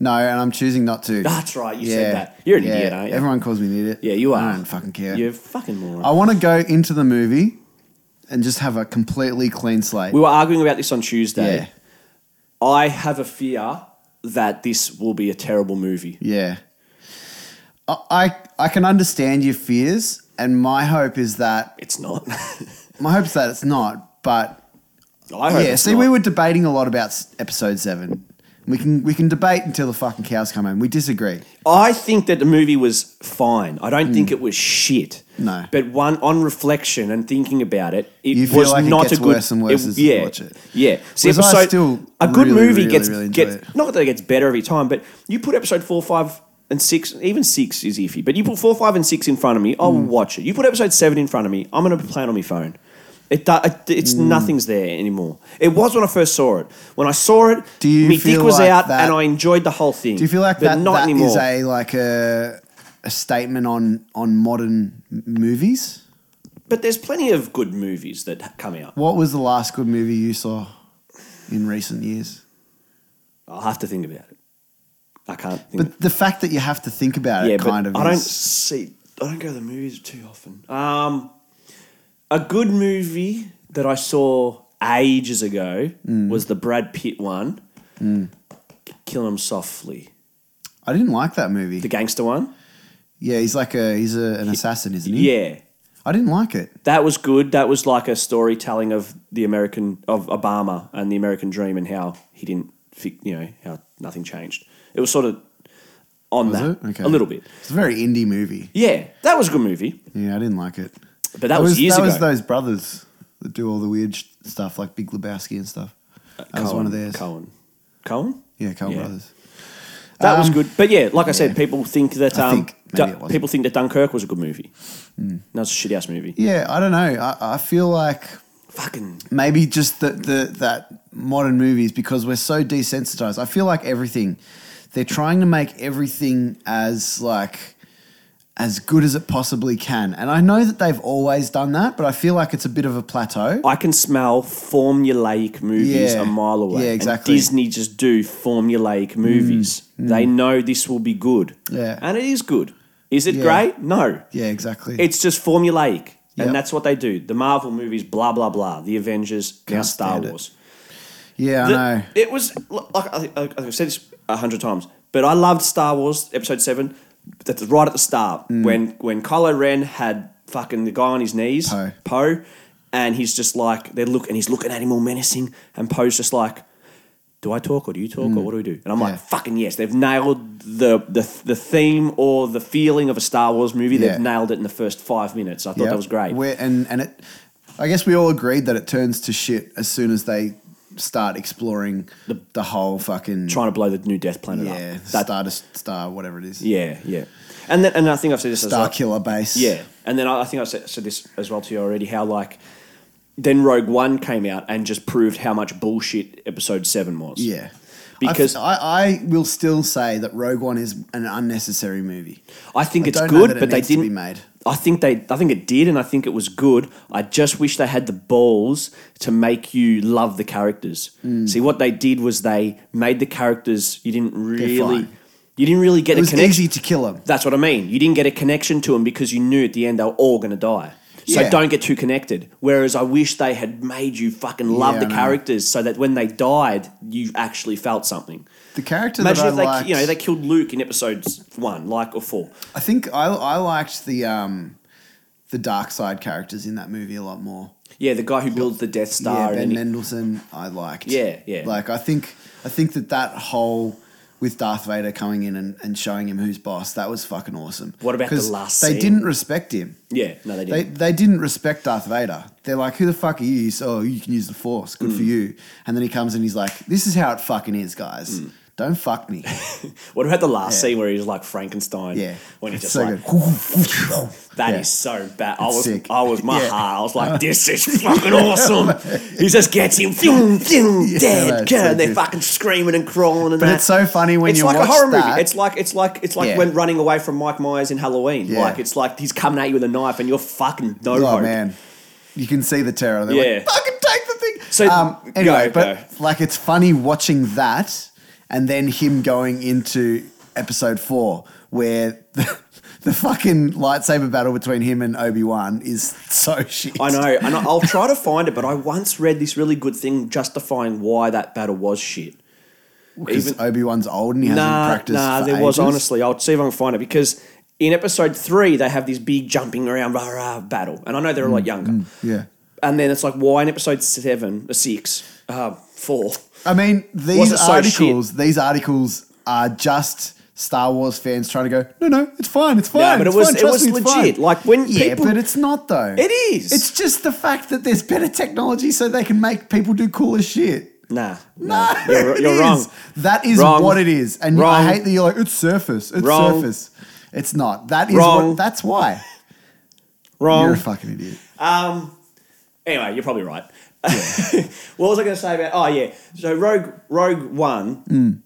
Speaker 1: No, and I'm choosing not to.
Speaker 2: Ah, That's right, you said that. You're an idiot, aren't you?
Speaker 1: Everyone calls me an idiot.
Speaker 2: Yeah, you are.
Speaker 1: I don't fucking care.
Speaker 2: You fucking moron.
Speaker 1: I want to go into the movie and just have a completely clean slate.
Speaker 2: we were arguing about this on Tuesday.
Speaker 1: yeah,
Speaker 2: I have a fear that this will be a terrible movie.
Speaker 1: yeah. I, I I can understand your fears, and my hope is that
Speaker 2: It's not.
Speaker 1: my hope is that it's not. But
Speaker 2: I hope.
Speaker 1: yeah,
Speaker 2: it's
Speaker 1: see,
Speaker 2: not.
Speaker 1: we were debating a lot about s- episode seven. We can we can debate until the fucking cows come home. We disagree.
Speaker 2: I think that the movie was fine. I don't think it was shit.
Speaker 1: Mm. No.
Speaker 2: But one on reflection and thinking about it, it
Speaker 1: You feel
Speaker 2: was
Speaker 1: like it
Speaker 2: not
Speaker 1: gets
Speaker 2: a good.
Speaker 1: worse and worse as you
Speaker 2: yeah,
Speaker 1: watch it.
Speaker 2: Yeah. See,
Speaker 1: Whereas I
Speaker 2: episode
Speaker 1: still
Speaker 2: a good
Speaker 1: really,
Speaker 2: movie
Speaker 1: really,
Speaker 2: gets
Speaker 1: really enjoy
Speaker 2: gets
Speaker 1: it.
Speaker 2: not that it gets better every time, but you put episode four, five, and six, even six is iffy. But you put four, five, and six in front of me, I'll
Speaker 1: Mm.
Speaker 2: watch it. You put episode seven in front of me, I'm gonna play it on my phone. It, do, it it's
Speaker 1: Mm.
Speaker 2: nothing's there anymore. It was when I first saw it. When I saw it,
Speaker 1: Do you
Speaker 2: my dick
Speaker 1: feel
Speaker 2: was
Speaker 1: like
Speaker 2: out,
Speaker 1: that-
Speaker 2: and I enjoyed the whole thing.
Speaker 1: Do you feel like
Speaker 2: but
Speaker 1: that,
Speaker 2: not
Speaker 1: that
Speaker 2: anymore.
Speaker 1: is a like a a statement on on modern m- movies?
Speaker 2: But there's plenty of good movies that ha- come out.
Speaker 1: What was the last good movie you saw in recent years?
Speaker 2: I'll have to think about it. I can't think.
Speaker 1: But the fact that you have to think about it
Speaker 2: yeah,
Speaker 1: kind
Speaker 2: but
Speaker 1: of
Speaker 2: I don't
Speaker 1: is,
Speaker 2: see. I don't go to the movies too often. Um, a good movie that I saw ages ago
Speaker 1: Mm.
Speaker 2: was the Brad Pitt one, "Kill 'Em Softly,"
Speaker 1: I didn't like that movie.
Speaker 2: the gangster one.
Speaker 1: yeah, he's like a he's a, an assassin, isn't he?
Speaker 2: Yeah,
Speaker 1: I didn't like it.
Speaker 2: That was good. That was like a storytelling of the American of Obama and the American dream and how he didn't, fi- you know, how nothing changed. It was sort of on
Speaker 1: Was
Speaker 2: that
Speaker 1: it? Okay.
Speaker 2: a little bit.
Speaker 1: It's a very indie movie.
Speaker 2: Yeah, that was a good movie,
Speaker 1: Yeah, I didn't like it.
Speaker 2: but that, was, years
Speaker 1: that
Speaker 2: ago.
Speaker 1: was those brothers that do all the weird sh- stuff, like Big Lebowski and stuff. That was one of theirs.
Speaker 2: Uh, Cohen. Cohen.
Speaker 1: Yeah, Coen
Speaker 2: Yeah.
Speaker 1: Brothers.
Speaker 2: That was
Speaker 1: Um,
Speaker 2: good, but yeah, like I
Speaker 1: yeah.
Speaker 2: said, people think that
Speaker 1: I
Speaker 2: um,
Speaker 1: think maybe
Speaker 2: Du-
Speaker 1: it wasn't. Hmm.
Speaker 2: people think that Dunkirk was a good movie. No, it's a shitty ass movie.
Speaker 1: Yeah, I don't know. I, I feel like
Speaker 2: Fucking
Speaker 1: maybe just the, the that modern movies because we're so desensitized. I feel like everything they're trying to make everything as like as good as it possibly can. And I know that they've always done that, but I feel like it's a bit of a plateau.
Speaker 2: I can smell formulaic movies
Speaker 1: Yeah.
Speaker 2: a mile away.
Speaker 1: Yeah,
Speaker 2: And
Speaker 1: exactly. Mm,
Speaker 2: Disney just do formulaic movies. They know this will be good.
Speaker 1: Yeah.
Speaker 2: And it is good. Is it
Speaker 1: Yeah.
Speaker 2: great? No.
Speaker 1: Yeah, exactly.
Speaker 2: It's just formulaic.
Speaker 1: Yep.
Speaker 2: And that's what they do. The Marvel movies, blah, blah, blah. The Avengers, now
Speaker 1: Can't
Speaker 2: Star
Speaker 1: stand it.
Speaker 2: Wars.
Speaker 1: yeah, I
Speaker 2: The-
Speaker 1: know.
Speaker 2: It was, like, I think- I think I've said this a hundred times, but I loved Star Wars Episode 7 that's right at the start
Speaker 1: Mm.
Speaker 2: when, when Kylo Ren had fucking the guy on his knees,
Speaker 1: Poe.
Speaker 2: and he's just like, they look, and he's looking at him all menacing, and Poe's just like, do I talk or do you talk or what do we do? And I'm
Speaker 1: Mm. Yeah.
Speaker 2: like, fucking yes, they've nailed the, the the theme or the feeling of a Star Wars movie.
Speaker 1: Yeah.
Speaker 2: They've nailed it in the first five minutes. I thought
Speaker 1: Yeah.
Speaker 2: that was great.
Speaker 1: We're, and and it, I guess we all agreed that it turns to shit as soon as they start exploring the, whole fucking
Speaker 2: Trying to blow the new Death Planet up.
Speaker 1: yeah
Speaker 2: That-
Speaker 1: star to star whatever it is
Speaker 2: yeah, yeah. And then, and I think I've said this as
Speaker 1: star
Speaker 2: well.
Speaker 1: killer base
Speaker 2: Yeah, and then I, I think I said, said this as well to you already. How like then Rogue One came out and just proved how much bullshit Episode Seven was.
Speaker 1: yeah.
Speaker 2: Because-
Speaker 1: I, I, I will still say that Rogue One is an unnecessary movie.
Speaker 2: I think
Speaker 1: I
Speaker 2: it's
Speaker 1: don't know
Speaker 2: good,
Speaker 1: that it
Speaker 2: but they
Speaker 1: needs to be
Speaker 2: didn't.
Speaker 1: made.
Speaker 2: I think they, I think it did, and I think it was good. I just wish they had the balls to make you love the characters.
Speaker 1: Mm.
Speaker 2: See what they did was they made the characters. You didn't really,
Speaker 1: fine.
Speaker 2: you didn't really get
Speaker 1: It
Speaker 2: a
Speaker 1: was
Speaker 2: connection.
Speaker 1: easy to kill him.
Speaker 2: That's what I mean. You didn't get a connection to them because you knew at the end they were all going to die. So
Speaker 1: Yeah.
Speaker 2: don't get too connected. Whereas I wish they had made you fucking love
Speaker 1: Yeah, I
Speaker 2: the
Speaker 1: know.
Speaker 2: characters so that when they died, you actually felt something.
Speaker 1: The character
Speaker 2: Imagine
Speaker 1: that I
Speaker 2: if they,
Speaker 1: liked,
Speaker 2: you know, they killed Luke in episodes one, like or four.
Speaker 1: I think I, I liked the um, the dark side characters in that movie a lot more.
Speaker 2: Yeah, the guy who builds the Death Star.
Speaker 1: yeah, Ben
Speaker 2: and he-
Speaker 1: Mendelsohn, I liked.
Speaker 2: Yeah, yeah.
Speaker 1: Like I think I think that that whole with Darth Vader coming in and, and showing him who's boss, that was fucking awesome.
Speaker 2: What about the
Speaker 1: 'Cause
Speaker 2: last
Speaker 1: They
Speaker 2: scene?
Speaker 1: didn't respect him.
Speaker 2: yeah, no, they
Speaker 1: They
Speaker 2: didn't.
Speaker 1: they didn't respect Darth Vader. They're like, who the fuck are you? You say, oh, you can use the Force. Good for
Speaker 2: Mm.
Speaker 1: you. And then he comes and he's like, this is how it fucking is, guys.
Speaker 2: Mm.
Speaker 1: Don't fuck me.
Speaker 2: what about the last
Speaker 1: Yeah.
Speaker 2: scene where he's like Frankenstein?
Speaker 1: Yeah.
Speaker 2: When he's
Speaker 1: It's
Speaker 2: just
Speaker 1: so
Speaker 2: like,
Speaker 1: good.
Speaker 2: That is
Speaker 1: Yeah.
Speaker 2: so bad. I
Speaker 1: It's
Speaker 2: was,
Speaker 1: sick.
Speaker 2: I was my
Speaker 1: Yeah.
Speaker 2: heart. I was like, this is fucking awesome. he just gets him, boom, boom,
Speaker 1: no,
Speaker 2: dead.
Speaker 1: it's so
Speaker 2: and they're
Speaker 1: good.
Speaker 2: fucking screaming and crawling and
Speaker 1: But
Speaker 2: that.
Speaker 1: it's so funny when
Speaker 2: it's
Speaker 1: you
Speaker 2: like
Speaker 1: watch
Speaker 2: a horror
Speaker 1: that.
Speaker 2: movie. It's like it's like it's like
Speaker 1: Yeah.
Speaker 2: when running away from Mike Myers in Halloween.
Speaker 1: Yeah.
Speaker 2: Like it's like he's coming at you with a knife and you're fucking no
Speaker 1: Oh
Speaker 2: hope.
Speaker 1: man, you can see the terror. They're
Speaker 2: Yeah.
Speaker 1: like, fucking take the thing.
Speaker 2: So,
Speaker 1: um, anyway,
Speaker 2: go,
Speaker 1: but like it's funny watching that, and then him going into episode four where the, the fucking lightsaber battle between him and Obi Wan is so shit.
Speaker 2: I know, and I- I'll try to find it. But I once read this really good thing justifying why that battle was shit.
Speaker 1: because Obi Wan's old and he hasn't
Speaker 2: Nah,
Speaker 1: practiced.
Speaker 2: nah,
Speaker 1: for
Speaker 2: there was
Speaker 1: ages.
Speaker 2: honestly. I'll see if I can find it because in episode three they have this big jumping around rah rah battle, and I know they're a
Speaker 1: Mm,
Speaker 2: lot younger.
Speaker 1: Yeah,
Speaker 2: And then it's like, why in episode seven, or six, uh, four?
Speaker 1: I mean these
Speaker 2: Wasn't so
Speaker 1: articles. these articles are just. Star Wars fans trying to go, no, no, it's fine, it's fine.
Speaker 2: No, but it
Speaker 1: it's
Speaker 2: was
Speaker 1: fine,
Speaker 2: it
Speaker 1: trust
Speaker 2: was
Speaker 1: me, it's fine."
Speaker 2: legit. Like when
Speaker 1: Yeah,
Speaker 2: people,
Speaker 1: but it's not though.
Speaker 2: it is.
Speaker 1: It's just the fact that there's better technology so they can make people do cooler shit.
Speaker 2: nah,
Speaker 1: No,
Speaker 2: nah. You're,
Speaker 1: it
Speaker 2: you're
Speaker 1: is.
Speaker 2: wrong.
Speaker 1: That is
Speaker 2: Wrong.
Speaker 1: what it is. And
Speaker 2: Wrong.
Speaker 1: I hate that you're like, it's surface. It's
Speaker 2: Wrong.
Speaker 1: surface. It's not. That is
Speaker 2: Wrong.
Speaker 1: what that's why. You're a
Speaker 2: Wrong.
Speaker 1: fucking idiot.
Speaker 2: Anyway, you're probably right. what was I going to say about? Oh yeah, so Rogue Rogue One.
Speaker 1: Mm.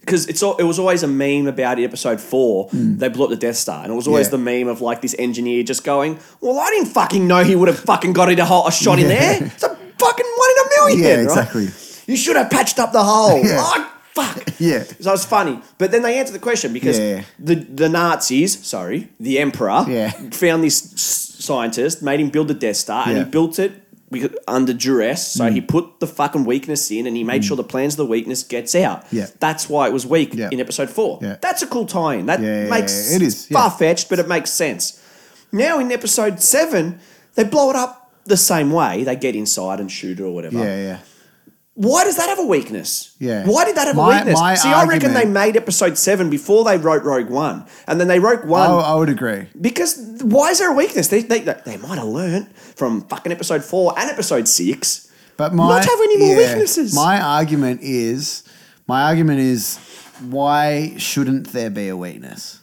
Speaker 2: Because it's all, it was always a meme about it, episode four. They blew up the Death Star, and it was always
Speaker 1: Mm. Yeah.
Speaker 2: the meme of like this engineer just going, "Well, I didn't fucking know he would have fucking got it a, hole, a shot in there. It's a fucking one in a million.
Speaker 1: Yeah,
Speaker 2: right?
Speaker 1: exactly.
Speaker 2: You should have patched up the hole.
Speaker 1: Yeah.
Speaker 2: Oh fuck.
Speaker 1: Yeah.
Speaker 2: So it's funny, but then they answer the question because
Speaker 1: Yeah.
Speaker 2: the the Nazis, sorry, the Emperor,
Speaker 1: Yeah.
Speaker 2: found this s- scientist, made him build the Death Star, and he
Speaker 1: Yeah. Mm.
Speaker 2: built it because- under duress. So he put the fucking weakness in, and he made sure the plans of the weakness gets out.
Speaker 1: Yeah.
Speaker 2: that's why it was weak
Speaker 1: Yeah.
Speaker 2: in episode four.
Speaker 1: Yeah.
Speaker 2: That's a cool tie-in. That
Speaker 1: Yeah, yeah,
Speaker 2: makes
Speaker 1: yeah, it is, yeah.
Speaker 2: far fetched, but it makes sense. Now in episode seven, they blow it up the same way. They get inside and shoot it or whatever.
Speaker 1: Yeah, yeah.
Speaker 2: Why does that have a weakness?
Speaker 1: Yeah.
Speaker 2: Why did that have
Speaker 1: My-
Speaker 2: a weakness?
Speaker 1: my
Speaker 2: See, I reckon
Speaker 1: argument-
Speaker 2: they made episode seven before they wrote Rogue One, and then they wrote
Speaker 1: I,
Speaker 2: one
Speaker 1: I would agree.
Speaker 2: because why is there a weakness? They they, they might have learnt from fucking episode four and episode six.
Speaker 1: But my
Speaker 2: Not have any more weaknesses.
Speaker 1: My argument is, my argument is, why shouldn't there be a weakness?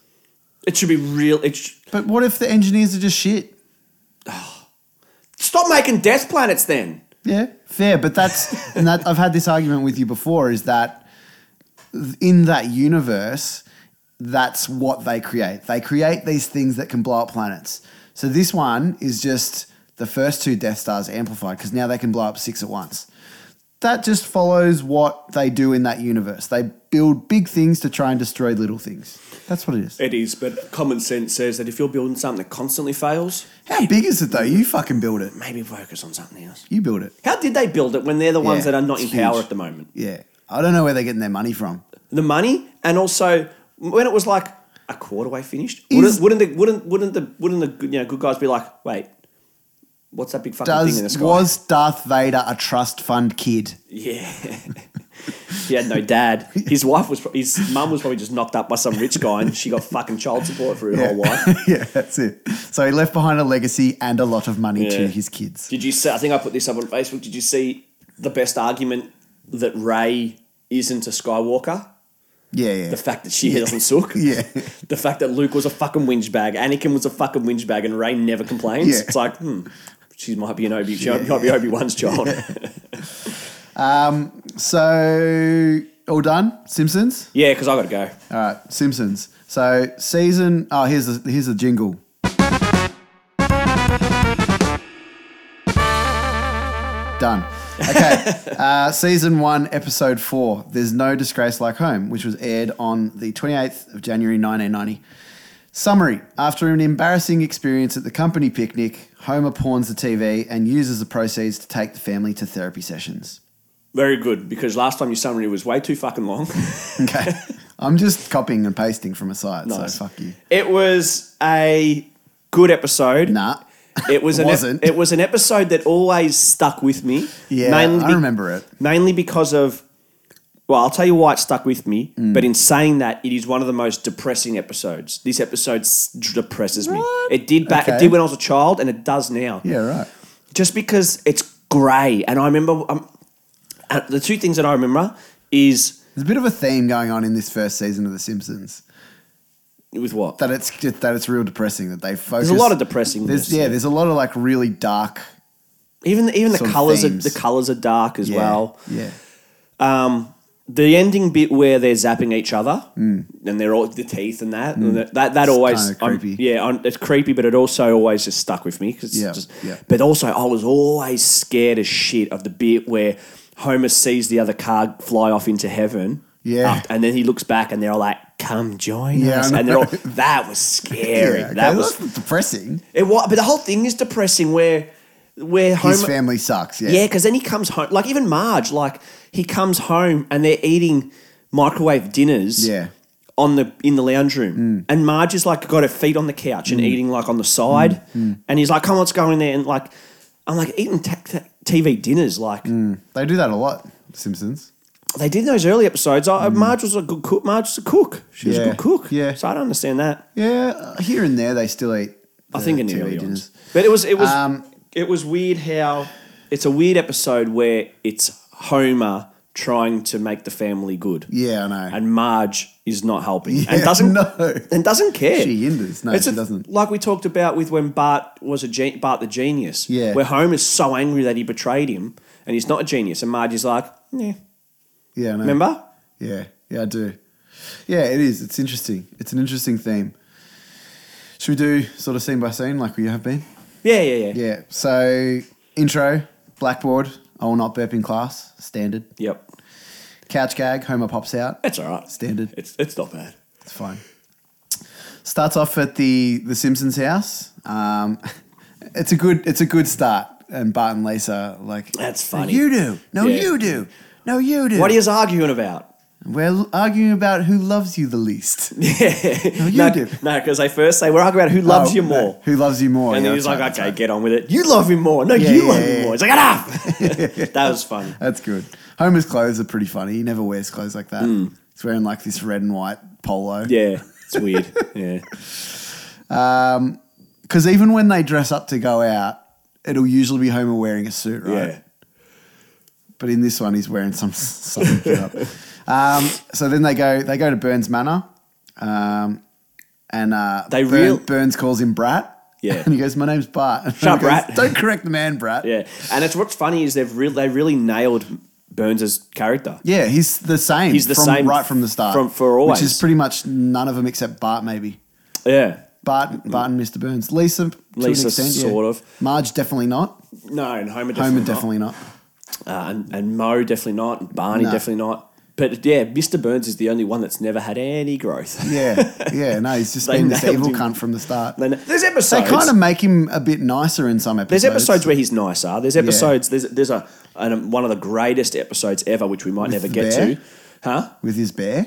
Speaker 2: It should be real. It sh-
Speaker 1: But what if the engineers are just shit?
Speaker 2: stop making Death Planets then.
Speaker 1: Yeah, fair. But that's and that I've had this argument with you before. Is that in that universe, that's what they create. They create these things that can blow up planets. So this one is just the first two Death Stars amplified because now they can blow up six at once. That just follows what they do in that universe. They build big things to try and destroy little things. That's what it is.
Speaker 2: It is, but common sense says that if you're building something that constantly fails,
Speaker 1: How big is it though? You fucking build it.
Speaker 2: maybe focus on something else.
Speaker 1: You build it.
Speaker 2: How did they build it when they're the ones
Speaker 1: Yeah,
Speaker 2: that are not in
Speaker 1: it's
Speaker 2: power
Speaker 1: huge.
Speaker 2: at the moment?
Speaker 1: Yeah. I don't know where they're getting their money from.
Speaker 2: The money, and also when it was like a quarter way finished, wouldn't, wouldn't the wouldn't wouldn't the wouldn't the good- you know good guys be like, wait, what's that big fucking thing in the
Speaker 1: Does
Speaker 2: sky?
Speaker 1: was Darth Vader a trust fund kid?
Speaker 2: Yeah. he had no dad. His wife was, pro- his mum was probably just knocked up by some rich guy and she got fucking child support for her whole life.
Speaker 1: yeah, that's it. So he left behind a legacy and a lot of money to
Speaker 2: Yeah.
Speaker 1: his kids.
Speaker 2: Did you see, I think I put this up on Facebook. Did you see the best argument that Ray isn't a Skywalker?
Speaker 1: Yeah, yeah,
Speaker 2: The fact that she doesn't suck.
Speaker 1: yeah.
Speaker 2: The fact that Luke was a fucking whinge bag, Anakin was a fucking whinge bag, and Ray never complains.
Speaker 1: Yeah.
Speaker 2: It's like, hmm, she might be an Obi, she might be Obi Wan's child.
Speaker 1: So all done. Simpsons.
Speaker 2: yeah, because I got to go.
Speaker 1: All right, Simpsons. So season. Oh, here's the here's the jingle. Done. Okay. uh, season one, episode four. There's no disgrace like home, which was aired on the 28th of January 1990. Summary: After an embarrassing experience at the company picnic, Homer pawns the TV and uses the proceeds to take the family to therapy sessions.
Speaker 2: Very good, because last time your summary was way too fucking long.
Speaker 1: Okay. I'm just copying and pasting from a site,
Speaker 2: Nice.
Speaker 1: so fuck you.
Speaker 2: It was a good episode.
Speaker 1: Nah.
Speaker 2: It was an
Speaker 1: Wasn't.
Speaker 2: it was an episode that always stuck with me.
Speaker 1: Yeah,
Speaker 2: mainly
Speaker 1: I
Speaker 2: be-
Speaker 1: remember it.
Speaker 2: Mainly because of well, I'll tell you why it stuck with me.
Speaker 1: Mm.
Speaker 2: But in saying that, it is one of the most depressing episodes. This episode s- depresses me. It did back. It
Speaker 1: Okay.
Speaker 2: did when I was a child, and it does now
Speaker 1: Yeah, right.
Speaker 2: just because it's grey. And I remember um, uh, the two things that I remember is
Speaker 1: There's a bit of a theme going on in this first season of The Simpsons
Speaker 2: with what
Speaker 1: that it's just, that it's real depressing that they focus.
Speaker 2: there's a lot of depressing.
Speaker 1: There's, yeah, there's a lot of like really dark.
Speaker 2: even even the
Speaker 1: sort of
Speaker 2: colors are,
Speaker 1: themes.
Speaker 2: the colors are dark as
Speaker 1: Yeah,
Speaker 2: well.
Speaker 1: yeah,
Speaker 2: the ending bit where they're zapping each other and they're all the teeth and that and that that, that always
Speaker 1: Mm. kinda
Speaker 2: I'm-
Speaker 1: creepy.
Speaker 2: yeah I'm- it's creepy but it also always just stuck with me 'cause it's
Speaker 1: Yeah,
Speaker 2: just-
Speaker 1: yeah.
Speaker 2: but also I was always scared as shit of the bit where Homer sees the other car fly off into heaven
Speaker 1: Yeah.
Speaker 2: Up- and then he looks back and they're all like come join
Speaker 1: Yeah,
Speaker 2: us
Speaker 1: I
Speaker 2: and they're all
Speaker 1: know.
Speaker 2: that was scary
Speaker 1: Yeah, okay,
Speaker 2: that was
Speaker 1: that's depressing.
Speaker 2: it was but the whole thing is depressing where where Homer
Speaker 1: His family sucks. Yeah,
Speaker 2: yeah, because then he comes home. Like even Marge, like he comes home and they're eating microwave dinners.
Speaker 1: Yeah. Mm.
Speaker 2: On the in the lounge room, and Marge is like got her feet on the couch and eating like on the side,
Speaker 1: Mm.
Speaker 2: and he's like, "Come on, let's go in there." And like, I'm like eating ta- ta- TV dinners. Like
Speaker 1: they do that a lot. Simpsons.
Speaker 2: they did in those early episodes. I, Marge was a good cook. Marge was a cook. She was a
Speaker 1: Mm. Yeah.
Speaker 2: good cook.
Speaker 1: Yeah.
Speaker 2: So I don't understand that.
Speaker 1: Yeah, here and there they still eat.
Speaker 2: I
Speaker 1: the
Speaker 2: think in the
Speaker 1: TV
Speaker 2: early
Speaker 1: dinners.
Speaker 2: ones. But it was it was
Speaker 1: Um,
Speaker 2: it was weird how it's a weird episode where it's Homer trying to make the family good.
Speaker 1: Yeah, I know.
Speaker 2: and Marge is not helping and
Speaker 1: Yeah,
Speaker 2: doesn't
Speaker 1: no.
Speaker 2: and doesn't care.
Speaker 1: She hinders. No,
Speaker 2: It's
Speaker 1: she
Speaker 2: a-
Speaker 1: doesn't.
Speaker 2: Like we talked about with when Bart was a gen- Bart the genius.
Speaker 1: Yeah.
Speaker 2: where Homer's so angry that he betrayed him, and he's not a genius, and Marge is like, yeah,
Speaker 1: Yeah, I know.
Speaker 2: remember?
Speaker 1: Yeah, yeah, I do. Yeah, it is. It's interesting. It's an interesting theme. Should we do sort of scene by scene like we have been?
Speaker 2: Yeah, yeah, yeah.
Speaker 1: Yeah. So intro, blackboard. I will not burp in class. Standard.
Speaker 2: Yep,
Speaker 1: Couch gag. Homer pops out.
Speaker 2: that's all right.
Speaker 1: Standard.
Speaker 2: It's it's not bad.
Speaker 1: It's fine. Starts off at the the Simpsons house. Um, it's a good it's a good start. And Bart and Lisa are like
Speaker 2: That's
Speaker 1: "No,
Speaker 2: funny."
Speaker 1: You do. No,
Speaker 2: Yeah.
Speaker 1: you do. No, you do.
Speaker 2: What are you arguing about?
Speaker 1: We're l- arguing about who loves you the least.
Speaker 2: no,
Speaker 1: you
Speaker 2: no,
Speaker 1: do.
Speaker 2: because they first say, we're arguing about who loves
Speaker 1: Oh,
Speaker 2: you
Speaker 1: no,
Speaker 2: more.
Speaker 1: Who loves you more?
Speaker 2: And
Speaker 1: yeah,
Speaker 2: then he's
Speaker 1: that's
Speaker 2: like,
Speaker 1: right,
Speaker 2: okay,
Speaker 1: that's right.
Speaker 2: get on with it. You love him more. No, you
Speaker 1: yeah,
Speaker 2: love
Speaker 1: yeah,
Speaker 2: him
Speaker 1: yeah.
Speaker 2: more. It's like, enough. that was fun.
Speaker 1: That's good. Homer's clothes are pretty funny. He never wears clothes like that. He's wearing like this red and white polo.
Speaker 2: Hmm. Yeah, it's weird. Yeah.
Speaker 1: Because even when they dress up to go out, it'll usually be Homer wearing a suit, right?
Speaker 2: Yeah.
Speaker 1: But in this one, he's wearing some something. put up. Um, so then they go they go to Burns Manor, um, and uh,
Speaker 2: They
Speaker 1: Burn-
Speaker 2: real-
Speaker 1: Burns calls him Brat.
Speaker 2: Yeah.
Speaker 1: and he goes, "My name's Bart." And
Speaker 2: Shut up,
Speaker 1: he goes,
Speaker 2: Brat.
Speaker 1: Don't correct the man, Brat.
Speaker 2: Yeah. And it's what's funny is they've really they really nailed Burns' character.
Speaker 1: Yeah, he's the same.
Speaker 2: He's the
Speaker 1: from,
Speaker 2: same
Speaker 1: right from the start.
Speaker 2: from- for
Speaker 1: which is
Speaker 2: always.
Speaker 1: pretty much none of them except Bart, maybe
Speaker 2: Yeah.
Speaker 1: Bart, Bart and Mr. Burns. Lisa, to
Speaker 2: Mm. Lisa,
Speaker 1: an extent, yeah.
Speaker 2: sort of.
Speaker 1: Marge, definitely not.
Speaker 2: No, and Homer definitely.
Speaker 1: Homer,
Speaker 2: not.
Speaker 1: definitely not.
Speaker 2: Uh, and, and Mo definitely not. And Barney
Speaker 1: No.
Speaker 2: definitely not. But yeah, Mr. Burns is the only one that's never had any growth.
Speaker 1: Yeah, yeah. No, he's just
Speaker 2: They
Speaker 1: been this
Speaker 2: nailed
Speaker 1: evil
Speaker 2: him.
Speaker 1: cunt from the start.
Speaker 2: Then there's
Speaker 1: They
Speaker 2: episodes.
Speaker 1: kind of make him a bit nicer in some episodes.
Speaker 2: There's episodes where he's nicer. There's episodes. There's there's a an, one of the greatest episodes ever, which we might never
Speaker 1: the
Speaker 2: get
Speaker 1: bear?
Speaker 2: to. Huh?
Speaker 1: with his bear.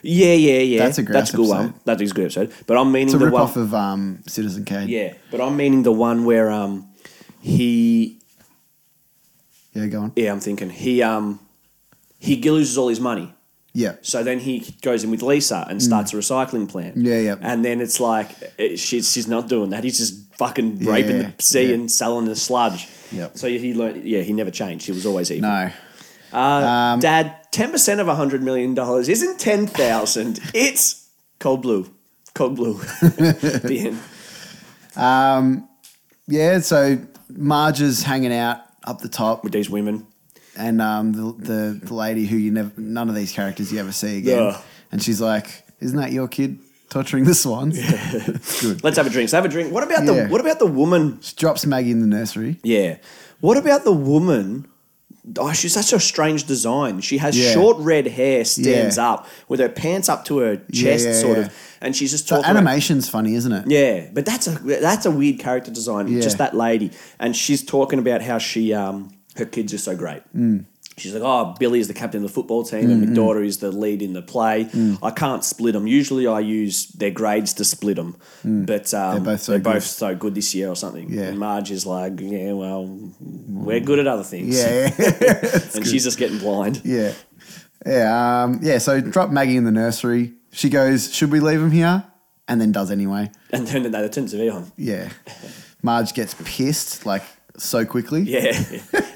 Speaker 2: Yeah, yeah, yeah.
Speaker 1: That's a great
Speaker 2: That's a good one.
Speaker 1: episode.
Speaker 2: That is a good episode. But I'm meaning
Speaker 1: It's a
Speaker 2: the
Speaker 1: rip
Speaker 2: one.
Speaker 1: off of um, Citizen Kane.
Speaker 2: yeah, but I'm meaning the one where um he
Speaker 1: yeah, go on.
Speaker 2: yeah I'm thinking he um he loses all his money.
Speaker 1: Yeah,
Speaker 2: So then he goes in with Lisa and starts a recycling plant.
Speaker 1: Mm. Yeah, yeah.
Speaker 2: And then it's like it, she's she's not doing that. He's just fucking
Speaker 1: Yeah,
Speaker 2: raping the sea
Speaker 1: yeah.
Speaker 2: and selling the sludge.
Speaker 1: Yep.
Speaker 2: So he learned. Yeah, he never changed. He was always evil.
Speaker 1: no, Um,
Speaker 2: Uh, Dad, ten percent of hundred million dollars isn't ten thousand. it's cold blue, cold blue. the end.
Speaker 1: yeah. So Marge is hanging out up the top,
Speaker 2: With these women,
Speaker 1: and um, the, the the lady who you never none of these characters you ever see again,
Speaker 2: Yeah.
Speaker 1: and she's like, "Isn't that your kid torturing the swans?" It's good.
Speaker 2: let's have a drink. Let's have a drink. What about the
Speaker 1: Yeah.
Speaker 2: What about the woman?
Speaker 1: She drops Maggie in the nursery.
Speaker 2: Yeah. What about the woman? Oh, she's such a strange design. She has
Speaker 1: Yeah.
Speaker 2: short red hair, stands
Speaker 1: Yeah.
Speaker 2: up with her pants up to her chest,
Speaker 1: yeah,
Speaker 2: sort
Speaker 1: yeah.
Speaker 2: of, and she's just
Speaker 1: The
Speaker 2: talking. about-
Speaker 1: animation's funny, isn't it?
Speaker 2: Yeah, but that's a that's a weird character design.
Speaker 1: Yeah.
Speaker 2: Just that lady, and she's talking about how she um her kids are so great. Mm. She's like, oh, Billy is the captain of the football team, and my
Speaker 1: Mm-hmm.
Speaker 2: daughter is the lead in the play.
Speaker 1: Mm.
Speaker 2: I can't split them. Usually, I use their grades to split them, but um,
Speaker 1: Mm. They're both so good."
Speaker 2: so good this year or something.
Speaker 1: Yeah.
Speaker 2: And Marge is like, yeah, well, we're good at other things.
Speaker 1: Yeah, yeah.
Speaker 2: and she's just getting blind.
Speaker 1: Yeah. Yeah. Um, yeah. So drop Maggie in the nursery. She goes, Should we leave him here? And then does anyway.
Speaker 2: And then they turn "Oh, the TV on.
Speaker 1: Yeah. Marge gets pissed like so quickly.
Speaker 2: Yeah,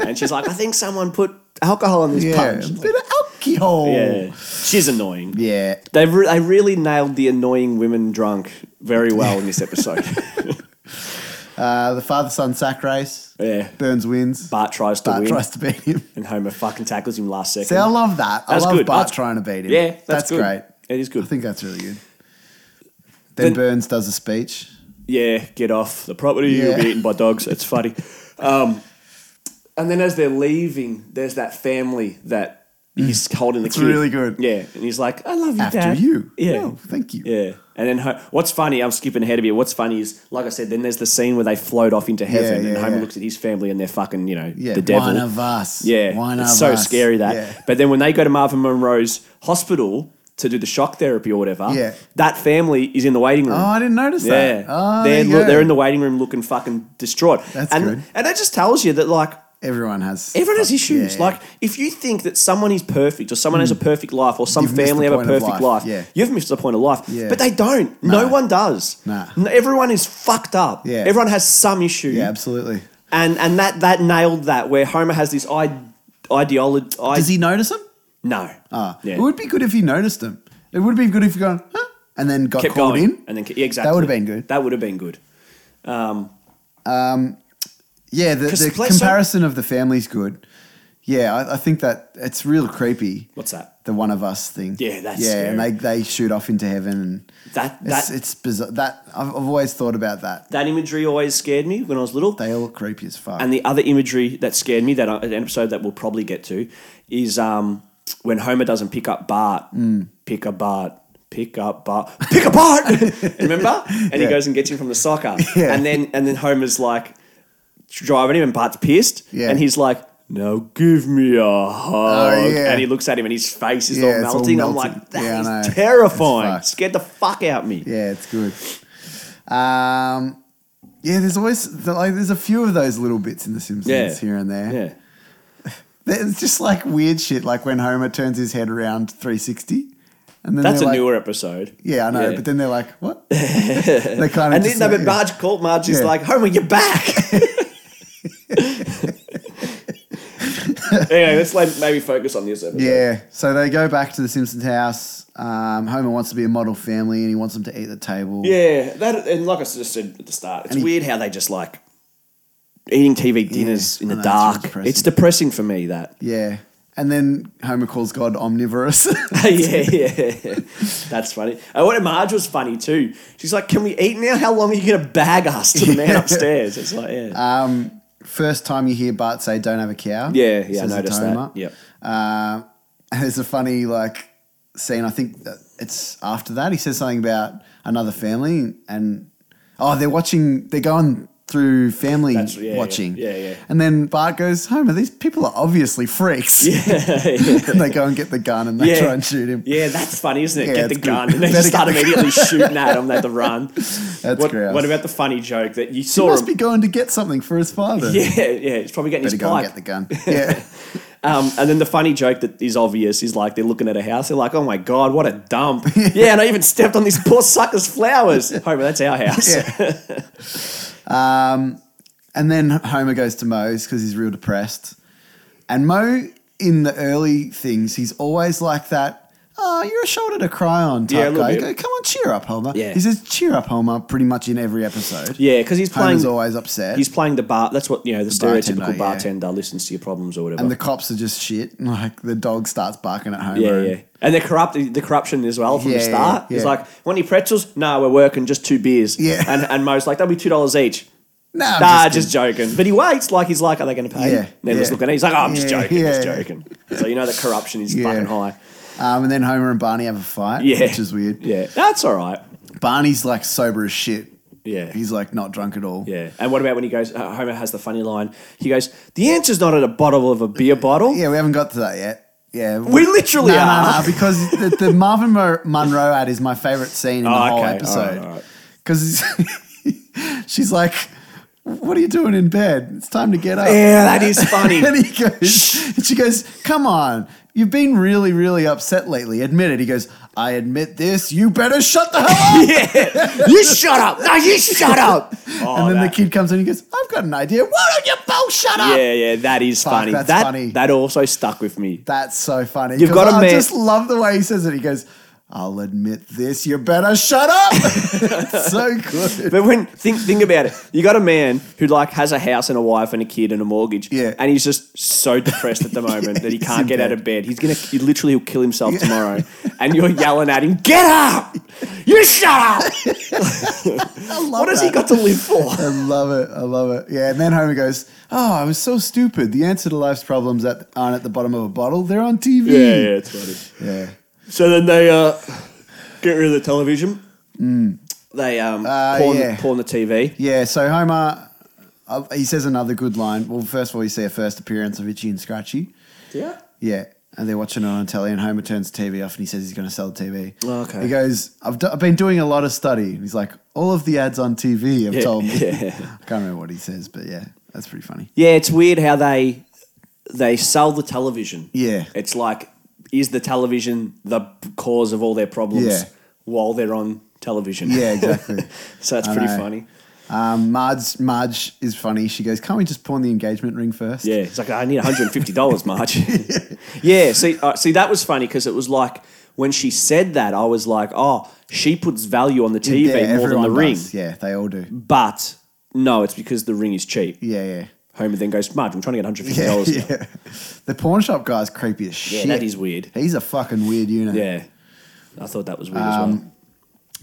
Speaker 2: and she's like, I think someone put alcohol in this
Speaker 1: Yeah.
Speaker 2: punch.
Speaker 1: A bit of alcohol.
Speaker 2: Yeah, she's annoying.
Speaker 1: Yeah.
Speaker 2: They re- they really nailed the annoying women drunk very well in this episode.
Speaker 1: Uh, the father son sack race.
Speaker 2: yeah,
Speaker 1: Burns wins.
Speaker 2: Bart tries to
Speaker 1: Bart
Speaker 2: win,
Speaker 1: tries to beat him.
Speaker 2: and Homer fucking tackles him last second.
Speaker 1: See, I love that.
Speaker 2: That's
Speaker 1: I love
Speaker 2: good.
Speaker 1: Bart
Speaker 2: That's-
Speaker 1: trying to beat him.
Speaker 2: yeah, that's, good.
Speaker 1: great.
Speaker 2: It is
Speaker 1: I
Speaker 2: good.
Speaker 1: think that's really good. Then,
Speaker 2: Then-
Speaker 1: Burns does a speech.
Speaker 2: yeah, get off the property. You'll
Speaker 1: Yeah.
Speaker 2: be eaten by dogs. It's funny. Um, and then as they're leaving, there's that family that he's holding the
Speaker 1: Mm. It's
Speaker 2: kid.
Speaker 1: really good.
Speaker 2: Yeah, and he's like, "I love you,
Speaker 1: After
Speaker 2: Dad."
Speaker 1: you.
Speaker 2: Yeah.
Speaker 1: No, thank you.
Speaker 2: Yeah. And then Ho- what's funny, I'm skipping ahead a bit. What's funny is, like I said, then there's the scene where they float off into heaven
Speaker 1: yeah,
Speaker 2: and Homer
Speaker 1: yeah.
Speaker 2: looks at his family and they're fucking, you know,
Speaker 1: Yeah,
Speaker 2: the devil.
Speaker 1: One of us.
Speaker 2: yeah.
Speaker 1: One
Speaker 2: it's
Speaker 1: of
Speaker 2: so
Speaker 1: us.
Speaker 2: scary that.
Speaker 1: Yeah.
Speaker 2: But then when they go to Marvin Monroe's hospital to do the shock therapy or whatever,
Speaker 1: Yeah.
Speaker 2: that family is in the waiting room.
Speaker 1: Oh, I didn't notice
Speaker 2: yeah.
Speaker 1: that. Oh,
Speaker 2: they're,
Speaker 1: there you
Speaker 2: lo-
Speaker 1: go.
Speaker 2: they're in the waiting room looking fucking distraught.
Speaker 1: That's
Speaker 2: and,
Speaker 1: good.
Speaker 2: And that just tells you that, like,
Speaker 1: Everyone has.
Speaker 2: Everyone has
Speaker 1: fuck-
Speaker 2: issues.
Speaker 1: yeah. Hmm.
Speaker 2: Like if you think that someone is perfect or someone has a perfect life or some
Speaker 1: You've missed
Speaker 2: family
Speaker 1: the
Speaker 2: have a
Speaker 1: point of
Speaker 2: perfect
Speaker 1: life.
Speaker 2: life,
Speaker 1: Yeah.
Speaker 2: you've missed the point of life.
Speaker 1: Yeah.
Speaker 2: But they don't. No
Speaker 1: Nah.
Speaker 2: one does.
Speaker 1: Nah.
Speaker 2: N- Everyone is fucked up.
Speaker 1: Yeah.
Speaker 2: Everyone has some issue.
Speaker 1: yeah, absolutely.
Speaker 2: And and that that nailed that where Homer has this I- ideology. I-
Speaker 1: Does he notice them?
Speaker 2: no.
Speaker 1: Ah,
Speaker 2: yeah.
Speaker 1: It would be good if he noticed them. It would be good if you gone huh? and then got
Speaker 2: kept
Speaker 1: called
Speaker 2: going
Speaker 1: in.
Speaker 2: and then ke- yeah, exactly.
Speaker 1: would've been good.
Speaker 2: That would have been good.
Speaker 1: Yeah, the,
Speaker 2: 'Cause
Speaker 1: the
Speaker 2: play- so-
Speaker 1: comparison of the family's good. Yeah, I, I think that it's real creepy.
Speaker 2: What's that?
Speaker 1: The one of us thing.
Speaker 2: Yeah, that's
Speaker 1: yeah, and they,
Speaker 2: scary.
Speaker 1: they shoot off into heaven. And
Speaker 2: That
Speaker 1: it's,
Speaker 2: that
Speaker 1: it's bizarre. That I've, I've always thought about that.
Speaker 2: that imagery always scared me when I was little.
Speaker 1: They all look creepy as fuck.
Speaker 2: And the other imagery that scared me, that I- an episode that we'll probably get to, is um, when Homer doesn't pick up Bart.
Speaker 1: Mm.
Speaker 2: Pick up Bart. Pick up Bart. Pick up Bart. Remember? And he
Speaker 1: Yeah.
Speaker 2: goes and gets him from the soccer.
Speaker 1: Yeah.
Speaker 2: And then and then Homer's like driving him, and Bart's pissed.
Speaker 1: Yeah. Oh,
Speaker 2: And he's like, now give me a hug.
Speaker 1: yeah.
Speaker 2: And he looks at him and his face is
Speaker 1: Yeah,
Speaker 2: all,
Speaker 1: it's all
Speaker 2: melting.
Speaker 1: melted.
Speaker 2: I'm like, that is
Speaker 1: Yeah, I know. It's
Speaker 2: terrifying.
Speaker 1: fucked.
Speaker 2: Scared the fuck out of me.
Speaker 1: Yeah, it's good. Um, yeah, there's always like there's a few of those little bits in The Simpsons
Speaker 2: Yeah.
Speaker 1: here and there.
Speaker 2: Yeah.
Speaker 1: It's just like weird shit, like when Homer turns his head around 360, and then
Speaker 2: That's a
Speaker 1: they're like,
Speaker 2: newer episode.
Speaker 1: Yeah, I know,
Speaker 2: Yeah.
Speaker 1: but then they're like, what? they kind of
Speaker 2: And
Speaker 1: just
Speaker 2: then no,
Speaker 1: like,
Speaker 2: but Marge called Marge is
Speaker 1: Yeah.
Speaker 2: like, Homer, you're back. anyway, let's like maybe focus on this episode.
Speaker 1: Yeah, so they go back to the Simpsons house. Um, Homer wants to be a model family, and he wants them to eat at the table.
Speaker 2: Yeah, that and like I just said at the start, it's weird how they just like eating TV dinners
Speaker 1: Yeah,
Speaker 2: in
Speaker 1: I
Speaker 2: the
Speaker 1: know, it's
Speaker 2: dark.
Speaker 1: depressing.
Speaker 2: It's depressing for me that.
Speaker 1: yeah. And then Homer calls God omnivorous.
Speaker 2: yeah, yeah, that's funny. And what Marge was funny too. She's like, "Can we eat now? How long are you gonna bag us to the man
Speaker 1: Yeah.
Speaker 2: upstairs?" It's like, yeah,
Speaker 1: um, first time you hear Bart say, "Don't have a cow."
Speaker 2: yeah, yeah. I
Speaker 1: says it to
Speaker 2: noticed
Speaker 1: Homer.
Speaker 2: that. Yep.
Speaker 1: Um, and there's a funny like scene. I think that it's after that. He says something about another family, and oh, they're watching. They're going through family
Speaker 2: That's- yeah, yeah,
Speaker 1: watching.
Speaker 2: yeah, yeah.
Speaker 1: And then Bart goes, "Homer, these people are obviously freaks."
Speaker 2: yeah.
Speaker 1: and they go and get the gun and they try and shoot him.
Speaker 2: Yeah, that's funny, isn't it?
Speaker 1: Yeah,
Speaker 2: get the
Speaker 1: it's
Speaker 2: gun
Speaker 1: good.
Speaker 2: and they
Speaker 1: Better
Speaker 2: just
Speaker 1: get
Speaker 2: start
Speaker 1: the
Speaker 2: immediately shooting at him at the run.
Speaker 1: That's
Speaker 2: what,
Speaker 1: gross.
Speaker 2: what about the funny joke that you
Speaker 1: He
Speaker 2: saw
Speaker 1: must
Speaker 2: him?
Speaker 1: be going to get something for his father.
Speaker 2: yeah, yeah, he's probably getting
Speaker 1: Better
Speaker 2: his
Speaker 1: go and
Speaker 2: pipe.
Speaker 1: get the gun. Yeah.
Speaker 2: Um, and then the funny joke that is obvious is like they're looking at a house. They're like, "Oh my god, what a dump!" yeah, and I even stepped on these poor suckers' flowers. Homer, that's our house.
Speaker 1: And then Homer goes to Moe's because he's real depressed. And Moe, in the early things, he's always like that. Oh, you're a shoulder to cry on type
Speaker 2: Yeah, a little
Speaker 1: guy.
Speaker 2: bit.
Speaker 1: Go, Come on, cheer up, Homer.
Speaker 2: Yeah.
Speaker 1: He says, cheer up, Homer, pretty much in every episode.
Speaker 2: Yeah, because he's playing.
Speaker 1: Homer's always upset.
Speaker 2: He's playing the bar. That's what you know. The,
Speaker 1: bartender,
Speaker 2: stereotypical bartender,
Speaker 1: yeah.
Speaker 2: listens to your problems or whatever.
Speaker 1: and the cops are just shit. Like the dog starts barking at Homer.
Speaker 2: yeah,
Speaker 1: and-
Speaker 2: yeah. And the corrupt, the corruption as well from the
Speaker 1: Yeah,
Speaker 2: start.
Speaker 1: yeah,
Speaker 2: It's
Speaker 1: yeah.
Speaker 2: like, want any pretzels? No, we're working just two beers.
Speaker 1: Yeah.
Speaker 2: And and Mo's like, that'll be two dollars each.
Speaker 1: No, I'm
Speaker 2: nah,
Speaker 1: just
Speaker 2: just, joking. But he waits like he's like, are they going to pay?
Speaker 1: Yeah,
Speaker 2: And then just
Speaker 1: yeah.
Speaker 2: looking at him, he's like, oh, I'm just
Speaker 1: Yeah,
Speaker 2: joking, just
Speaker 1: yeah.
Speaker 2: joking. So you know that corruption is
Speaker 1: Yeah.
Speaker 2: fucking high.
Speaker 1: kidding. Um, and then Homer and Barney have a fight,
Speaker 2: Yeah,
Speaker 1: which is weird.
Speaker 2: Yeah, that's all right.
Speaker 1: Barney's like sober as shit.
Speaker 2: Yeah.
Speaker 1: He's like not drunk at all.
Speaker 2: Yeah. And what about when he goes? Uh, Homer has the funny line. He goes, "The answer's not at a bottle of a beer bottle."
Speaker 1: Yeah, we haven't got to that yet. Yeah,
Speaker 2: We literally
Speaker 1: no,
Speaker 2: are.
Speaker 1: no, no, because the, the Marvin Mo- Monroe ad is my favorite scene in the
Speaker 2: Oh,
Speaker 1: whole
Speaker 2: okay. All right, all
Speaker 1: episode
Speaker 2: right.
Speaker 1: because she's like, "What are you doing in bed? It's time to get up."
Speaker 2: Yeah, that is funny.
Speaker 1: and he goes, and she goes, "Come on." You've been really, really upset lately. Admit it. He goes, I admit this. You better shut the hell up.
Speaker 2: yeah. You shut up. No, you shut up. Oh,
Speaker 1: and then
Speaker 2: that-
Speaker 1: the kid comes in and he goes, I've got an idea. Why don't you both shut up?
Speaker 2: Yeah, yeah, that is funny.
Speaker 1: that's
Speaker 2: that
Speaker 1: funny.
Speaker 2: that also stuck with me.
Speaker 1: That's so funny.
Speaker 2: You've
Speaker 1: 'Cause
Speaker 2: got a
Speaker 1: I
Speaker 2: man-
Speaker 1: just love the way he says it. He goes, I'll admit this, you better shut up. It's so good.
Speaker 2: But when think think about it, you got a man who like has a house and a wife and a kid and a mortgage,
Speaker 1: Yeah.
Speaker 2: and he's just so depressed at the moment that he
Speaker 1: he's
Speaker 2: can't
Speaker 1: in
Speaker 2: get out
Speaker 1: bed.
Speaker 2: of bed. He's gonna he literally will kill himself tomorrow, and you're yelling at him, "Get up! You shut up!
Speaker 1: I love
Speaker 2: What has he
Speaker 1: that.
Speaker 2: got to live for?"
Speaker 1: I love it. I love it. Yeah, and then Homer goes, Oh, I was so stupid. The answer to life's problems at, aren't at the bottom of a bottle, they're on TV.
Speaker 2: it's funny.
Speaker 1: Yeah. yeah.
Speaker 2: So then they uh, get rid of the television. They um,
Speaker 1: Mm. Uh,
Speaker 2: pawn,
Speaker 1: yeah.
Speaker 2: pawn the TV.
Speaker 1: so Homer, uh, he says another good line. Well, first of all, you see a first appearance of Itchy and Scratchy.
Speaker 2: Yeah.
Speaker 1: Yeah. And they're watching it on telly, and Homer turns the TV off and he says he's going to sell the TV.
Speaker 2: Oh, okay.
Speaker 1: He goes, I've, do- I've been doing a lot of study. And he's like, All of the ads on TV have
Speaker 2: Yeah,
Speaker 1: told me.
Speaker 2: yeah.
Speaker 1: I can't remember what he says, but yeah, that's pretty funny.
Speaker 2: Yeah, it's weird how they they sell the television.
Speaker 1: Yeah.
Speaker 2: It's like is the television the cause of all their problems
Speaker 1: Yeah.
Speaker 2: while they're on television?
Speaker 1: Yeah, exactly.
Speaker 2: so that's
Speaker 1: I
Speaker 2: pretty
Speaker 1: know.
Speaker 2: funny.
Speaker 1: um, Marge, Marge is funny. She goes, Can't we just pawn the engagement ring first?
Speaker 2: Yeah, it's like I need one hundred and fifty dollars, Marge. yeah, see, uh, see, that was funny because it was like when she said that, I was like, oh, she puts value on the TV
Speaker 1: Yeah,
Speaker 2: more than
Speaker 1: everyone
Speaker 2: the ring,
Speaker 1: does. Yeah, they all do.
Speaker 2: but no, it's because the ring is cheap.
Speaker 1: Yeah, yeah.
Speaker 2: Homer then goes, Marge, I'm trying to get one hundred fifty
Speaker 1: Yeah,
Speaker 2: dollars. Yeah,
Speaker 1: yeah. The pawn shop guy's creepy as shit.
Speaker 2: that is weird.
Speaker 1: He's a fucking weird unit.
Speaker 2: Yeah, I thought that was weird
Speaker 1: Um,
Speaker 2: as well.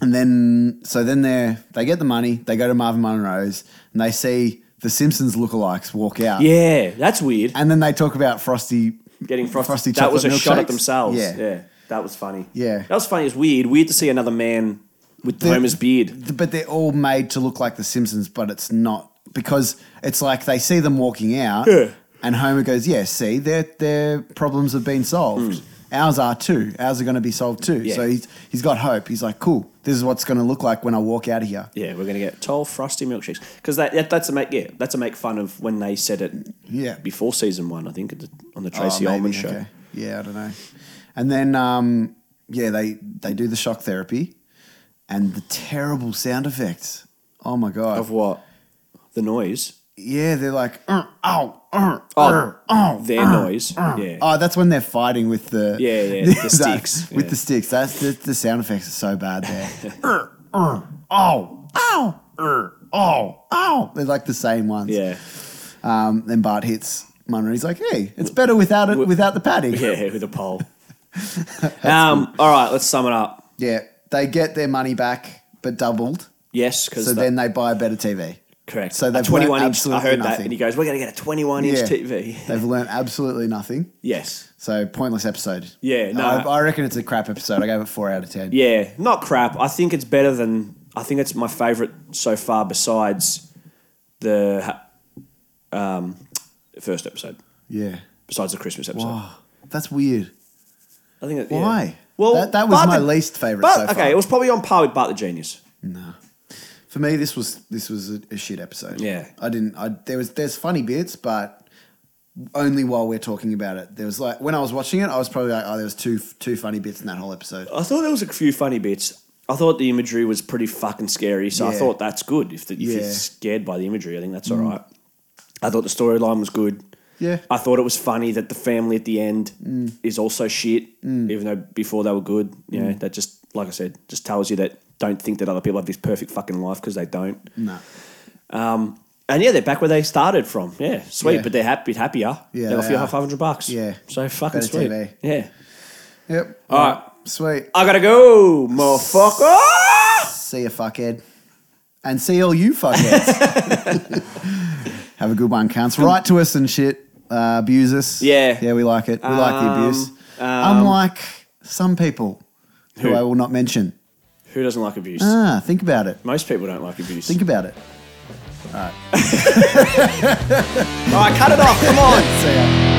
Speaker 1: And then, so then they they get the money. They go to Marvin Monroe's and they see the Simpsons lookalikes walk out.
Speaker 2: Yeah, that's weird.
Speaker 1: And then they talk about Frosty
Speaker 2: Getting frosty.
Speaker 1: Frosty
Speaker 2: that was a
Speaker 1: chocolate
Speaker 2: shot at
Speaker 1: milkshakes?
Speaker 2: themselves. Yeah.
Speaker 1: Yeah.
Speaker 2: that was funny.
Speaker 1: Yeah.
Speaker 2: that was funny. It was weird. Weird to see another man with
Speaker 1: The-
Speaker 2: Homer's beard.
Speaker 1: but they're all made to look like the Simpsons, but it's not because it's like they see them walking out,
Speaker 2: Yeah.
Speaker 1: And Homer goes, "Yeah, see, their their problems have been solved. Ours are too. Ours are going to be solved too."
Speaker 2: Hmm. Yeah.
Speaker 1: So he's he's got hope. He's like, "Cool, this is what's going to look like when I walk out of here."
Speaker 2: Yeah, we're gonna get tall frosty milkshakes because that, that that's a make yeah that's a make fun of when they said it
Speaker 1: Yeah.
Speaker 2: before season one I think at the- on the
Speaker 1: Oh,
Speaker 2: Tracy
Speaker 1: maybe,
Speaker 2: Ullman show
Speaker 1: okay. Yeah, I don't know. And then um, yeah, they they do the shock therapy, and the terrible sound effects. Oh my god!
Speaker 2: of what the noise
Speaker 1: yeah, they're like, "Uh, ow, uh,
Speaker 2: Oh,
Speaker 1: uh, ow,
Speaker 2: their
Speaker 1: uh,
Speaker 2: noise.
Speaker 1: uh."
Speaker 2: Yeah.
Speaker 1: Oh, that's when they're fighting with the
Speaker 2: Yeah, yeah, the sticks.
Speaker 1: with
Speaker 2: Yeah.
Speaker 1: the sticks. That's the, the sound effects are so bad there. uh, uh, ow, ow, uh, ow, ow. They're like the same ones.
Speaker 2: yeah
Speaker 1: Um, then Bart hits Munro. He's like, hey, it's better without it without the padding.
Speaker 2: yeah with a pole. um, all right, let's sum it up.
Speaker 1: Yeah, they get their money back, but doubled.
Speaker 2: Yes, because
Speaker 1: So then they buy a better TV.
Speaker 2: correct.
Speaker 1: so
Speaker 2: So
Speaker 1: they've
Speaker 2: that twenty-one
Speaker 1: learned
Speaker 2: inch. I
Speaker 1: absolutely
Speaker 2: heard that,
Speaker 1: nothing.
Speaker 2: and he goes, "We're gonna get a twenty-one inch
Speaker 1: Yeah.
Speaker 2: TV."
Speaker 1: They've learned absolutely nothing.
Speaker 2: yes.
Speaker 1: So pointless episode.
Speaker 2: Yeah, no.
Speaker 1: I, I reckon it's a crap episode. I gave it four out of ten.
Speaker 2: Yeah, not crap. I think it's better than. I think it's my favorite so far, besides the um, first episode,
Speaker 1: Yeah.
Speaker 2: besides the Christmas episode.
Speaker 1: Oh, that's weird.
Speaker 2: I think it, yeah.
Speaker 1: Why? That- that was
Speaker 2: Bart
Speaker 1: my
Speaker 2: the-
Speaker 1: least favourite
Speaker 2: Bart-
Speaker 1: so far.
Speaker 2: Okay, it was probably on par with Bart the Genius.
Speaker 1: No. For me, this was this was a, a shit episode.
Speaker 2: Yeah.
Speaker 1: I didn't. I there was there's funny bits, but only while we're talking about it. There was like when I was watching it, I was probably like, oh, there was two two funny bits in that whole episode.
Speaker 2: I thought there was a few funny bits. I thought the imagery was pretty fucking scary, so I
Speaker 1: Yeah.
Speaker 2: thought that's good. If, the, if you're
Speaker 1: Yeah. Mm.
Speaker 2: scared by the imagery, I think that's all right. I thought the storyline was good.
Speaker 1: Yeah.
Speaker 2: I thought it was funny that the family at the end
Speaker 1: Mm.
Speaker 2: is also shit, even though before they were good. You
Speaker 1: Mm.
Speaker 2: know, that just, like I said, just tells you that don't think that other people have this perfect fucking life because they don't.
Speaker 1: No.
Speaker 2: And yeah, they're back where they started from. Yeah, sweet,
Speaker 1: Yeah.
Speaker 2: but they're happy, happier.
Speaker 1: Yeah,
Speaker 2: they got
Speaker 1: they
Speaker 2: feel
Speaker 1: are.
Speaker 2: 500 bucks.
Speaker 1: Yeah.
Speaker 2: So fucking
Speaker 1: Better
Speaker 2: sweet.
Speaker 1: TV.
Speaker 2: Yeah.
Speaker 1: Yep.
Speaker 2: All right.
Speaker 1: Sweet.
Speaker 2: I gotta go, motherfucker.
Speaker 1: See you, fuckhead. And see all you fuckheads. Have a good one, cunts. Write to us and shit. Uh, abuse us.
Speaker 2: Yeah.
Speaker 1: Yeah, we like it. We like the abuse.
Speaker 2: um,
Speaker 1: Unlike some people who,
Speaker 2: Who?
Speaker 1: I will not mention.
Speaker 2: Who doesn't like abuse?
Speaker 1: Ah, think about it.
Speaker 2: Most people don't like abuse.
Speaker 1: Think about it.
Speaker 2: All right, cut it off. Come on.
Speaker 1: See ya.